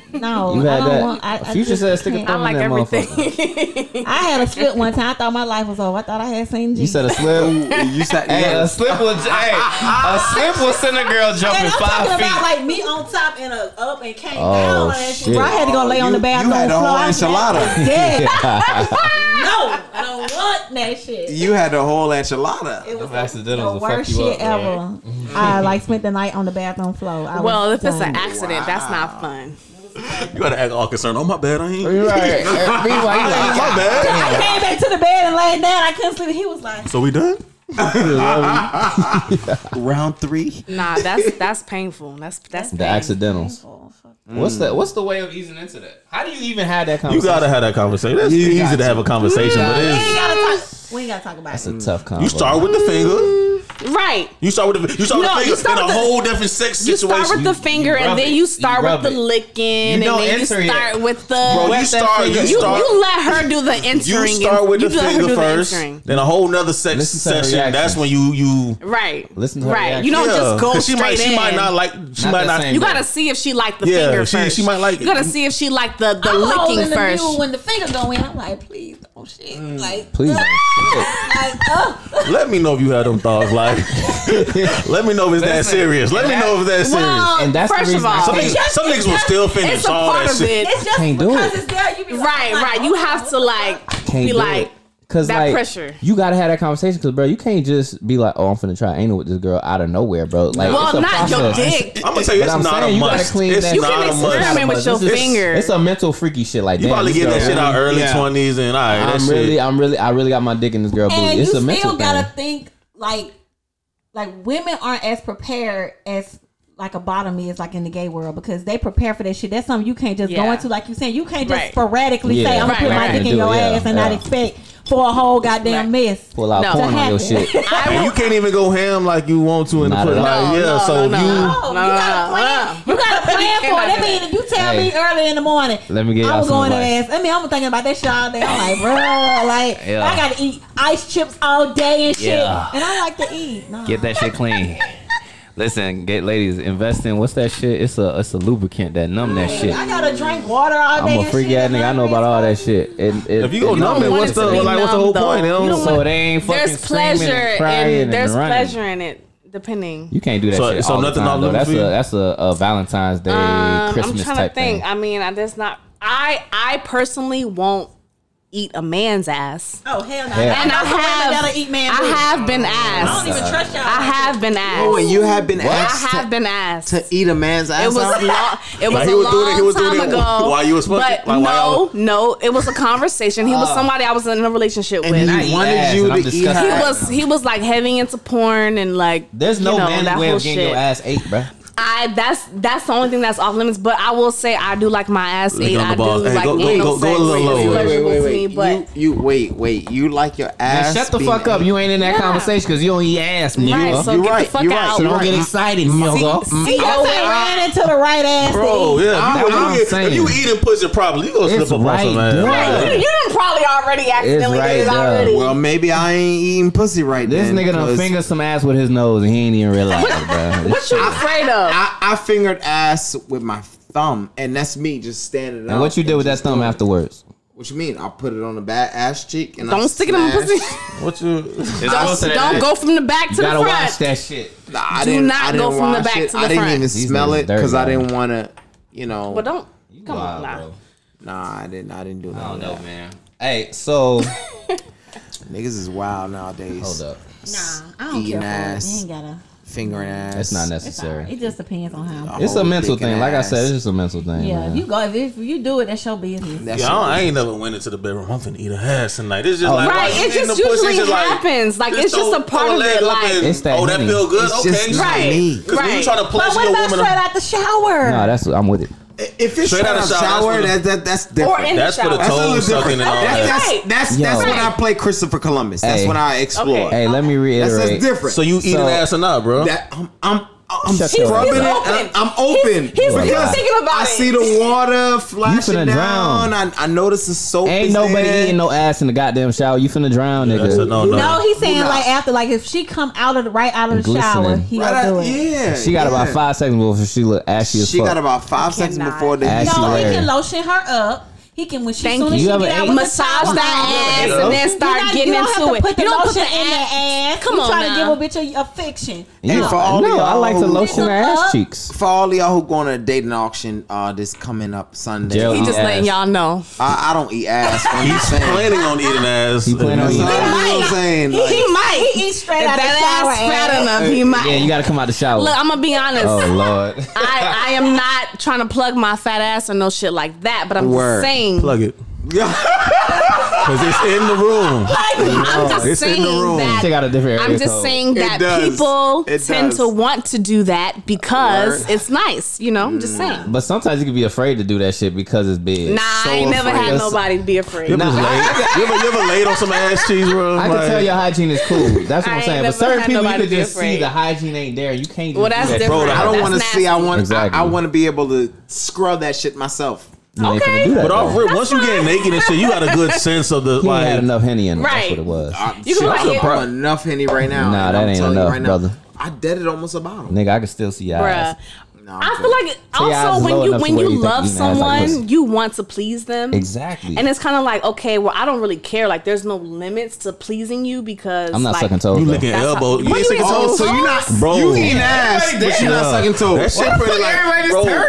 [SPEAKER 6] no,
[SPEAKER 4] You had
[SPEAKER 6] I don't
[SPEAKER 4] that.
[SPEAKER 6] want. I, I
[SPEAKER 4] Future
[SPEAKER 6] just
[SPEAKER 4] said stick a
[SPEAKER 6] can't.
[SPEAKER 3] I
[SPEAKER 4] thumb.
[SPEAKER 3] like
[SPEAKER 4] that
[SPEAKER 3] everything.
[SPEAKER 6] I had a slip one time. I thought my life was over. I thought I had seen
[SPEAKER 4] You
[SPEAKER 6] Jesus.
[SPEAKER 4] said a slip.
[SPEAKER 5] You said
[SPEAKER 7] Hey,
[SPEAKER 5] yeah.
[SPEAKER 7] a slip will hey, a slip will send a girl
[SPEAKER 6] And
[SPEAKER 7] jumping
[SPEAKER 6] I'm
[SPEAKER 7] five
[SPEAKER 6] talking
[SPEAKER 7] feet.
[SPEAKER 6] about like me on top and a, up and came
[SPEAKER 4] Oh,
[SPEAKER 6] down. and
[SPEAKER 4] shit.
[SPEAKER 6] Bro, I had to go lay on the
[SPEAKER 5] You-
[SPEAKER 6] bathroom
[SPEAKER 5] you had a
[SPEAKER 6] floor.
[SPEAKER 5] whole
[SPEAKER 6] I was
[SPEAKER 5] enchilada.
[SPEAKER 6] dead. no, I don't want that shit.
[SPEAKER 5] You had a whole enchilada.
[SPEAKER 6] It was
[SPEAKER 7] Them accidentals
[SPEAKER 6] the
[SPEAKER 7] will fuck
[SPEAKER 6] worst
[SPEAKER 7] you
[SPEAKER 6] shit
[SPEAKER 7] up,
[SPEAKER 6] ever. I like spent the night on the bathroom floor. I was
[SPEAKER 3] well, if it's
[SPEAKER 6] done.
[SPEAKER 3] an accident, that's not fun.
[SPEAKER 2] You gotta act all concerned. Oh my bad, I ain't.
[SPEAKER 4] Right. Meanwhile, you like,
[SPEAKER 2] My bad.
[SPEAKER 6] I came back to the bed and laid down. I couldn't sleep. He was like,
[SPEAKER 2] So we done?
[SPEAKER 5] Round three.
[SPEAKER 3] Nah, that's that's painful. That's that's
[SPEAKER 4] the accidentals.
[SPEAKER 6] oh, fuck.
[SPEAKER 7] Mm.
[SPEAKER 4] What's the what's the way?
[SPEAKER 7] Way of easing into that. How do you even have that
[SPEAKER 2] You
[SPEAKER 7] conversation?
[SPEAKER 2] gotta have that conversation. It's easy to have a conversation, but
[SPEAKER 6] we
[SPEAKER 2] it's.
[SPEAKER 6] ain't gotta talk. We ain't gotta talk about
[SPEAKER 4] It's
[SPEAKER 6] it.
[SPEAKER 4] a tough convo.
[SPEAKER 2] You start with the finger.
[SPEAKER 3] right.
[SPEAKER 2] You start with the you start with
[SPEAKER 3] No,
[SPEAKER 2] the
[SPEAKER 3] you
[SPEAKER 2] finger
[SPEAKER 3] start
[SPEAKER 2] in a
[SPEAKER 3] with the-
[SPEAKER 2] whole different sex
[SPEAKER 3] You
[SPEAKER 2] situation.
[SPEAKER 3] start with the finger,
[SPEAKER 7] rub
[SPEAKER 3] and
[SPEAKER 7] it.
[SPEAKER 3] then you start
[SPEAKER 4] You
[SPEAKER 3] with the
[SPEAKER 4] rub it.
[SPEAKER 3] licking,
[SPEAKER 7] don't
[SPEAKER 3] and then you
[SPEAKER 7] enter it.
[SPEAKER 3] start with the.
[SPEAKER 2] Bro, you
[SPEAKER 7] Wet that
[SPEAKER 2] start.
[SPEAKER 7] finger.
[SPEAKER 2] You
[SPEAKER 3] you,
[SPEAKER 2] start.
[SPEAKER 3] you let her do the
[SPEAKER 2] You
[SPEAKER 3] entering.
[SPEAKER 2] start
[SPEAKER 3] and-
[SPEAKER 2] with
[SPEAKER 3] you
[SPEAKER 2] the
[SPEAKER 3] let her
[SPEAKER 2] finger
[SPEAKER 3] do the
[SPEAKER 2] first,
[SPEAKER 3] entering.
[SPEAKER 2] then a whole nother sex
[SPEAKER 4] Listen to her
[SPEAKER 2] session. That's
[SPEAKER 4] reaction.
[SPEAKER 2] when you you
[SPEAKER 3] Right.
[SPEAKER 4] Listen to her
[SPEAKER 3] right. You
[SPEAKER 4] reaction.
[SPEAKER 3] don't
[SPEAKER 2] yeah.
[SPEAKER 3] just go
[SPEAKER 2] 'Cause
[SPEAKER 3] straight
[SPEAKER 2] she might
[SPEAKER 3] in.
[SPEAKER 2] she might not like she
[SPEAKER 7] Not
[SPEAKER 2] might
[SPEAKER 7] that
[SPEAKER 2] not.
[SPEAKER 7] same
[SPEAKER 3] You gotta see if she liked the
[SPEAKER 2] Yeah,
[SPEAKER 3] finger
[SPEAKER 2] she-
[SPEAKER 3] first.
[SPEAKER 2] she might like
[SPEAKER 3] You
[SPEAKER 2] it.
[SPEAKER 3] gotta see if she liked the the
[SPEAKER 6] I'm
[SPEAKER 3] licking
[SPEAKER 6] holding the
[SPEAKER 3] first.
[SPEAKER 6] mule when the finger go in. I'm like, please don't shit. Like,
[SPEAKER 4] Mm, Please.
[SPEAKER 6] like, uh,
[SPEAKER 2] Let me know if you had them thoughts. Like, let me know if it's that
[SPEAKER 7] Listen,
[SPEAKER 2] serious. Let me
[SPEAKER 7] that-
[SPEAKER 2] know if that's serious.
[SPEAKER 3] Well,
[SPEAKER 4] And that's the
[SPEAKER 3] first of
[SPEAKER 4] reason I
[SPEAKER 3] all,
[SPEAKER 2] Some niggas, some niggas will still finish
[SPEAKER 3] it's a
[SPEAKER 2] all
[SPEAKER 3] part
[SPEAKER 2] that
[SPEAKER 3] of
[SPEAKER 2] shit.
[SPEAKER 3] it.
[SPEAKER 6] it's just
[SPEAKER 4] Can't do
[SPEAKER 6] because
[SPEAKER 4] it.
[SPEAKER 6] it's there. You be like,
[SPEAKER 3] Right,
[SPEAKER 6] I'm like,
[SPEAKER 3] right. You
[SPEAKER 6] oh,
[SPEAKER 3] have
[SPEAKER 6] what
[SPEAKER 3] to
[SPEAKER 6] the
[SPEAKER 3] like
[SPEAKER 6] fuck?
[SPEAKER 4] Can't
[SPEAKER 3] be
[SPEAKER 4] do
[SPEAKER 3] like
[SPEAKER 4] it. Cause
[SPEAKER 3] that
[SPEAKER 4] like
[SPEAKER 3] pressure.
[SPEAKER 4] you gotta have that conversation, cause bro, you can't just be like, "Oh, I'm finna try anal with this girl out of nowhere, bro." Like, it's
[SPEAKER 3] Well,
[SPEAKER 4] a
[SPEAKER 3] not your
[SPEAKER 4] process.
[SPEAKER 3] dick.
[SPEAKER 2] I'm gonna tell you,
[SPEAKER 4] But
[SPEAKER 2] it's
[SPEAKER 4] I'm
[SPEAKER 2] not
[SPEAKER 4] saying
[SPEAKER 2] a
[SPEAKER 4] you gotta
[SPEAKER 2] must.
[SPEAKER 4] clean
[SPEAKER 2] It's
[SPEAKER 4] that-
[SPEAKER 3] You
[SPEAKER 2] not
[SPEAKER 3] can
[SPEAKER 2] a must.
[SPEAKER 3] experiment with your
[SPEAKER 4] This is-
[SPEAKER 3] finger.
[SPEAKER 4] It's a mental freaky shit. Like,
[SPEAKER 2] You
[SPEAKER 4] damn,
[SPEAKER 2] probably
[SPEAKER 4] this
[SPEAKER 2] get that
[SPEAKER 4] girl-
[SPEAKER 2] shit out early
[SPEAKER 5] Yeah.
[SPEAKER 2] twenties, and all right, that
[SPEAKER 4] I'm
[SPEAKER 2] shit.
[SPEAKER 4] really, I'm really, I really got my dick in this girl booty.
[SPEAKER 6] and
[SPEAKER 4] It's
[SPEAKER 6] you
[SPEAKER 4] a mental
[SPEAKER 6] still
[SPEAKER 4] thing.
[SPEAKER 6] gotta think like like women aren't as prepared as like a bottom is like in the gay world because they prepare for that shit. That's something you can't just go
[SPEAKER 3] Yeah.
[SPEAKER 6] into like you saying. You can't just
[SPEAKER 3] Right.
[SPEAKER 6] sporadically
[SPEAKER 4] Yeah.
[SPEAKER 6] say I'm gonna
[SPEAKER 3] Right,
[SPEAKER 6] put
[SPEAKER 3] right.
[SPEAKER 6] my dick in
[SPEAKER 4] Do it,
[SPEAKER 6] your
[SPEAKER 4] yeah,
[SPEAKER 6] ass and not
[SPEAKER 4] yeah.
[SPEAKER 6] expect for a whole goddamn mess.
[SPEAKER 4] Pull out
[SPEAKER 3] No.
[SPEAKER 4] porn on your
[SPEAKER 6] To
[SPEAKER 4] shit.
[SPEAKER 2] And you can't even go ham like you want to in the
[SPEAKER 4] Not
[SPEAKER 2] put
[SPEAKER 4] at all.
[SPEAKER 2] like yeah.
[SPEAKER 3] No,
[SPEAKER 2] so
[SPEAKER 3] no,
[SPEAKER 2] you
[SPEAKER 3] no.
[SPEAKER 6] Oh,
[SPEAKER 3] No,
[SPEAKER 6] you
[SPEAKER 3] no,
[SPEAKER 6] gotta
[SPEAKER 3] uh,
[SPEAKER 6] plan. You gotta plan for it.
[SPEAKER 3] Cannot
[SPEAKER 6] That
[SPEAKER 3] do
[SPEAKER 6] mean if you tell me
[SPEAKER 4] Hey.
[SPEAKER 6] early in the morning,
[SPEAKER 4] Let me get
[SPEAKER 6] I
[SPEAKER 4] y'all
[SPEAKER 6] was
[SPEAKER 4] some
[SPEAKER 6] going to
[SPEAKER 4] advice.
[SPEAKER 6] ask. I mean, I'm thinking about that shit all day. I'm like, bro, like
[SPEAKER 7] Yeah.
[SPEAKER 6] I gotta eat ice chips all day and shit,
[SPEAKER 7] Yeah.
[SPEAKER 6] and I like to eat. No.
[SPEAKER 7] Get that shit clean. Listen, get ladies, invest in what's that shit? It's a it's a lubricant that numb that shit.
[SPEAKER 6] I gotta drink water all day.
[SPEAKER 4] I'm a
[SPEAKER 6] and
[SPEAKER 4] freak
[SPEAKER 6] shit.
[SPEAKER 4] ass nigga. I know about all that shit. And,
[SPEAKER 2] if you go numb,
[SPEAKER 3] don't
[SPEAKER 2] it,
[SPEAKER 3] want
[SPEAKER 2] what's
[SPEAKER 3] it to
[SPEAKER 2] the
[SPEAKER 3] be
[SPEAKER 2] like? What's the whole
[SPEAKER 3] numb, though.
[SPEAKER 2] point? It
[SPEAKER 3] You
[SPEAKER 2] don't-
[SPEAKER 3] don't
[SPEAKER 2] so-
[SPEAKER 7] so it ain't fucking
[SPEAKER 3] There's
[SPEAKER 7] screaming
[SPEAKER 3] pleasure
[SPEAKER 7] and crying
[SPEAKER 3] in
[SPEAKER 7] and
[SPEAKER 3] there's
[SPEAKER 7] running.
[SPEAKER 3] pleasure in it, depending.
[SPEAKER 4] You can't do that
[SPEAKER 2] So-
[SPEAKER 4] shit.
[SPEAKER 2] so
[SPEAKER 4] all
[SPEAKER 2] nothing
[SPEAKER 4] the time,
[SPEAKER 2] off
[SPEAKER 4] though.
[SPEAKER 2] limits
[SPEAKER 4] That's
[SPEAKER 2] for you?
[SPEAKER 4] a that's a, a Valentine's Day,
[SPEAKER 3] Um,
[SPEAKER 4] Christmas
[SPEAKER 3] I'm trying
[SPEAKER 4] type
[SPEAKER 3] to think.
[SPEAKER 4] thing.
[SPEAKER 3] I mean, I, that's not. I I personally won't eat a man's ass,
[SPEAKER 6] Oh hell no!
[SPEAKER 4] Yeah.
[SPEAKER 6] I
[SPEAKER 3] and I
[SPEAKER 6] know the women
[SPEAKER 3] have.
[SPEAKER 6] gotta eat man.
[SPEAKER 3] I
[SPEAKER 6] food.
[SPEAKER 3] have been asked.
[SPEAKER 6] I don't even trust y'all.
[SPEAKER 3] I have been asked.
[SPEAKER 5] Oh, and you have been
[SPEAKER 3] I
[SPEAKER 5] asked
[SPEAKER 3] have
[SPEAKER 5] to,
[SPEAKER 3] been asked.
[SPEAKER 5] to eat a man's ass.
[SPEAKER 3] It was
[SPEAKER 5] out?
[SPEAKER 3] long. It was
[SPEAKER 2] Like, he
[SPEAKER 3] a
[SPEAKER 2] was
[SPEAKER 3] long
[SPEAKER 2] doing it- he was
[SPEAKER 3] time
[SPEAKER 2] doing it
[SPEAKER 3] ago.
[SPEAKER 2] while you was fucking-
[SPEAKER 3] But
[SPEAKER 2] like, while
[SPEAKER 3] no,
[SPEAKER 2] y'all- Ah.
[SPEAKER 3] no, it was a conversation. He was somebody I was in a relationship
[SPEAKER 5] and
[SPEAKER 3] with.
[SPEAKER 5] he
[SPEAKER 7] eat
[SPEAKER 5] wanted
[SPEAKER 7] ass,
[SPEAKER 5] you
[SPEAKER 7] and I'm
[SPEAKER 5] to eat
[SPEAKER 7] disgusted.
[SPEAKER 3] he
[SPEAKER 5] her.
[SPEAKER 3] was he was like heavy into porn and like
[SPEAKER 4] There's no
[SPEAKER 3] you know, that
[SPEAKER 4] manly way
[SPEAKER 3] whole
[SPEAKER 4] of getting
[SPEAKER 3] shit.
[SPEAKER 4] your ass ate, bro.
[SPEAKER 3] I that's that's the only thing that's off limits. But I will say I do like my ass
[SPEAKER 2] Lick
[SPEAKER 3] ate.
[SPEAKER 2] on the
[SPEAKER 3] I do
[SPEAKER 2] balls. Hey,
[SPEAKER 3] like
[SPEAKER 2] go- go-
[SPEAKER 3] anal
[SPEAKER 2] go- go a
[SPEAKER 3] sex.
[SPEAKER 2] little
[SPEAKER 3] It's
[SPEAKER 2] lower. Wait,
[SPEAKER 3] pleasurable to me, but
[SPEAKER 5] You, you wait, wait. You like your
[SPEAKER 7] Man,
[SPEAKER 5] ass?
[SPEAKER 7] shut the
[SPEAKER 5] being
[SPEAKER 7] fuck up.
[SPEAKER 5] ate.
[SPEAKER 7] You ain't in that
[SPEAKER 3] Yeah.
[SPEAKER 7] conversation because you don't eat ass, nigga.
[SPEAKER 3] right, so
[SPEAKER 5] You're
[SPEAKER 3] get
[SPEAKER 5] right,
[SPEAKER 3] the fuck
[SPEAKER 5] you're right,
[SPEAKER 3] out.
[SPEAKER 5] so
[SPEAKER 7] don't
[SPEAKER 5] you're
[SPEAKER 7] get
[SPEAKER 5] right.
[SPEAKER 7] excited, nigga.
[SPEAKER 2] Mm.
[SPEAKER 6] See, y'all ain't
[SPEAKER 2] Ah.
[SPEAKER 6] ran into the right ass.
[SPEAKER 2] Bro,
[SPEAKER 6] to eat.
[SPEAKER 2] yeah.
[SPEAKER 7] That's
[SPEAKER 2] If you,
[SPEAKER 7] what I'm
[SPEAKER 2] if you,
[SPEAKER 7] saying.
[SPEAKER 2] if you eating pussy properly, you gonna slip
[SPEAKER 4] It's
[SPEAKER 2] up on
[SPEAKER 4] right
[SPEAKER 2] some ass.
[SPEAKER 4] there.
[SPEAKER 3] Right, you, you done probably already accidentally
[SPEAKER 4] right
[SPEAKER 3] did it
[SPEAKER 4] there.
[SPEAKER 3] already.
[SPEAKER 5] Well, maybe I ain't eating pussy right
[SPEAKER 4] This
[SPEAKER 5] then.
[SPEAKER 4] nigga done
[SPEAKER 5] 'cause
[SPEAKER 4] finger some ass with his nose and he ain't even realize it, bro.
[SPEAKER 3] what you afraid of?
[SPEAKER 5] I, I fingered ass with my thumb, and that's me just standing up.
[SPEAKER 4] And what you did with that
[SPEAKER 5] just
[SPEAKER 4] thumb
[SPEAKER 5] doing it.
[SPEAKER 4] afterwards?
[SPEAKER 5] What you mean? I put it on the back ass cheek, and I
[SPEAKER 3] don't stick it in my
[SPEAKER 5] smashed-
[SPEAKER 3] pussy.
[SPEAKER 2] What you?
[SPEAKER 3] Don't go from the back to the
[SPEAKER 4] Gotta
[SPEAKER 3] front.
[SPEAKER 4] watch that shit.
[SPEAKER 5] Nah, I
[SPEAKER 3] Do
[SPEAKER 5] didn't.
[SPEAKER 3] not
[SPEAKER 5] I didn't
[SPEAKER 3] go from the
[SPEAKER 5] wash
[SPEAKER 3] back
[SPEAKER 5] it.
[SPEAKER 3] to
[SPEAKER 5] I
[SPEAKER 3] the
[SPEAKER 5] didn't
[SPEAKER 3] front.
[SPEAKER 5] even
[SPEAKER 4] These
[SPEAKER 5] smell
[SPEAKER 4] niggas
[SPEAKER 5] it because
[SPEAKER 4] dirty,
[SPEAKER 5] I
[SPEAKER 4] man.
[SPEAKER 5] didn't want to. You know.
[SPEAKER 3] But don't come on
[SPEAKER 4] Wow,
[SPEAKER 3] now.
[SPEAKER 4] bro.
[SPEAKER 5] Nah, I didn't. I didn't do
[SPEAKER 4] I
[SPEAKER 5] none
[SPEAKER 4] don't
[SPEAKER 5] of
[SPEAKER 4] know,
[SPEAKER 5] that.
[SPEAKER 4] man. Hey, so
[SPEAKER 5] Niggas is wild nowadays.
[SPEAKER 4] hold up.
[SPEAKER 6] Nah, I don't
[SPEAKER 5] Eating
[SPEAKER 6] care for it.
[SPEAKER 5] ass.
[SPEAKER 6] You ain't gotta.
[SPEAKER 5] fingering ass.
[SPEAKER 8] That's not
[SPEAKER 6] It's all right.
[SPEAKER 8] necessary.
[SPEAKER 6] It just depends on how.
[SPEAKER 8] It's a
[SPEAKER 5] Holy
[SPEAKER 8] mental
[SPEAKER 5] dick and
[SPEAKER 8] thing. Like I
[SPEAKER 5] Oh, ass.
[SPEAKER 8] said, it's just a mental thing.
[SPEAKER 6] Yeah,
[SPEAKER 8] man.
[SPEAKER 6] you go if, if you do it, that's your business.
[SPEAKER 5] That
[SPEAKER 2] Yeah,
[SPEAKER 5] shit
[SPEAKER 2] I, don't- I
[SPEAKER 5] weird.
[SPEAKER 2] ain't never went into the bedroom. I'm finna eat a ass tonight. It's just like
[SPEAKER 3] Right,
[SPEAKER 2] like,
[SPEAKER 3] it
[SPEAKER 2] eating
[SPEAKER 3] just
[SPEAKER 2] the pussy,
[SPEAKER 3] usually
[SPEAKER 2] just like,
[SPEAKER 3] happens. Like, it's just a
[SPEAKER 2] throw-
[SPEAKER 3] part
[SPEAKER 2] throw
[SPEAKER 3] of
[SPEAKER 2] leg
[SPEAKER 3] it,
[SPEAKER 2] up
[SPEAKER 3] like-
[SPEAKER 2] and,
[SPEAKER 8] It's that
[SPEAKER 2] oh, that
[SPEAKER 8] henny.
[SPEAKER 2] feel good.
[SPEAKER 5] It's
[SPEAKER 2] okay,
[SPEAKER 5] just not
[SPEAKER 3] Right.
[SPEAKER 5] me.
[SPEAKER 2] Because when you
[SPEAKER 3] Right.
[SPEAKER 2] try to
[SPEAKER 6] But
[SPEAKER 2] pleasure
[SPEAKER 6] what
[SPEAKER 2] your
[SPEAKER 6] about
[SPEAKER 2] woman,
[SPEAKER 6] straight out the shower?
[SPEAKER 8] No, that's I'm with it.
[SPEAKER 5] If it's straight out of shower,
[SPEAKER 2] that's
[SPEAKER 5] that, that that's different.
[SPEAKER 3] Or in
[SPEAKER 2] that's
[SPEAKER 3] the
[SPEAKER 2] for the
[SPEAKER 3] shower.
[SPEAKER 5] that's a
[SPEAKER 2] toe
[SPEAKER 5] little
[SPEAKER 2] sucking
[SPEAKER 5] different.
[SPEAKER 2] and all
[SPEAKER 5] That's,
[SPEAKER 2] that.
[SPEAKER 5] that's, that's,
[SPEAKER 4] Yo.
[SPEAKER 5] that's when I
[SPEAKER 3] Right.
[SPEAKER 5] play Christopher Columbus. That's
[SPEAKER 4] Hey.
[SPEAKER 5] when I explore.
[SPEAKER 3] Okay.
[SPEAKER 4] Hey, let me
[SPEAKER 5] That's,
[SPEAKER 4] reiterate.
[SPEAKER 5] that's different.
[SPEAKER 2] So you eat
[SPEAKER 4] So-
[SPEAKER 2] an ass or not, bro?
[SPEAKER 5] that I'm I'm I'm
[SPEAKER 4] Shut your
[SPEAKER 5] scrubbing
[SPEAKER 4] ass
[SPEAKER 5] it.
[SPEAKER 3] up.
[SPEAKER 5] I'm, I'm open.
[SPEAKER 3] He's- he's
[SPEAKER 5] Because
[SPEAKER 4] really
[SPEAKER 3] thinking about
[SPEAKER 5] I
[SPEAKER 3] it.
[SPEAKER 5] see the water flashing
[SPEAKER 4] finna
[SPEAKER 5] down. I, I notice the soap.
[SPEAKER 4] Ain't
[SPEAKER 5] is
[SPEAKER 4] nobody
[SPEAKER 5] there.
[SPEAKER 4] eating no ass in the goddamn shower. You finna drown, nigga.
[SPEAKER 2] That's a no, no.
[SPEAKER 6] No, he's saying
[SPEAKER 5] Nah.
[SPEAKER 6] like after, like if she come out of the right out of the shower,
[SPEAKER 4] Glistening.
[SPEAKER 6] he'll
[SPEAKER 5] Right
[SPEAKER 6] do
[SPEAKER 5] out-
[SPEAKER 6] it.
[SPEAKER 5] yeah,
[SPEAKER 4] She got
[SPEAKER 5] yeah.
[SPEAKER 4] about five seconds before she look ashy as
[SPEAKER 5] She
[SPEAKER 4] fuck.
[SPEAKER 5] got about five seconds
[SPEAKER 3] cannot.
[SPEAKER 5] before they.
[SPEAKER 4] Ashy
[SPEAKER 6] No, he
[SPEAKER 4] layer.
[SPEAKER 6] can lotion her up. He can when she
[SPEAKER 3] Thank
[SPEAKER 6] soon as
[SPEAKER 3] you.
[SPEAKER 6] she
[SPEAKER 4] You ever
[SPEAKER 6] get out
[SPEAKER 4] ate?
[SPEAKER 6] with the
[SPEAKER 3] Massage
[SPEAKER 6] towel
[SPEAKER 3] that
[SPEAKER 6] on.
[SPEAKER 3] ass and then
[SPEAKER 6] You're not-
[SPEAKER 3] start getting
[SPEAKER 6] you don't have
[SPEAKER 3] into
[SPEAKER 6] to
[SPEAKER 3] it.
[SPEAKER 6] Put the
[SPEAKER 3] you don't
[SPEAKER 6] lotion
[SPEAKER 3] put the
[SPEAKER 6] in
[SPEAKER 3] ass.
[SPEAKER 6] ass.
[SPEAKER 3] Come
[SPEAKER 6] you
[SPEAKER 3] on
[SPEAKER 6] trying
[SPEAKER 3] now.
[SPEAKER 6] to give a bitch a, a fiction.
[SPEAKER 4] You-
[SPEAKER 5] And for all
[SPEAKER 4] no,
[SPEAKER 5] y'all
[SPEAKER 4] I like to
[SPEAKER 5] who-
[SPEAKER 4] lotion her
[SPEAKER 6] Listen
[SPEAKER 4] ass
[SPEAKER 6] up.
[SPEAKER 4] cheeks.
[SPEAKER 5] For all y'all who going to a dating auction uh, this coming up Sunday,
[SPEAKER 4] Jelly.
[SPEAKER 3] He just
[SPEAKER 4] Ass.
[SPEAKER 3] letting y'all know.
[SPEAKER 5] I, I don't eat ass. I'm just saying.
[SPEAKER 2] planning on eating ass.
[SPEAKER 4] You planning on
[SPEAKER 5] So,
[SPEAKER 4] eating
[SPEAKER 5] you know what I'm saying?
[SPEAKER 3] He,
[SPEAKER 5] Like,
[SPEAKER 3] might.
[SPEAKER 6] He eat straight
[SPEAKER 3] if
[SPEAKER 6] out the
[SPEAKER 3] that ass
[SPEAKER 6] shower
[SPEAKER 3] fat
[SPEAKER 6] ass.
[SPEAKER 3] enough, he might.
[SPEAKER 4] Yeah, you gotta come out the shower.
[SPEAKER 3] Look, I'm gonna be honest.
[SPEAKER 4] oh lord.
[SPEAKER 3] I, I am not trying to plug my fat ass or no shit like that, but I'm
[SPEAKER 5] Word.
[SPEAKER 3] just saying.
[SPEAKER 2] Plug it. Because it's in the room.
[SPEAKER 3] I'm just
[SPEAKER 2] It's in the
[SPEAKER 3] saying
[SPEAKER 2] room.
[SPEAKER 3] that.
[SPEAKER 4] Check out a different area
[SPEAKER 3] I'm just
[SPEAKER 4] code.
[SPEAKER 3] saying that
[SPEAKER 5] does.
[SPEAKER 3] people
[SPEAKER 5] It
[SPEAKER 3] tend
[SPEAKER 5] does.
[SPEAKER 3] to want to do that because it's nice. You know, I'm just saying.
[SPEAKER 4] But sometimes you can be afraid to do that shit because it's big.
[SPEAKER 3] Nah, I ain't never had
[SPEAKER 4] afraid.
[SPEAKER 3] nobody be afraid.
[SPEAKER 4] Nah, I,
[SPEAKER 2] You ever, you ever laid on some ass cheese, bro?
[SPEAKER 4] I can tell your hygiene is cool. That's what
[SPEAKER 3] I
[SPEAKER 4] I'm
[SPEAKER 3] ain't
[SPEAKER 4] saying.
[SPEAKER 3] never
[SPEAKER 4] But certain
[SPEAKER 3] had
[SPEAKER 4] people, you
[SPEAKER 3] nobody
[SPEAKER 4] can
[SPEAKER 3] be
[SPEAKER 4] just see
[SPEAKER 3] afraid.
[SPEAKER 4] the hygiene ain't there. You can't. Just
[SPEAKER 3] Well,
[SPEAKER 4] do
[SPEAKER 3] that's
[SPEAKER 4] that.
[SPEAKER 3] different.
[SPEAKER 5] bro, I don't
[SPEAKER 3] That's
[SPEAKER 5] want to
[SPEAKER 3] nasty.
[SPEAKER 5] see. I want.
[SPEAKER 4] Exactly.
[SPEAKER 5] I, I want to be able to scrub that shit myself.
[SPEAKER 4] You ain't finna
[SPEAKER 3] Okay.
[SPEAKER 4] do that,
[SPEAKER 2] But off
[SPEAKER 4] though.
[SPEAKER 2] rip, once you get naked and shit, you got a good sense of the
[SPEAKER 4] he ain't had
[SPEAKER 2] like.
[SPEAKER 4] enough henny in. him. That's
[SPEAKER 3] Right.
[SPEAKER 4] what it was.
[SPEAKER 3] You can
[SPEAKER 5] Shit,
[SPEAKER 3] like
[SPEAKER 5] I'm
[SPEAKER 3] it.
[SPEAKER 5] pouring enough henny right now.
[SPEAKER 4] Nah,
[SPEAKER 5] and
[SPEAKER 4] that
[SPEAKER 5] I'm
[SPEAKER 4] ain't
[SPEAKER 5] telling you
[SPEAKER 4] enough,
[SPEAKER 5] right now,
[SPEAKER 4] brother.
[SPEAKER 5] I deaded almost a bottle.
[SPEAKER 4] Nigga, I can still see your
[SPEAKER 3] Bruh.
[SPEAKER 4] eyes.
[SPEAKER 5] Nah, I'm
[SPEAKER 3] I
[SPEAKER 5] good.
[SPEAKER 3] feel like
[SPEAKER 4] your eyes
[SPEAKER 3] also
[SPEAKER 4] is
[SPEAKER 3] when
[SPEAKER 4] low
[SPEAKER 3] you
[SPEAKER 4] enough
[SPEAKER 3] when
[SPEAKER 4] to where
[SPEAKER 3] you
[SPEAKER 4] you think
[SPEAKER 3] love
[SPEAKER 4] you can act like
[SPEAKER 3] someone,
[SPEAKER 4] pussy.
[SPEAKER 3] you want to please them.
[SPEAKER 4] Exactly.
[SPEAKER 3] And it's kind of like, okay, well, I don't really care. Like, there's no limits to pleasing you because
[SPEAKER 4] I'm not
[SPEAKER 3] like,
[SPEAKER 4] sucking toes.
[SPEAKER 2] You
[SPEAKER 4] though.
[SPEAKER 2] licking
[SPEAKER 3] That's how-
[SPEAKER 2] elbows. You
[SPEAKER 3] What
[SPEAKER 2] ain't
[SPEAKER 3] do you
[SPEAKER 2] sucking
[SPEAKER 3] mean?
[SPEAKER 2] toes.
[SPEAKER 5] Oh, so you not,
[SPEAKER 2] Bro.
[SPEAKER 5] bro. You eating ass, but you not
[SPEAKER 2] Yeah.
[SPEAKER 5] sucking toes.
[SPEAKER 2] That shit pretty like,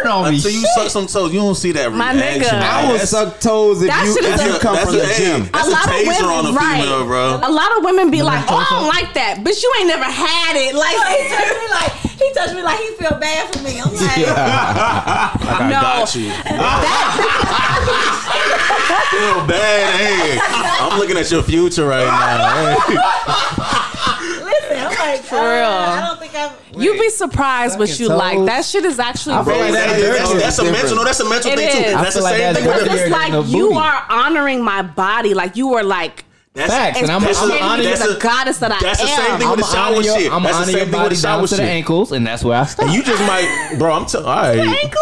[SPEAKER 2] bro, until you suck some toes, you don't see that
[SPEAKER 3] My
[SPEAKER 2] reaction.
[SPEAKER 3] nigga.
[SPEAKER 2] Like,
[SPEAKER 5] I would
[SPEAKER 2] that's-
[SPEAKER 5] suck toes if
[SPEAKER 3] That
[SPEAKER 5] you
[SPEAKER 3] shit is
[SPEAKER 5] if you
[SPEAKER 3] a-
[SPEAKER 5] come
[SPEAKER 2] that's
[SPEAKER 5] from
[SPEAKER 2] a-
[SPEAKER 5] the
[SPEAKER 2] hey,
[SPEAKER 5] gym.
[SPEAKER 2] That's a taser on a female, bro.
[SPEAKER 3] A lot of women be like, "Oh, I don't like that, bitch. You ain't never had it." Like,
[SPEAKER 6] he touched me like he touched me like he feel bad for me. I'm like,
[SPEAKER 2] Like, I
[SPEAKER 3] No.
[SPEAKER 2] got you. Feel bad, hey. I'm looking at your future right now. hey.
[SPEAKER 6] listen, I'm like, for
[SPEAKER 3] real.
[SPEAKER 6] I don't think I've.
[SPEAKER 3] you be surprised what
[SPEAKER 4] Sucking
[SPEAKER 3] you like.
[SPEAKER 4] toes.
[SPEAKER 3] That shit is actually.
[SPEAKER 4] I feel
[SPEAKER 2] Bro,
[SPEAKER 4] like
[SPEAKER 2] that-
[SPEAKER 4] that
[SPEAKER 2] that's,
[SPEAKER 4] dirty
[SPEAKER 2] that's
[SPEAKER 5] is
[SPEAKER 2] a
[SPEAKER 5] different.
[SPEAKER 2] mental. No, that's a mental
[SPEAKER 3] It
[SPEAKER 2] thing too.
[SPEAKER 3] is. I
[SPEAKER 2] That's the
[SPEAKER 4] feel like
[SPEAKER 2] same
[SPEAKER 4] that's
[SPEAKER 2] thing with
[SPEAKER 4] dirty.
[SPEAKER 2] the
[SPEAKER 3] it's
[SPEAKER 4] dirtier
[SPEAKER 3] like
[SPEAKER 4] than a
[SPEAKER 3] you
[SPEAKER 4] booty.
[SPEAKER 3] are honoring my body. Like you are like
[SPEAKER 2] that's,
[SPEAKER 4] Facts, and I'm-
[SPEAKER 3] as
[SPEAKER 4] I'm
[SPEAKER 3] pretty
[SPEAKER 4] honoring-
[SPEAKER 3] as
[SPEAKER 2] that's
[SPEAKER 3] a
[SPEAKER 2] a-
[SPEAKER 3] goddess that I
[SPEAKER 2] that's the
[SPEAKER 3] am.
[SPEAKER 2] same thing
[SPEAKER 4] I'm
[SPEAKER 2] with the shower
[SPEAKER 4] honoring your,
[SPEAKER 2] shit. That's
[SPEAKER 4] I'm
[SPEAKER 2] the
[SPEAKER 4] honoring
[SPEAKER 2] same
[SPEAKER 4] your
[SPEAKER 2] thing with
[SPEAKER 4] body
[SPEAKER 2] the
[SPEAKER 4] down
[SPEAKER 2] shower
[SPEAKER 4] to the
[SPEAKER 2] shit.
[SPEAKER 4] ankles, and that's where I stop.
[SPEAKER 2] And you just might, bro. I'm telling. All right,
[SPEAKER 3] ankles.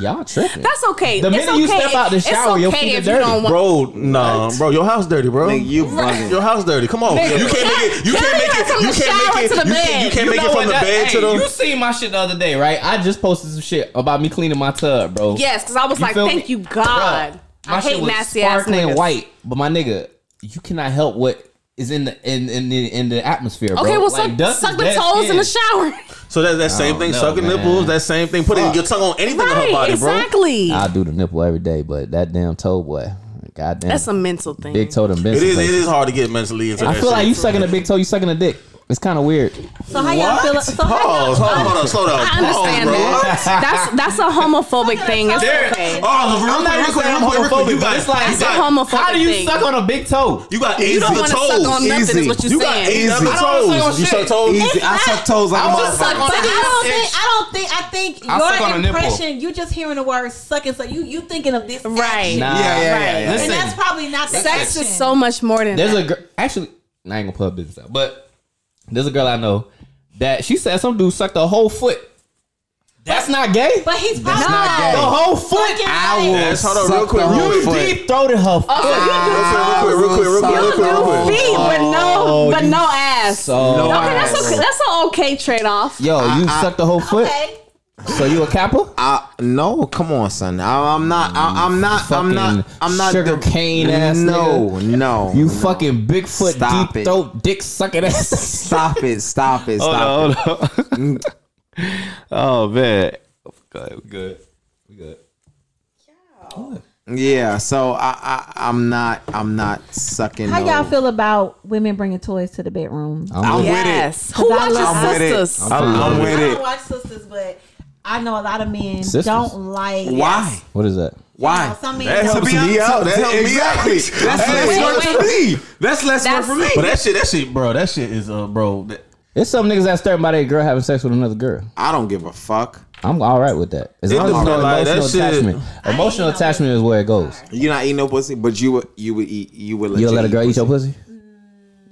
[SPEAKER 4] Y'all tripping.
[SPEAKER 3] That's okay.
[SPEAKER 4] The
[SPEAKER 3] it's
[SPEAKER 4] minute
[SPEAKER 3] okay.
[SPEAKER 4] you step out the
[SPEAKER 3] It's
[SPEAKER 4] shower, your
[SPEAKER 3] okay
[SPEAKER 4] feet are
[SPEAKER 3] if
[SPEAKER 4] dirty.
[SPEAKER 3] You don't want-
[SPEAKER 2] bro. Nah, bro. Your house dirty, bro.
[SPEAKER 5] Nigga, you bugging.
[SPEAKER 2] Your house dirty. Come on. You can't make it. You
[SPEAKER 3] Tell
[SPEAKER 2] can't
[SPEAKER 3] me
[SPEAKER 2] make
[SPEAKER 3] that
[SPEAKER 2] it.
[SPEAKER 3] from
[SPEAKER 2] You
[SPEAKER 3] the
[SPEAKER 2] can't
[SPEAKER 3] shower
[SPEAKER 2] make it.
[SPEAKER 3] to the
[SPEAKER 2] You can't- you
[SPEAKER 3] bed.
[SPEAKER 2] can't
[SPEAKER 4] You
[SPEAKER 2] make
[SPEAKER 4] know
[SPEAKER 2] it from
[SPEAKER 4] what
[SPEAKER 2] the
[SPEAKER 4] that-
[SPEAKER 2] bed
[SPEAKER 4] hey,
[SPEAKER 2] to
[SPEAKER 4] You
[SPEAKER 2] the.
[SPEAKER 4] seen my shit the other day, right? I just posted some shit about me cleaning my tub, bro.
[SPEAKER 3] yes, because I was
[SPEAKER 4] You
[SPEAKER 3] like,
[SPEAKER 4] feel me?
[SPEAKER 3] "Thank you, God."
[SPEAKER 4] Bruh,
[SPEAKER 3] I hate nasty ass
[SPEAKER 4] sparkling
[SPEAKER 3] niggas.
[SPEAKER 4] white, but my nigga, you cannot help what is in the in in the, in the atmosphere, bro.
[SPEAKER 3] Okay, well,
[SPEAKER 4] Like,
[SPEAKER 3] suck,
[SPEAKER 4] dust
[SPEAKER 3] suck
[SPEAKER 4] is
[SPEAKER 3] the
[SPEAKER 4] dead
[SPEAKER 3] toes in the
[SPEAKER 4] skin.
[SPEAKER 3] shower.
[SPEAKER 2] So that that same thing.
[SPEAKER 4] no,
[SPEAKER 2] Sucking
[SPEAKER 4] man.
[SPEAKER 2] nipples. That same thing. Putting your tongue on anything on her
[SPEAKER 3] right,
[SPEAKER 2] body, bro.
[SPEAKER 3] exactly.
[SPEAKER 4] I do the nipple every day, but that damn toe boy, goddamn,
[SPEAKER 3] That's a mental thing.
[SPEAKER 4] big toe done been.
[SPEAKER 2] It is.
[SPEAKER 4] someplace.
[SPEAKER 2] It is hard to get mentally into
[SPEAKER 4] I
[SPEAKER 2] that.
[SPEAKER 4] feel like
[SPEAKER 2] shit.
[SPEAKER 4] you sucking a big toe, you sucking a dick. It's kind of weird.
[SPEAKER 6] So how y'all feel? So how y'all,
[SPEAKER 2] Pause. Hold on. Hold on. Slow down.
[SPEAKER 3] I understand
[SPEAKER 2] Pause, bro.
[SPEAKER 3] that. that's that's a homophobic thing. It's okay.
[SPEAKER 2] Oh, real quick, real quick, real quick, real quick. You got
[SPEAKER 4] it's like,
[SPEAKER 3] That's a
[SPEAKER 2] you got
[SPEAKER 3] homophobic
[SPEAKER 4] how do you
[SPEAKER 3] thing.
[SPEAKER 4] suck on a big toe?
[SPEAKER 2] you got eight
[SPEAKER 3] You don't
[SPEAKER 2] of the
[SPEAKER 3] want to suck on
[SPEAKER 2] toes.
[SPEAKER 3] nothing. Is
[SPEAKER 5] Easy.
[SPEAKER 3] what you're
[SPEAKER 2] You got eight
[SPEAKER 3] saying?
[SPEAKER 2] of the
[SPEAKER 5] I don't
[SPEAKER 4] suck on
[SPEAKER 2] toes. You
[SPEAKER 4] shit.
[SPEAKER 2] suck toes.
[SPEAKER 5] Easy. I suck toes like a
[SPEAKER 4] I was just
[SPEAKER 5] motherfucker.
[SPEAKER 3] suck-
[SPEAKER 6] But I don't
[SPEAKER 3] Yes.
[SPEAKER 6] think I don't think I think
[SPEAKER 4] I suck on a
[SPEAKER 6] your
[SPEAKER 4] nipple.
[SPEAKER 6] impression. You just hearing the word sucking, so you you thinking of this
[SPEAKER 3] Right.
[SPEAKER 6] action.
[SPEAKER 4] Nah.
[SPEAKER 5] Yeah, yeah, yeah, yeah.
[SPEAKER 4] Right.
[SPEAKER 6] and
[SPEAKER 4] Listen.
[SPEAKER 6] that's probably not the
[SPEAKER 3] Sex
[SPEAKER 6] action.
[SPEAKER 3] is so much more than
[SPEAKER 4] There's
[SPEAKER 3] that.
[SPEAKER 4] a girl. Actually, I ain't gonna put her business out, but there's a girl I know that she said some dude sucked a whole foot. That's not gay.
[SPEAKER 6] but he's probably
[SPEAKER 5] not gay.
[SPEAKER 4] the whole foot.
[SPEAKER 6] Fucking
[SPEAKER 5] I
[SPEAKER 6] right.
[SPEAKER 5] will
[SPEAKER 2] Yes, hold on,
[SPEAKER 5] suck
[SPEAKER 2] real quick,
[SPEAKER 5] the
[SPEAKER 2] real
[SPEAKER 5] whole
[SPEAKER 2] quick.
[SPEAKER 5] foot.
[SPEAKER 4] Deep throated her foot.
[SPEAKER 2] Real quick, real quick, real quick, real quick, real quick.
[SPEAKER 5] Oh,
[SPEAKER 3] You do feet, but no, but no ass.
[SPEAKER 4] So,
[SPEAKER 5] No.
[SPEAKER 3] okay, that's
[SPEAKER 5] ass.
[SPEAKER 3] okay. That's an okay trade off.
[SPEAKER 4] yo, you sucked the whole foot.
[SPEAKER 6] Okay.
[SPEAKER 4] So you a kappa?
[SPEAKER 5] I, no, come on, son. I, I'm not. I, I'm not. I'm not.
[SPEAKER 4] Fucking
[SPEAKER 5] I'm not.
[SPEAKER 4] sugar
[SPEAKER 5] the-
[SPEAKER 4] cane ass
[SPEAKER 5] No,
[SPEAKER 4] nigga.
[SPEAKER 5] no.
[SPEAKER 4] You fucking Bigfoot
[SPEAKER 5] Stop
[SPEAKER 4] deep
[SPEAKER 5] it.
[SPEAKER 4] throat dick sucking ass.
[SPEAKER 5] Stop it. Stop it. Stop it.
[SPEAKER 4] oh man, good, good, we good.
[SPEAKER 5] Yeah, so I, I I'm not I'm not sucking.
[SPEAKER 6] How
[SPEAKER 5] no-
[SPEAKER 6] y'all feel about women bringing toys to the bedroom?
[SPEAKER 5] I'm
[SPEAKER 3] yes.
[SPEAKER 5] with
[SPEAKER 3] Who
[SPEAKER 6] Cause I
[SPEAKER 3] watches
[SPEAKER 6] love-
[SPEAKER 5] I'm with it.
[SPEAKER 3] sisters?
[SPEAKER 5] it. I'm with
[SPEAKER 6] I don't
[SPEAKER 5] it.
[SPEAKER 6] watch sisters, but I know a lot of men
[SPEAKER 4] Sisters?
[SPEAKER 6] don't like.
[SPEAKER 5] Why?
[SPEAKER 4] What is that?
[SPEAKER 5] Why?
[SPEAKER 6] You know, some men
[SPEAKER 2] That
[SPEAKER 6] don't.
[SPEAKER 2] helps
[SPEAKER 5] To be
[SPEAKER 2] me
[SPEAKER 5] honest-
[SPEAKER 2] out. That
[SPEAKER 5] to-
[SPEAKER 2] helps me out.
[SPEAKER 5] exactly. That's
[SPEAKER 2] Hey.
[SPEAKER 5] less work
[SPEAKER 3] Wait,
[SPEAKER 5] for me. That's less work
[SPEAKER 3] That's-
[SPEAKER 5] for me.
[SPEAKER 2] But that shit, that shit, bro, that shit is, uh, bro. That,
[SPEAKER 4] It's some niggas that's stirred by their girl having sex with another girl.
[SPEAKER 5] I don't give a fuck.
[SPEAKER 4] I'm all right with that. As
[SPEAKER 2] It
[SPEAKER 4] long as it's no
[SPEAKER 2] depends, like, that
[SPEAKER 4] emotional
[SPEAKER 2] shit-
[SPEAKER 4] attachment. Emotional attachment is where it goes.
[SPEAKER 5] You not eat no pussy, but you would you would eat you would let
[SPEAKER 4] You'll
[SPEAKER 5] you
[SPEAKER 4] let a girl eat your pussy?
[SPEAKER 6] Mm.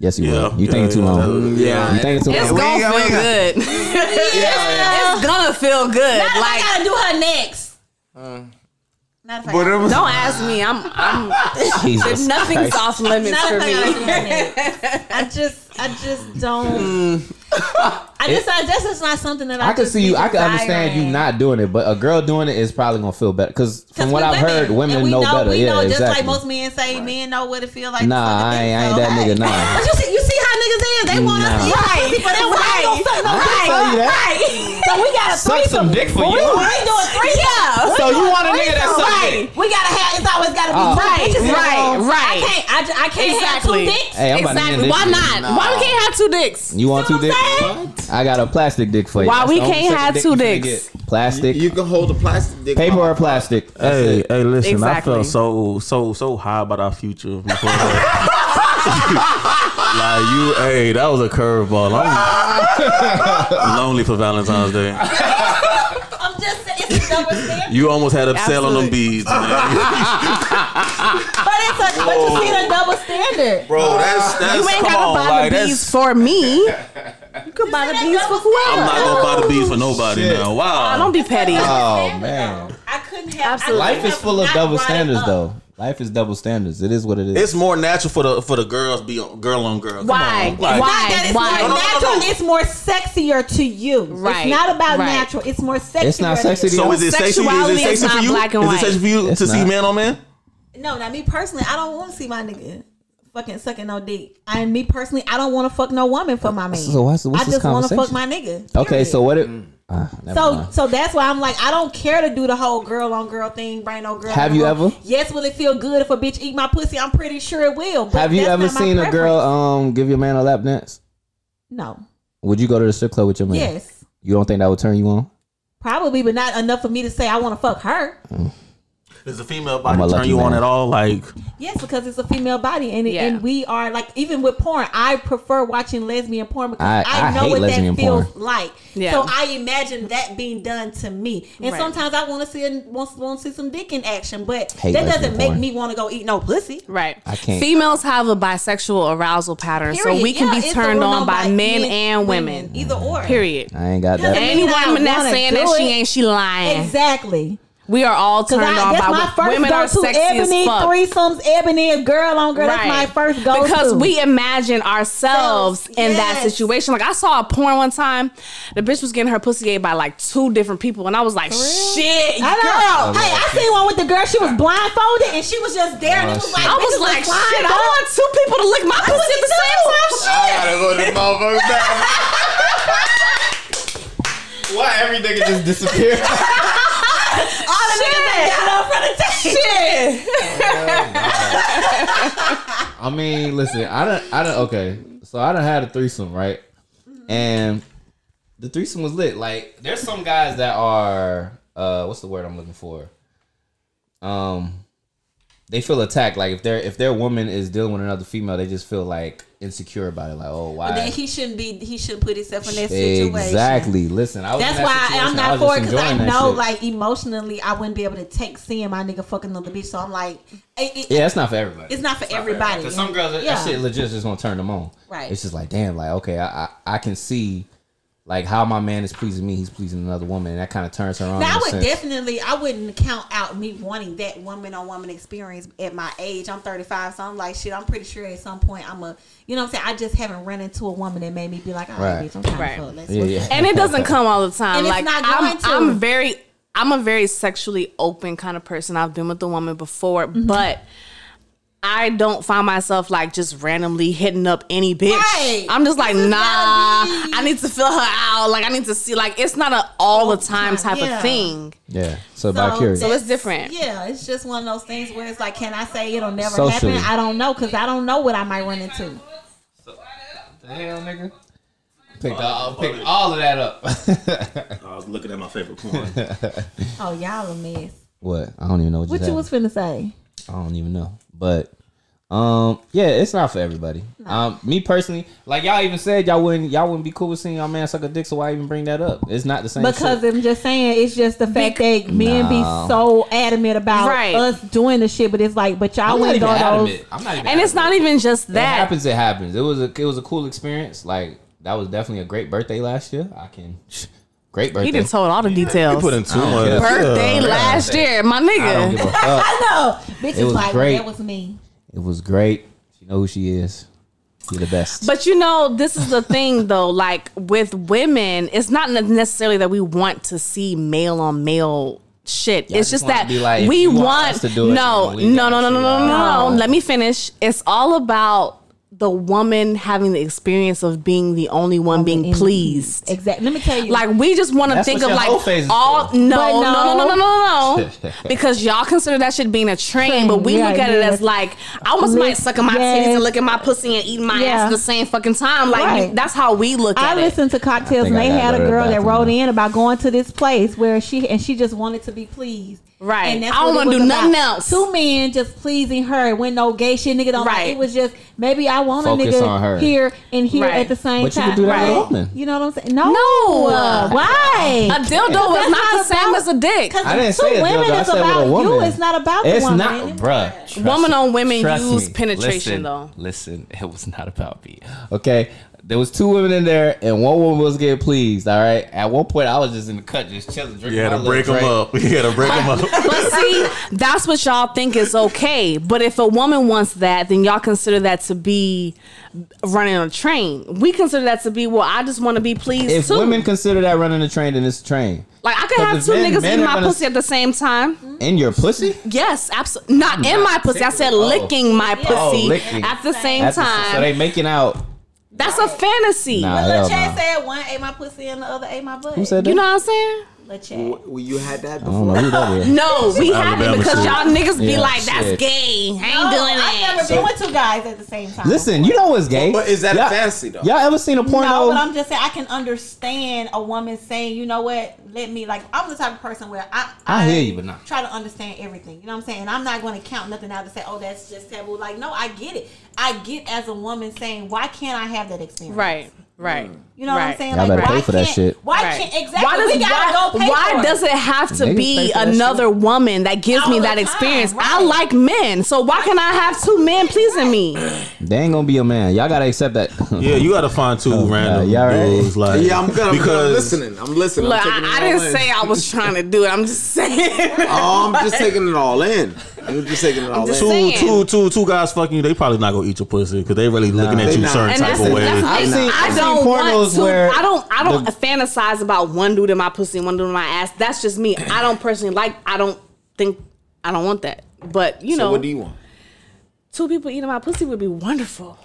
[SPEAKER 4] Yes, you
[SPEAKER 2] Yeah.
[SPEAKER 4] will. You
[SPEAKER 2] Yeah,
[SPEAKER 4] think too
[SPEAKER 2] yeah,
[SPEAKER 4] long.
[SPEAKER 2] yeah.
[SPEAKER 4] You think too
[SPEAKER 3] It's
[SPEAKER 4] long.
[SPEAKER 5] ain't
[SPEAKER 3] gonna
[SPEAKER 5] got- we
[SPEAKER 3] feel
[SPEAKER 5] ain't got-
[SPEAKER 3] good. It's gonna feel good.
[SPEAKER 6] Not if
[SPEAKER 3] like
[SPEAKER 6] I gotta do her next. Not if
[SPEAKER 5] But
[SPEAKER 6] I gotta-
[SPEAKER 5] it was,
[SPEAKER 3] don't ask me. I'm I'm
[SPEAKER 4] Jesus
[SPEAKER 3] nothing's
[SPEAKER 4] Christ.
[SPEAKER 3] off limits
[SPEAKER 6] Not
[SPEAKER 3] for
[SPEAKER 6] if I gotta
[SPEAKER 3] me.
[SPEAKER 6] do her next. I just, I just don't. I just, I just, it's not something that I,
[SPEAKER 4] Hmm. I can
[SPEAKER 6] just
[SPEAKER 4] see
[SPEAKER 6] be
[SPEAKER 4] you. I can understand you
[SPEAKER 6] desiring.
[SPEAKER 4] not doing it, but a girl doing it is probably gonna feel better. Because
[SPEAKER 6] 'Cause
[SPEAKER 4] from what
[SPEAKER 6] we
[SPEAKER 4] I've heard,
[SPEAKER 6] and
[SPEAKER 4] women
[SPEAKER 6] we
[SPEAKER 4] know, better.
[SPEAKER 6] We
[SPEAKER 4] yeah,
[SPEAKER 6] know,
[SPEAKER 4] exactly.
[SPEAKER 6] Just like most men say, men know what it feel like. to
[SPEAKER 4] Nah,
[SPEAKER 6] suck a
[SPEAKER 4] I
[SPEAKER 6] dick,
[SPEAKER 4] ain't- I ain't
[SPEAKER 6] so,
[SPEAKER 4] that
[SPEAKER 6] hey.
[SPEAKER 4] nigga, nah.
[SPEAKER 6] But you see, you see how niggas is. They want us to eat
[SPEAKER 3] Nah.
[SPEAKER 6] pussy for them. Right. Don't suck no
[SPEAKER 4] can
[SPEAKER 6] dick.
[SPEAKER 4] tell you that.
[SPEAKER 6] Right. So we got a
[SPEAKER 4] Suck some
[SPEAKER 6] threesome.
[SPEAKER 4] dick for
[SPEAKER 6] we,
[SPEAKER 4] you?
[SPEAKER 6] We doing three. Yeah.
[SPEAKER 4] So you want a nigga that suck
[SPEAKER 6] right.
[SPEAKER 4] dick.
[SPEAKER 6] We gotta have. It's always gotta be
[SPEAKER 4] Oh.
[SPEAKER 6] two
[SPEAKER 3] Right,
[SPEAKER 6] bitches in the
[SPEAKER 3] right,
[SPEAKER 6] room.
[SPEAKER 3] right.
[SPEAKER 6] I can't. I, ju- I can't
[SPEAKER 3] Exactly.
[SPEAKER 6] have two dicks.
[SPEAKER 4] Hey, I'm about to
[SPEAKER 3] Exactly.
[SPEAKER 4] end this
[SPEAKER 3] Why
[SPEAKER 4] shit.
[SPEAKER 3] not? Why we can't have two dicks?
[SPEAKER 4] You want two
[SPEAKER 6] See what I'm
[SPEAKER 4] dicks?
[SPEAKER 6] saying?
[SPEAKER 4] I got a plastic dick for you.
[SPEAKER 3] Why
[SPEAKER 4] That's
[SPEAKER 3] we
[SPEAKER 4] the only
[SPEAKER 3] can't
[SPEAKER 4] second
[SPEAKER 3] have
[SPEAKER 4] dick
[SPEAKER 3] two
[SPEAKER 4] you finna
[SPEAKER 3] dicks?
[SPEAKER 4] get. Plastic,
[SPEAKER 5] you can hold a plastic dick.
[SPEAKER 4] paper, or
[SPEAKER 5] bottle.
[SPEAKER 4] plastic. That's
[SPEAKER 2] Hey,
[SPEAKER 4] it.
[SPEAKER 2] hey, listen, I
[SPEAKER 3] Exactly.
[SPEAKER 2] felt so, so, so high about our future. Before that. like you, hey, that was a curveball. I'm lonely for Valentine's Day.
[SPEAKER 6] I'm just saying it's a double standard.
[SPEAKER 2] You almost had a sale on them
[SPEAKER 3] Absolutely.
[SPEAKER 2] beads, man.
[SPEAKER 6] But it's a. But you see the double standard.
[SPEAKER 2] bro. That's that's
[SPEAKER 3] You ain't
[SPEAKER 2] come
[SPEAKER 3] gotta
[SPEAKER 2] on,
[SPEAKER 3] buy
[SPEAKER 2] like,
[SPEAKER 3] the
[SPEAKER 2] that's-
[SPEAKER 3] bees for me. You could buy the bees for whoever.
[SPEAKER 2] I'm not gonna buy the beads for nobody now. Wow.
[SPEAKER 3] Aw, Uh, don't be petty.
[SPEAKER 4] Oh,
[SPEAKER 6] Standard,
[SPEAKER 4] man.
[SPEAKER 6] though. I couldn't have.
[SPEAKER 3] Absolutely.
[SPEAKER 4] Life is full of double standards,
[SPEAKER 6] though.
[SPEAKER 4] though. Life is double standards. It is what it is.
[SPEAKER 2] it's more natural for the for the girls be on, girl on girl. Come
[SPEAKER 3] Why?
[SPEAKER 2] on, like-
[SPEAKER 3] Why?
[SPEAKER 6] not that it's
[SPEAKER 3] Why? No,
[SPEAKER 6] more
[SPEAKER 3] no, no,
[SPEAKER 6] natural.
[SPEAKER 2] no.
[SPEAKER 6] It's more sexier to you.
[SPEAKER 3] Right.
[SPEAKER 6] It's not about
[SPEAKER 3] Right.
[SPEAKER 6] natural. It's more sexier.
[SPEAKER 4] It's not
[SPEAKER 6] to you.
[SPEAKER 4] sexy to
[SPEAKER 2] So is it sexy? Is it
[SPEAKER 3] Sexuality
[SPEAKER 2] sexy
[SPEAKER 3] is
[SPEAKER 2] for
[SPEAKER 3] not
[SPEAKER 2] you?
[SPEAKER 3] black and
[SPEAKER 2] Is it
[SPEAKER 3] white.
[SPEAKER 2] sexy for you
[SPEAKER 4] It's
[SPEAKER 2] to see
[SPEAKER 4] not.
[SPEAKER 2] man on man?
[SPEAKER 6] No, not me personally. I don't want to see my nigga fucking sucking no dick. And me personally, I don't want to fuck no woman for my man.
[SPEAKER 4] So what's- what's
[SPEAKER 6] I
[SPEAKER 4] this
[SPEAKER 6] just wanna fuck
[SPEAKER 4] conversation?
[SPEAKER 6] my nigga.
[SPEAKER 4] Okay,
[SPEAKER 6] period.
[SPEAKER 4] so what? It, ah, never
[SPEAKER 6] So,
[SPEAKER 4] mind.
[SPEAKER 6] so that's why I'm like, I don't care to do the whole girl on girl thing, bring no girl.
[SPEAKER 4] Have
[SPEAKER 6] on
[SPEAKER 4] you
[SPEAKER 6] girl.
[SPEAKER 4] ever?
[SPEAKER 6] Yes, will it feel good if a bitch eat my pussy? I'm pretty sure it will. But
[SPEAKER 4] have you
[SPEAKER 6] that's
[SPEAKER 4] ever
[SPEAKER 6] not my
[SPEAKER 4] seen a girl
[SPEAKER 6] preference.
[SPEAKER 4] um give your man a lap dance?
[SPEAKER 6] No.
[SPEAKER 4] Would you go to the strip club with your man?
[SPEAKER 6] Yes,
[SPEAKER 4] You don't think that would turn you on?
[SPEAKER 6] probably, but not enough for me to say I want to fuck her.
[SPEAKER 2] Does the female
[SPEAKER 4] I'm a
[SPEAKER 2] body turn
[SPEAKER 4] lucky
[SPEAKER 2] you on at
[SPEAKER 4] man.
[SPEAKER 2] all? Like
[SPEAKER 6] Yes, because it's a female body, and
[SPEAKER 3] Yeah.
[SPEAKER 6] and we are like even with porn, I prefer watching lesbian porn because
[SPEAKER 4] I-
[SPEAKER 6] I,
[SPEAKER 4] I
[SPEAKER 6] know
[SPEAKER 4] hate
[SPEAKER 6] what
[SPEAKER 4] lesbian
[SPEAKER 6] that feels like.
[SPEAKER 3] Yeah.
[SPEAKER 6] So I imagine that being done to me, and
[SPEAKER 3] Right.
[SPEAKER 6] sometimes I want to see want, want to see some dick in action, but
[SPEAKER 4] Hate
[SPEAKER 6] that
[SPEAKER 4] lesbian
[SPEAKER 6] doesn't make
[SPEAKER 4] porn.
[SPEAKER 6] me want to go eat no pussy.
[SPEAKER 3] Right.
[SPEAKER 4] I can't-
[SPEAKER 3] Females have a bisexual arousal pattern, so
[SPEAKER 6] Period.
[SPEAKER 3] we can
[SPEAKER 6] Yeah,
[SPEAKER 3] be
[SPEAKER 6] it's
[SPEAKER 3] turned
[SPEAKER 6] a
[SPEAKER 3] on
[SPEAKER 6] woman
[SPEAKER 3] by men and women.
[SPEAKER 6] either or.
[SPEAKER 3] Period.
[SPEAKER 4] I ain't got that.
[SPEAKER 6] Doesn't
[SPEAKER 3] Any
[SPEAKER 6] mean I
[SPEAKER 3] woman that's
[SPEAKER 6] wanna
[SPEAKER 3] saying
[SPEAKER 6] do
[SPEAKER 3] that she
[SPEAKER 6] it.
[SPEAKER 3] ain't, she lying.
[SPEAKER 6] Exactly.
[SPEAKER 3] We are all
[SPEAKER 6] Cause
[SPEAKER 3] turned
[SPEAKER 6] I,
[SPEAKER 3] on
[SPEAKER 6] that's
[SPEAKER 3] by
[SPEAKER 6] my
[SPEAKER 3] wo-
[SPEAKER 6] first
[SPEAKER 3] women
[SPEAKER 6] go
[SPEAKER 3] are
[SPEAKER 6] to
[SPEAKER 3] sexy
[SPEAKER 6] ebony
[SPEAKER 3] as fuck.
[SPEAKER 6] threesomes, ebony and girl on girl.
[SPEAKER 3] Right.
[SPEAKER 6] That's my first go
[SPEAKER 3] because
[SPEAKER 6] to.
[SPEAKER 3] we imagine ourselves in that
[SPEAKER 6] Yes.
[SPEAKER 3] situation. Like I saw a porn one time, the bitch was getting her pussy ate by like two different people, and I was like, "Shit,
[SPEAKER 6] I
[SPEAKER 3] girl!"
[SPEAKER 6] know. Hey, I seen one with the girl. She was blindfolded and she was just there. and it was like,
[SPEAKER 3] I was
[SPEAKER 6] bitches
[SPEAKER 3] like,
[SPEAKER 6] blind,
[SPEAKER 3] Oh, "Shit, I
[SPEAKER 6] dog."
[SPEAKER 3] want two people to lick my pussy at the same time." Shit.
[SPEAKER 5] I gotta go to the motherfucker's bathroom.
[SPEAKER 4] Why every nigga just disappeared?
[SPEAKER 6] All the niggas that got up from the table.
[SPEAKER 4] I mean, listen, I don't, I don't. Okay, so I don't had a threesome, right? And the threesome was lit. Like, there's some guys that are, uh, what's the word I'm looking for? Um, they feel attacked. Like if their if their woman is dealing with another female, they just feel like insecure about it. Like, oh, why?
[SPEAKER 6] Then he shouldn't be. He shouldn't put himself in that situation.
[SPEAKER 4] Exactly. Listen, I was
[SPEAKER 6] That's
[SPEAKER 4] in that
[SPEAKER 6] why
[SPEAKER 4] situation.
[SPEAKER 6] I'm
[SPEAKER 4] I was
[SPEAKER 6] not for it
[SPEAKER 4] just
[SPEAKER 6] because I
[SPEAKER 4] enjoying that
[SPEAKER 6] know,
[SPEAKER 4] shit.
[SPEAKER 6] like, emotionally, I wouldn't be able to take seeing my nigga fucking another bitch. So I'm like, it, it,
[SPEAKER 4] yeah, it's not for everybody.
[SPEAKER 6] it's not for everybody.
[SPEAKER 4] Because some girls, that-
[SPEAKER 6] Yeah.
[SPEAKER 4] that shit legit just gonna turn them on.
[SPEAKER 6] Right.
[SPEAKER 4] It's just like, damn, like okay, I I, I can see. Like how my man is pleasing me, he's pleasing another woman, and that kind of turns her on. in
[SPEAKER 6] Now, I
[SPEAKER 4] a
[SPEAKER 6] would
[SPEAKER 4] sense.
[SPEAKER 6] definitely, I wouldn't count out me wanting that woman on woman experience at my age. I'm 35, so I'm like, shit, I'm pretty sure at some point I'm a, you know what I'm saying? I just haven't run into a woman that made me be like, all right,
[SPEAKER 4] Right.
[SPEAKER 6] bitch, I'm trying
[SPEAKER 3] Right.
[SPEAKER 6] to fuck. Let's
[SPEAKER 4] Yeah,
[SPEAKER 6] fuck.
[SPEAKER 4] yeah.
[SPEAKER 3] and it doesn't come all the time.
[SPEAKER 6] And it's
[SPEAKER 3] like
[SPEAKER 6] not
[SPEAKER 3] I'm,
[SPEAKER 6] going to.
[SPEAKER 3] I'm very, I'm
[SPEAKER 6] Mm-hmm.
[SPEAKER 3] a very sexually open kind of person. I've been with a woman before, but I don't find myself like just randomly hitting up any bitch.
[SPEAKER 6] Right.
[SPEAKER 3] I'm just like,
[SPEAKER 6] This is
[SPEAKER 3] nah.
[SPEAKER 6] gotta be-
[SPEAKER 3] I need to fill her out. Like I need to see. Like it's not an all the time type
[SPEAKER 6] Yeah.
[SPEAKER 3] of thing.
[SPEAKER 4] Yeah. So, by curious.
[SPEAKER 3] So it's
[SPEAKER 6] that's-
[SPEAKER 3] different.
[SPEAKER 6] Yeah, it's just one of those things where it's like, can I say it'll never
[SPEAKER 4] Socially.
[SPEAKER 6] happen? I don't know because I don't know what I might run into.
[SPEAKER 4] Hell, nigga. Oh, Picked all, picked all of that up.
[SPEAKER 2] I was looking at my favorite porn.
[SPEAKER 6] Oh, y'all a mess.
[SPEAKER 4] what? I don't even know what,
[SPEAKER 6] What
[SPEAKER 4] you
[SPEAKER 6] you
[SPEAKER 4] said.
[SPEAKER 6] was finna say?
[SPEAKER 4] I don't even know. But um, yeah, it's not for everybody. Um, me personally, like y'all even said, y'all wouldn't y'all wouldn't be cool with seeing y'all man suck a dick. So why even bring that up? It's not the same.
[SPEAKER 6] Because
[SPEAKER 4] shit.
[SPEAKER 6] I'm just saying, it's just the fact that men be
[SPEAKER 4] Nah.
[SPEAKER 6] so adamant about
[SPEAKER 3] Right.
[SPEAKER 6] us doing the shit, but it's like, but y'all
[SPEAKER 4] I'm not
[SPEAKER 6] wouldn't
[SPEAKER 4] even
[SPEAKER 6] go
[SPEAKER 4] adamant.
[SPEAKER 6] those.
[SPEAKER 4] I'm not even.
[SPEAKER 3] And it's not even just
[SPEAKER 4] It
[SPEAKER 3] that.
[SPEAKER 4] happens. It happens. It was a it was a cool experience. Like that was definitely a great birthday last year. I can great birthday.
[SPEAKER 3] He didn't told all the details.
[SPEAKER 2] Put in too much.
[SPEAKER 3] Birthday last year, my
[SPEAKER 4] I don't give
[SPEAKER 3] nigga.
[SPEAKER 4] a fuck.
[SPEAKER 6] I know. Bitch
[SPEAKER 4] It
[SPEAKER 6] is
[SPEAKER 4] was
[SPEAKER 6] like,
[SPEAKER 4] great.
[SPEAKER 6] that was me.
[SPEAKER 4] It was great. She know who she is. You're the best.
[SPEAKER 3] But you know, this is the thing though. Like with women, it's not ne- necessarily that we want to see male on male shit. it's
[SPEAKER 4] just
[SPEAKER 3] just,
[SPEAKER 4] wanna
[SPEAKER 3] that
[SPEAKER 4] be like, if
[SPEAKER 3] we
[SPEAKER 4] you
[SPEAKER 3] want,
[SPEAKER 4] want us to do it,
[SPEAKER 3] no,
[SPEAKER 4] then we
[SPEAKER 3] no, no,
[SPEAKER 4] gotta
[SPEAKER 3] no, no,
[SPEAKER 4] see
[SPEAKER 3] no,
[SPEAKER 4] that.
[SPEAKER 3] no, no. Let me finish. It's all about the woman having the experience of being the only one being
[SPEAKER 6] And-
[SPEAKER 3] pleased.
[SPEAKER 6] Exactly. Let me tell you.
[SPEAKER 3] Like we just want to
[SPEAKER 4] That's
[SPEAKER 3] think
[SPEAKER 4] what
[SPEAKER 3] of
[SPEAKER 4] your whole
[SPEAKER 3] like
[SPEAKER 4] phase is
[SPEAKER 3] all
[SPEAKER 4] for.
[SPEAKER 3] no,
[SPEAKER 6] But
[SPEAKER 3] no no no no no no
[SPEAKER 4] no.
[SPEAKER 3] because y'all consider that shit being a train,
[SPEAKER 6] Train,
[SPEAKER 3] but we
[SPEAKER 6] yeah,
[SPEAKER 3] look at it
[SPEAKER 6] yeah.
[SPEAKER 3] as like I almost might
[SPEAKER 6] Yes,
[SPEAKER 3] suck on my
[SPEAKER 6] yes.
[SPEAKER 3] titties and look at my pussy and eat my ass
[SPEAKER 6] Yeah.
[SPEAKER 3] at the same fucking time. Like
[SPEAKER 6] Right.
[SPEAKER 3] that's how we look
[SPEAKER 6] I
[SPEAKER 3] at it.
[SPEAKER 6] listened to cocktails and
[SPEAKER 4] I
[SPEAKER 6] they
[SPEAKER 4] gotta go
[SPEAKER 6] had a
[SPEAKER 4] to the
[SPEAKER 6] girl that
[SPEAKER 4] bathroom
[SPEAKER 6] wrote
[SPEAKER 4] now.
[SPEAKER 6] in about going to this place where she and she just wanted to be pleased.
[SPEAKER 3] Right.
[SPEAKER 6] And
[SPEAKER 3] I don't
[SPEAKER 6] what it
[SPEAKER 3] wanna
[SPEAKER 6] was
[SPEAKER 3] do nothing
[SPEAKER 6] about.
[SPEAKER 3] else.
[SPEAKER 6] Two men just pleasing her when no gay shit nigga don't right.
[SPEAKER 3] Right.
[SPEAKER 6] it was just maybe I want a
[SPEAKER 4] Focus on her.
[SPEAKER 6] nigga here and here
[SPEAKER 3] Right.
[SPEAKER 6] at the same
[SPEAKER 4] But you
[SPEAKER 6] time.
[SPEAKER 4] could do that with a
[SPEAKER 6] right?
[SPEAKER 4] woman.
[SPEAKER 6] You know what I'm saying? No.
[SPEAKER 3] No.
[SPEAKER 6] Uh, why?
[SPEAKER 3] A dildo is not the same as a dick.
[SPEAKER 6] Because
[SPEAKER 4] I didn't
[SPEAKER 6] two
[SPEAKER 4] say a
[SPEAKER 6] women
[SPEAKER 4] dildo, I
[SPEAKER 6] is
[SPEAKER 4] said with a
[SPEAKER 6] about you.
[SPEAKER 4] woman.
[SPEAKER 6] It's not about the
[SPEAKER 4] It's
[SPEAKER 6] woman.
[SPEAKER 4] not, bruh. Trust
[SPEAKER 3] Woman on women
[SPEAKER 4] Trust
[SPEAKER 3] use
[SPEAKER 4] me.
[SPEAKER 3] penetration
[SPEAKER 4] Listen,
[SPEAKER 3] though.
[SPEAKER 4] Listen, it was not about me. Okay, there was two women in there, and one woman was getting pleased. All right. At one point, I was just in the cut, just chilling, drinking.
[SPEAKER 2] You had
[SPEAKER 4] my
[SPEAKER 2] to break
[SPEAKER 4] little
[SPEAKER 2] them
[SPEAKER 4] drink.
[SPEAKER 2] up. You had to break them up.
[SPEAKER 3] But see, that's what y'all think is okay. But if a woman wants that, then y'all consider that to be running a train. We consider that to be well. I just want to be pleased
[SPEAKER 4] If
[SPEAKER 3] too.
[SPEAKER 4] women consider that running a train, then it's a train.
[SPEAKER 3] Like I could
[SPEAKER 4] But
[SPEAKER 3] have
[SPEAKER 4] the
[SPEAKER 3] two
[SPEAKER 4] men-
[SPEAKER 3] niggas
[SPEAKER 4] men
[SPEAKER 3] in
[SPEAKER 4] are
[SPEAKER 3] my
[SPEAKER 4] gonna-
[SPEAKER 3] pussy at the same time.
[SPEAKER 4] In your pussy?
[SPEAKER 3] Yes, absolutely. Not in my pussy. I said
[SPEAKER 4] Oh.
[SPEAKER 3] licking my pussy
[SPEAKER 4] licking.
[SPEAKER 3] at the same
[SPEAKER 4] That's-
[SPEAKER 3] time.
[SPEAKER 4] So they making out.
[SPEAKER 3] That's a fantasy.
[SPEAKER 4] Nah,
[SPEAKER 6] Lil
[SPEAKER 4] hell
[SPEAKER 6] Chad
[SPEAKER 4] nah.
[SPEAKER 6] said one ate my pussy and the other ate my butt.
[SPEAKER 4] Who said that?
[SPEAKER 3] You know what I'm saying?
[SPEAKER 6] Lil Chad.
[SPEAKER 5] Well, you had that
[SPEAKER 4] I don't know
[SPEAKER 5] before.
[SPEAKER 4] who that is.
[SPEAKER 3] No, we haven't
[SPEAKER 2] Alabama
[SPEAKER 3] because
[SPEAKER 2] shit.
[SPEAKER 3] y'all niggas be
[SPEAKER 4] Yeah,
[SPEAKER 3] like, "That's
[SPEAKER 4] shit.
[SPEAKER 3] gay. I ain't
[SPEAKER 6] No,
[SPEAKER 3] doing
[SPEAKER 6] I've
[SPEAKER 3] that."
[SPEAKER 6] Oh, never been with two guys at the same time.
[SPEAKER 4] Listen, you know what's gay?
[SPEAKER 5] But is that
[SPEAKER 4] Y'all-
[SPEAKER 5] a fantasy though?
[SPEAKER 4] Y'all ever seen a porno?
[SPEAKER 6] No, but I'm just saying I can understand a woman saying, you know what, let me like I'm the type of person where I
[SPEAKER 4] I hear you, but nah.
[SPEAKER 6] try to understand everything. You know what I'm saying? And I'm not going to count nothing out to say, oh, that's just taboo. Like, no, I get it. I get as a woman saying, why can't I have that experience?
[SPEAKER 3] Right, right.
[SPEAKER 6] You know what I'm
[SPEAKER 3] Right.
[SPEAKER 6] saying?
[SPEAKER 4] Y'all
[SPEAKER 6] like,
[SPEAKER 4] better
[SPEAKER 6] why
[SPEAKER 4] pay for that
[SPEAKER 6] can't-
[SPEAKER 4] shit.
[SPEAKER 6] Why
[SPEAKER 3] Right.
[SPEAKER 6] can't exactly? we gotta
[SPEAKER 3] why,
[SPEAKER 6] go pay
[SPEAKER 3] why
[SPEAKER 6] for it.
[SPEAKER 3] does it have to
[SPEAKER 4] Niggas pay
[SPEAKER 3] be
[SPEAKER 4] for that
[SPEAKER 3] another
[SPEAKER 4] shit.
[SPEAKER 3] woman that gives
[SPEAKER 6] All
[SPEAKER 3] me
[SPEAKER 6] the
[SPEAKER 3] that
[SPEAKER 6] time,
[SPEAKER 3] experience? I
[SPEAKER 6] right.
[SPEAKER 3] like men, so why can I have two men pleasing me?
[SPEAKER 4] They ain't gonna be a man. Y'all gotta accept that.
[SPEAKER 2] Yeah, you got to find two random
[SPEAKER 4] y'all right.
[SPEAKER 2] dudes. Like,
[SPEAKER 5] Yeah, I'm gonna. I'm
[SPEAKER 2] because
[SPEAKER 5] listening. I'm listening.
[SPEAKER 3] Look,
[SPEAKER 5] I'm taking
[SPEAKER 3] I, I
[SPEAKER 5] it all
[SPEAKER 3] didn't
[SPEAKER 5] in.
[SPEAKER 3] say I was trying to do it. I'm just saying.
[SPEAKER 5] Oh, I'm just taking it all in. I'm just taking it all
[SPEAKER 3] just
[SPEAKER 5] in.
[SPEAKER 3] saying.
[SPEAKER 2] two, two, two, two guys fucking you. They probably not gonna eat your pussy because they really looking
[SPEAKER 4] Nah.
[SPEAKER 2] at
[SPEAKER 5] They
[SPEAKER 2] you
[SPEAKER 5] not.
[SPEAKER 2] certain
[SPEAKER 3] And
[SPEAKER 2] type
[SPEAKER 3] that's,
[SPEAKER 2] of way.
[SPEAKER 3] that's the
[SPEAKER 4] I've
[SPEAKER 3] thing.
[SPEAKER 4] seen-
[SPEAKER 3] I
[SPEAKER 4] I've
[SPEAKER 3] don't
[SPEAKER 4] seen
[SPEAKER 3] want
[SPEAKER 4] pornos
[SPEAKER 3] to.
[SPEAKER 4] where
[SPEAKER 3] I don't. I don't fantasize about one dude in my pussy and one dude in my ass. That's just me. I don't personally like. I don't think. I don't want that. But you
[SPEAKER 5] So
[SPEAKER 3] know,
[SPEAKER 5] what do you want?
[SPEAKER 3] two people eating my pussy would be wonderful.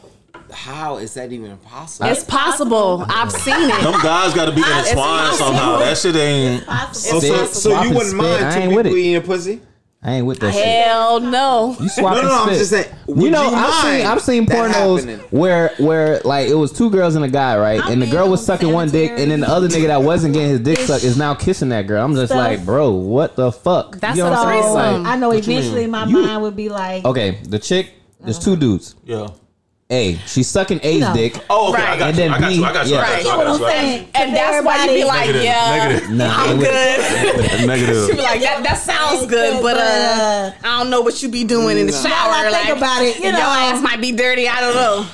[SPEAKER 5] How is that even possible?
[SPEAKER 3] it's possible. I've seen it.
[SPEAKER 2] Them guys got to be intertwined somehow. That shit ain't.
[SPEAKER 5] So, so,
[SPEAKER 4] Spit,
[SPEAKER 5] so
[SPEAKER 4] swap
[SPEAKER 5] you
[SPEAKER 4] and
[SPEAKER 5] wouldn't
[SPEAKER 4] spit.
[SPEAKER 5] mind
[SPEAKER 4] I
[SPEAKER 5] two
[SPEAKER 4] ain't
[SPEAKER 5] people
[SPEAKER 4] with it.
[SPEAKER 5] eating your pussy?
[SPEAKER 4] I ain't with that shit.
[SPEAKER 3] Hell no.
[SPEAKER 4] You swap
[SPEAKER 5] No,
[SPEAKER 4] and
[SPEAKER 5] no, I'm
[SPEAKER 4] spit.
[SPEAKER 5] just saying,
[SPEAKER 4] You
[SPEAKER 5] would
[SPEAKER 4] know,
[SPEAKER 5] you
[SPEAKER 4] I've seen
[SPEAKER 5] mind
[SPEAKER 4] I've seen
[SPEAKER 5] that
[SPEAKER 4] pornos
[SPEAKER 5] happening?
[SPEAKER 4] where where like it was two girls and a guy, right?
[SPEAKER 6] I
[SPEAKER 4] and the girl
[SPEAKER 6] mean,
[SPEAKER 4] was sucking one dick,
[SPEAKER 6] sanitary.
[SPEAKER 4] and then the other nigga that wasn't getting his dick
[SPEAKER 6] It's
[SPEAKER 4] sucked is now kissing that girl. I'm just
[SPEAKER 6] stuff.
[SPEAKER 4] like, bro, what the fuck?
[SPEAKER 3] That's
[SPEAKER 4] you
[SPEAKER 3] a
[SPEAKER 4] know what I'm
[SPEAKER 6] So
[SPEAKER 4] saying?
[SPEAKER 3] threesome.
[SPEAKER 4] Like,
[SPEAKER 6] I know eventually my
[SPEAKER 4] You-
[SPEAKER 6] mind would be like,
[SPEAKER 4] okay, the chick, there's two dudes.
[SPEAKER 2] Yeah.
[SPEAKER 4] A, she's sucking A's
[SPEAKER 6] No.
[SPEAKER 4] dick.
[SPEAKER 2] Oh, okay. I
[SPEAKER 3] Right.
[SPEAKER 2] got
[SPEAKER 4] And
[SPEAKER 2] you.
[SPEAKER 4] then
[SPEAKER 2] I got you.
[SPEAKER 4] B-
[SPEAKER 2] I got you. I
[SPEAKER 4] yeah.
[SPEAKER 2] got you. I
[SPEAKER 6] You know
[SPEAKER 2] got you. I
[SPEAKER 6] what I'm
[SPEAKER 2] got
[SPEAKER 6] saying?
[SPEAKER 2] you.
[SPEAKER 3] And that's why you be like,
[SPEAKER 2] Negative.
[SPEAKER 3] yeah,
[SPEAKER 2] Negative.
[SPEAKER 4] Nah, I
[SPEAKER 3] I'm
[SPEAKER 4] ain't with it.
[SPEAKER 3] good.
[SPEAKER 2] Negative.
[SPEAKER 3] You be like, that, that sounds good, but uh, I don't know what you be doing in the shower.
[SPEAKER 6] Now I think
[SPEAKER 3] like,
[SPEAKER 6] about it, you
[SPEAKER 3] your
[SPEAKER 6] know.
[SPEAKER 3] ass might be dirty. I don't know.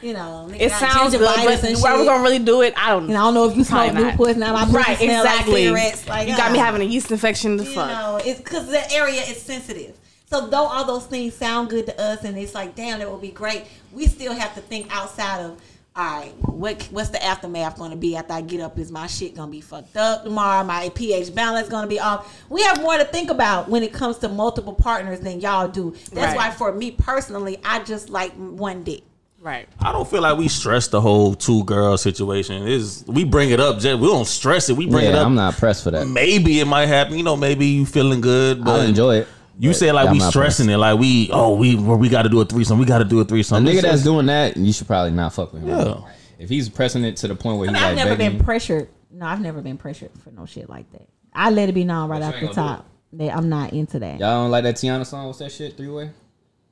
[SPEAKER 6] you know, nigga
[SPEAKER 3] It
[SPEAKER 6] got
[SPEAKER 3] sounds good,
[SPEAKER 6] gingivitis
[SPEAKER 3] but
[SPEAKER 6] and
[SPEAKER 3] are we
[SPEAKER 6] shit.
[SPEAKER 3] gonna really do it? I don't
[SPEAKER 6] And
[SPEAKER 3] know.
[SPEAKER 6] I don't know if you smoke
[SPEAKER 3] Probably not.
[SPEAKER 6] Newports now. My pussy
[SPEAKER 3] Right,
[SPEAKER 6] smell
[SPEAKER 3] exactly.
[SPEAKER 6] Like cigarettes. Like,
[SPEAKER 3] you got me
[SPEAKER 6] uh,
[SPEAKER 3] having a yeast infection. The
[SPEAKER 6] You
[SPEAKER 3] fuck.
[SPEAKER 6] know, it's because the area is sensitive. So though all those things sound good to us, and it's like, damn, that would be great. We still have to think outside of. all right, what what's the aftermath going to be after I get up? Is my shit going to be fucked up tomorrow? My pH balance going to be off? We have more to think about when it comes to multiple partners than y'all do.
[SPEAKER 3] Right.
[SPEAKER 6] That's why, for me personally, I just like one dick.
[SPEAKER 3] Right.
[SPEAKER 2] I don't feel like we stress the whole two girl situation. Is we bring it up, Jet. We don't stress it. We bring it
[SPEAKER 4] Yeah,
[SPEAKER 2] up.
[SPEAKER 4] I'm not pressed for that.
[SPEAKER 2] Maybe it might happen. You know, maybe you feeling good, but
[SPEAKER 4] I enjoy it.
[SPEAKER 2] You
[SPEAKER 4] but
[SPEAKER 2] say like
[SPEAKER 4] I'm
[SPEAKER 2] we
[SPEAKER 4] not
[SPEAKER 2] stressing it, like we oh we we got to do a threesome. We got to do a
[SPEAKER 4] A
[SPEAKER 2] threesome.
[SPEAKER 4] nigga
[SPEAKER 2] It's-
[SPEAKER 4] that's
[SPEAKER 2] it's-
[SPEAKER 4] doing that, you should probably not fuck with him.
[SPEAKER 2] Yeah.
[SPEAKER 4] If he's pressing it to the point where he's like,
[SPEAKER 6] I've never
[SPEAKER 4] begging
[SPEAKER 6] been
[SPEAKER 4] you-
[SPEAKER 6] pressured. No, I've never been pressured for no shit like that. I let it be known right off the top that I'm not into that.
[SPEAKER 4] y'all don't like that Tiana song? What's that shit? Three way.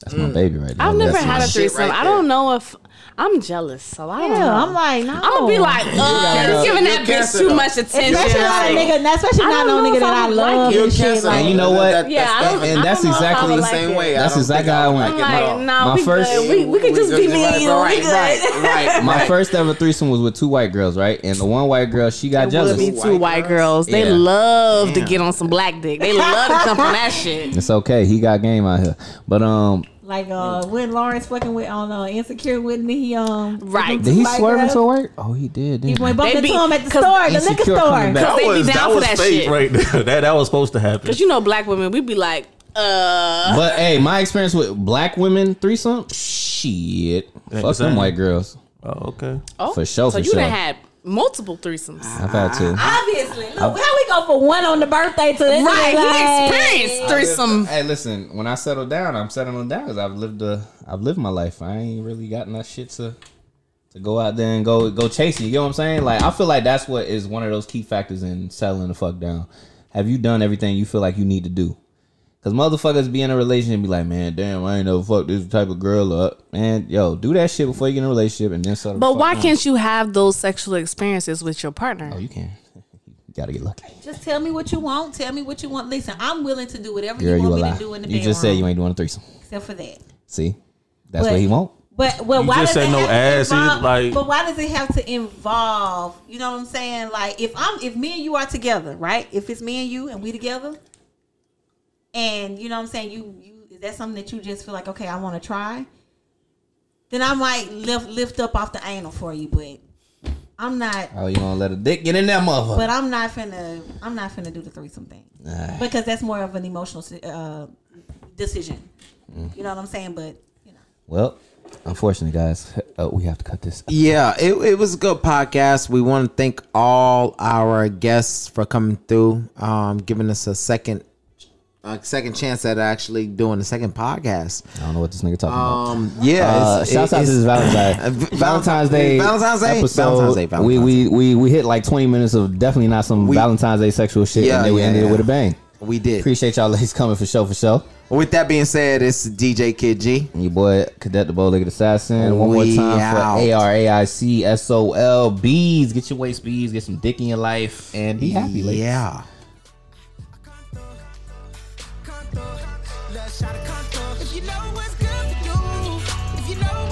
[SPEAKER 4] That's
[SPEAKER 2] Mm.
[SPEAKER 4] my baby right now.
[SPEAKER 3] I've never
[SPEAKER 4] That's
[SPEAKER 3] had
[SPEAKER 4] my
[SPEAKER 3] a
[SPEAKER 4] shit.
[SPEAKER 3] threesome.
[SPEAKER 5] right
[SPEAKER 3] I don't know if I'm jealous, so I don't know.
[SPEAKER 6] Yeah, I'm like, no.
[SPEAKER 3] I'm gonna be like, uh,
[SPEAKER 5] You're
[SPEAKER 3] you're giving that
[SPEAKER 5] cancer
[SPEAKER 3] bitch too
[SPEAKER 5] though.
[SPEAKER 3] much attention.
[SPEAKER 6] especially not a
[SPEAKER 3] Like,
[SPEAKER 6] nigga, not- especially
[SPEAKER 3] I
[SPEAKER 6] not
[SPEAKER 3] don't
[SPEAKER 6] no
[SPEAKER 3] know
[SPEAKER 6] nigga
[SPEAKER 3] if I
[SPEAKER 6] that I
[SPEAKER 3] would
[SPEAKER 6] love
[SPEAKER 3] like
[SPEAKER 6] and
[SPEAKER 3] it.
[SPEAKER 6] shit
[SPEAKER 5] cancer,
[SPEAKER 6] like
[SPEAKER 4] And you know what?
[SPEAKER 3] yeah, I don't,
[SPEAKER 4] And
[SPEAKER 3] I
[SPEAKER 4] that's
[SPEAKER 3] don't know if I
[SPEAKER 4] exactly
[SPEAKER 3] would
[SPEAKER 4] the
[SPEAKER 3] like
[SPEAKER 5] same
[SPEAKER 3] it.
[SPEAKER 5] way. I
[SPEAKER 4] That's
[SPEAKER 5] don't
[SPEAKER 4] exactly
[SPEAKER 5] think I
[SPEAKER 4] how I
[SPEAKER 5] would
[SPEAKER 4] went.
[SPEAKER 5] like it at all.
[SPEAKER 3] I'm like, nah,
[SPEAKER 4] My
[SPEAKER 3] we
[SPEAKER 4] first-
[SPEAKER 3] good. We, we could just be me and you. we good.
[SPEAKER 5] right,
[SPEAKER 4] My
[SPEAKER 5] right.
[SPEAKER 4] first ever threesome was with two white girls, right? And the one white girl, she got
[SPEAKER 3] It would
[SPEAKER 4] jealous.
[SPEAKER 3] be two white girls. They
[SPEAKER 4] Yeah.
[SPEAKER 3] love to get on some black dick. They love to come from that shit.
[SPEAKER 4] It's okay. He got game out here. But um,
[SPEAKER 6] Like uh, when Lawrence fucking with on uh, Insecure, wouldn't he? Um,
[SPEAKER 3] Right.
[SPEAKER 4] did he
[SPEAKER 6] White
[SPEAKER 4] swerve
[SPEAKER 6] girl?
[SPEAKER 4] into work? Oh, he did. Didn't
[SPEAKER 6] he
[SPEAKER 4] he?
[SPEAKER 6] went bumped
[SPEAKER 3] They
[SPEAKER 6] into
[SPEAKER 3] be-
[SPEAKER 6] him at the
[SPEAKER 3] 'cause
[SPEAKER 6] store, the
[SPEAKER 4] Insecure
[SPEAKER 6] liquor store.
[SPEAKER 4] coming back.
[SPEAKER 2] that
[SPEAKER 3] they be
[SPEAKER 2] was
[SPEAKER 3] down
[SPEAKER 2] that
[SPEAKER 3] for
[SPEAKER 2] was
[SPEAKER 3] that
[SPEAKER 2] fake
[SPEAKER 3] shit.
[SPEAKER 2] right there. That that was supposed to happen.
[SPEAKER 3] Cause you know, black women, we be like, uh,
[SPEAKER 4] But hey, my experience with black women threesome, shit, fuck them
[SPEAKER 2] same.
[SPEAKER 4] white girls.
[SPEAKER 2] oh, okay.
[SPEAKER 3] oh,
[SPEAKER 4] For
[SPEAKER 3] So
[SPEAKER 4] sure, for
[SPEAKER 3] you
[SPEAKER 4] sure.
[SPEAKER 3] done had multiple threesomes.
[SPEAKER 4] I've had two.
[SPEAKER 6] Obviously, look how we go for one on the birthday to this
[SPEAKER 3] right,
[SPEAKER 6] nigga, like-
[SPEAKER 3] he experienced threesome.
[SPEAKER 4] Hey, listen. When I settle down, I'm settling down because I've lived a, I've lived my life. I ain't really got enough shit to, to go out there and go go chasing. You know what I'm saying? Like I feel like that's what is one of those key factors in settling the fuck down. Have you done everything you feel like you need to do? Cause motherfuckers be in a relationship and be like, man, damn, I ain't never fucked this type of girl up. Man, yo, do that shit before you get in a relationship and then settle. the
[SPEAKER 3] But
[SPEAKER 4] fuck
[SPEAKER 3] why
[SPEAKER 4] down.
[SPEAKER 3] can't you have those sexual experiences with your partner?
[SPEAKER 4] Oh, you can. You gotta get lucky.
[SPEAKER 6] Just tell me what you want. Tell me what you want. Listen, I'm willing to do whatever
[SPEAKER 4] Girl,
[SPEAKER 6] you
[SPEAKER 4] you a
[SPEAKER 6] want me
[SPEAKER 4] lie.
[SPEAKER 6] to do in the
[SPEAKER 4] You just said
[SPEAKER 6] bedroom,
[SPEAKER 4] you ain't doing a threesome.
[SPEAKER 6] except for that.
[SPEAKER 4] See, that's
[SPEAKER 6] But-
[SPEAKER 4] what he want.
[SPEAKER 6] But well,
[SPEAKER 2] You
[SPEAKER 6] why
[SPEAKER 2] just
[SPEAKER 6] does
[SPEAKER 2] say
[SPEAKER 6] it
[SPEAKER 2] no
[SPEAKER 6] have
[SPEAKER 2] ass,
[SPEAKER 6] to
[SPEAKER 2] you
[SPEAKER 6] involve,
[SPEAKER 2] like-
[SPEAKER 6] But why does it have to involve? You know what I'm saying? Like if I'm if me and you are together, right? If it's me and you and we together, and you know what I'm saying, you you is that something that you just feel like okay, I want to try? Then I might lift lift up off the anal for you, but I'm not.
[SPEAKER 4] Oh, you gonna let a dick get in that motherfucker?
[SPEAKER 6] But I'm not finna. I'm not finna do the threesome thing because that's more of an emotional si- uh, decision. You know what I'm saying? But you know.
[SPEAKER 4] Well, unfortunately, guys, uh, we have to cut this.
[SPEAKER 5] Yeah, it, it was a good podcast. We want to thank all our guests for coming through, um, giving us a second a second chance at actually doing the second podcast.
[SPEAKER 4] I don't know what this nigga talking about.
[SPEAKER 5] Um, yeah,
[SPEAKER 4] Uh,
[SPEAKER 5] it's-
[SPEAKER 4] shouts out
[SPEAKER 5] it's-
[SPEAKER 4] to this Valentine's Day.
[SPEAKER 5] Valentine's-
[SPEAKER 4] Valentine's Day.
[SPEAKER 5] Valentine's Day?
[SPEAKER 4] Episode.
[SPEAKER 5] Valentine's Day, Valentine's
[SPEAKER 4] we, we we we hit like twenty minutes of definitely not some Valentine's Day sexual shit,
[SPEAKER 5] Yeah,
[SPEAKER 4] and then we
[SPEAKER 5] yeah,
[SPEAKER 4] ended
[SPEAKER 5] yeah.
[SPEAKER 4] it with a bang.
[SPEAKER 5] we did.
[SPEAKER 4] Appreciate y'all ladies coming for show for show.
[SPEAKER 5] With that being said, it's DJ Kid G.
[SPEAKER 4] And Your boy Cadet the Bowlegged Assassin. One
[SPEAKER 5] We
[SPEAKER 4] more time
[SPEAKER 5] out.
[SPEAKER 4] for A R A I C S O L B's. Get your waist bees. Get some dick in your life, and be happy, ladies.
[SPEAKER 5] Yeah.
[SPEAKER 1] Canto, canto, love shot of canto. If you know what's good for you, if you know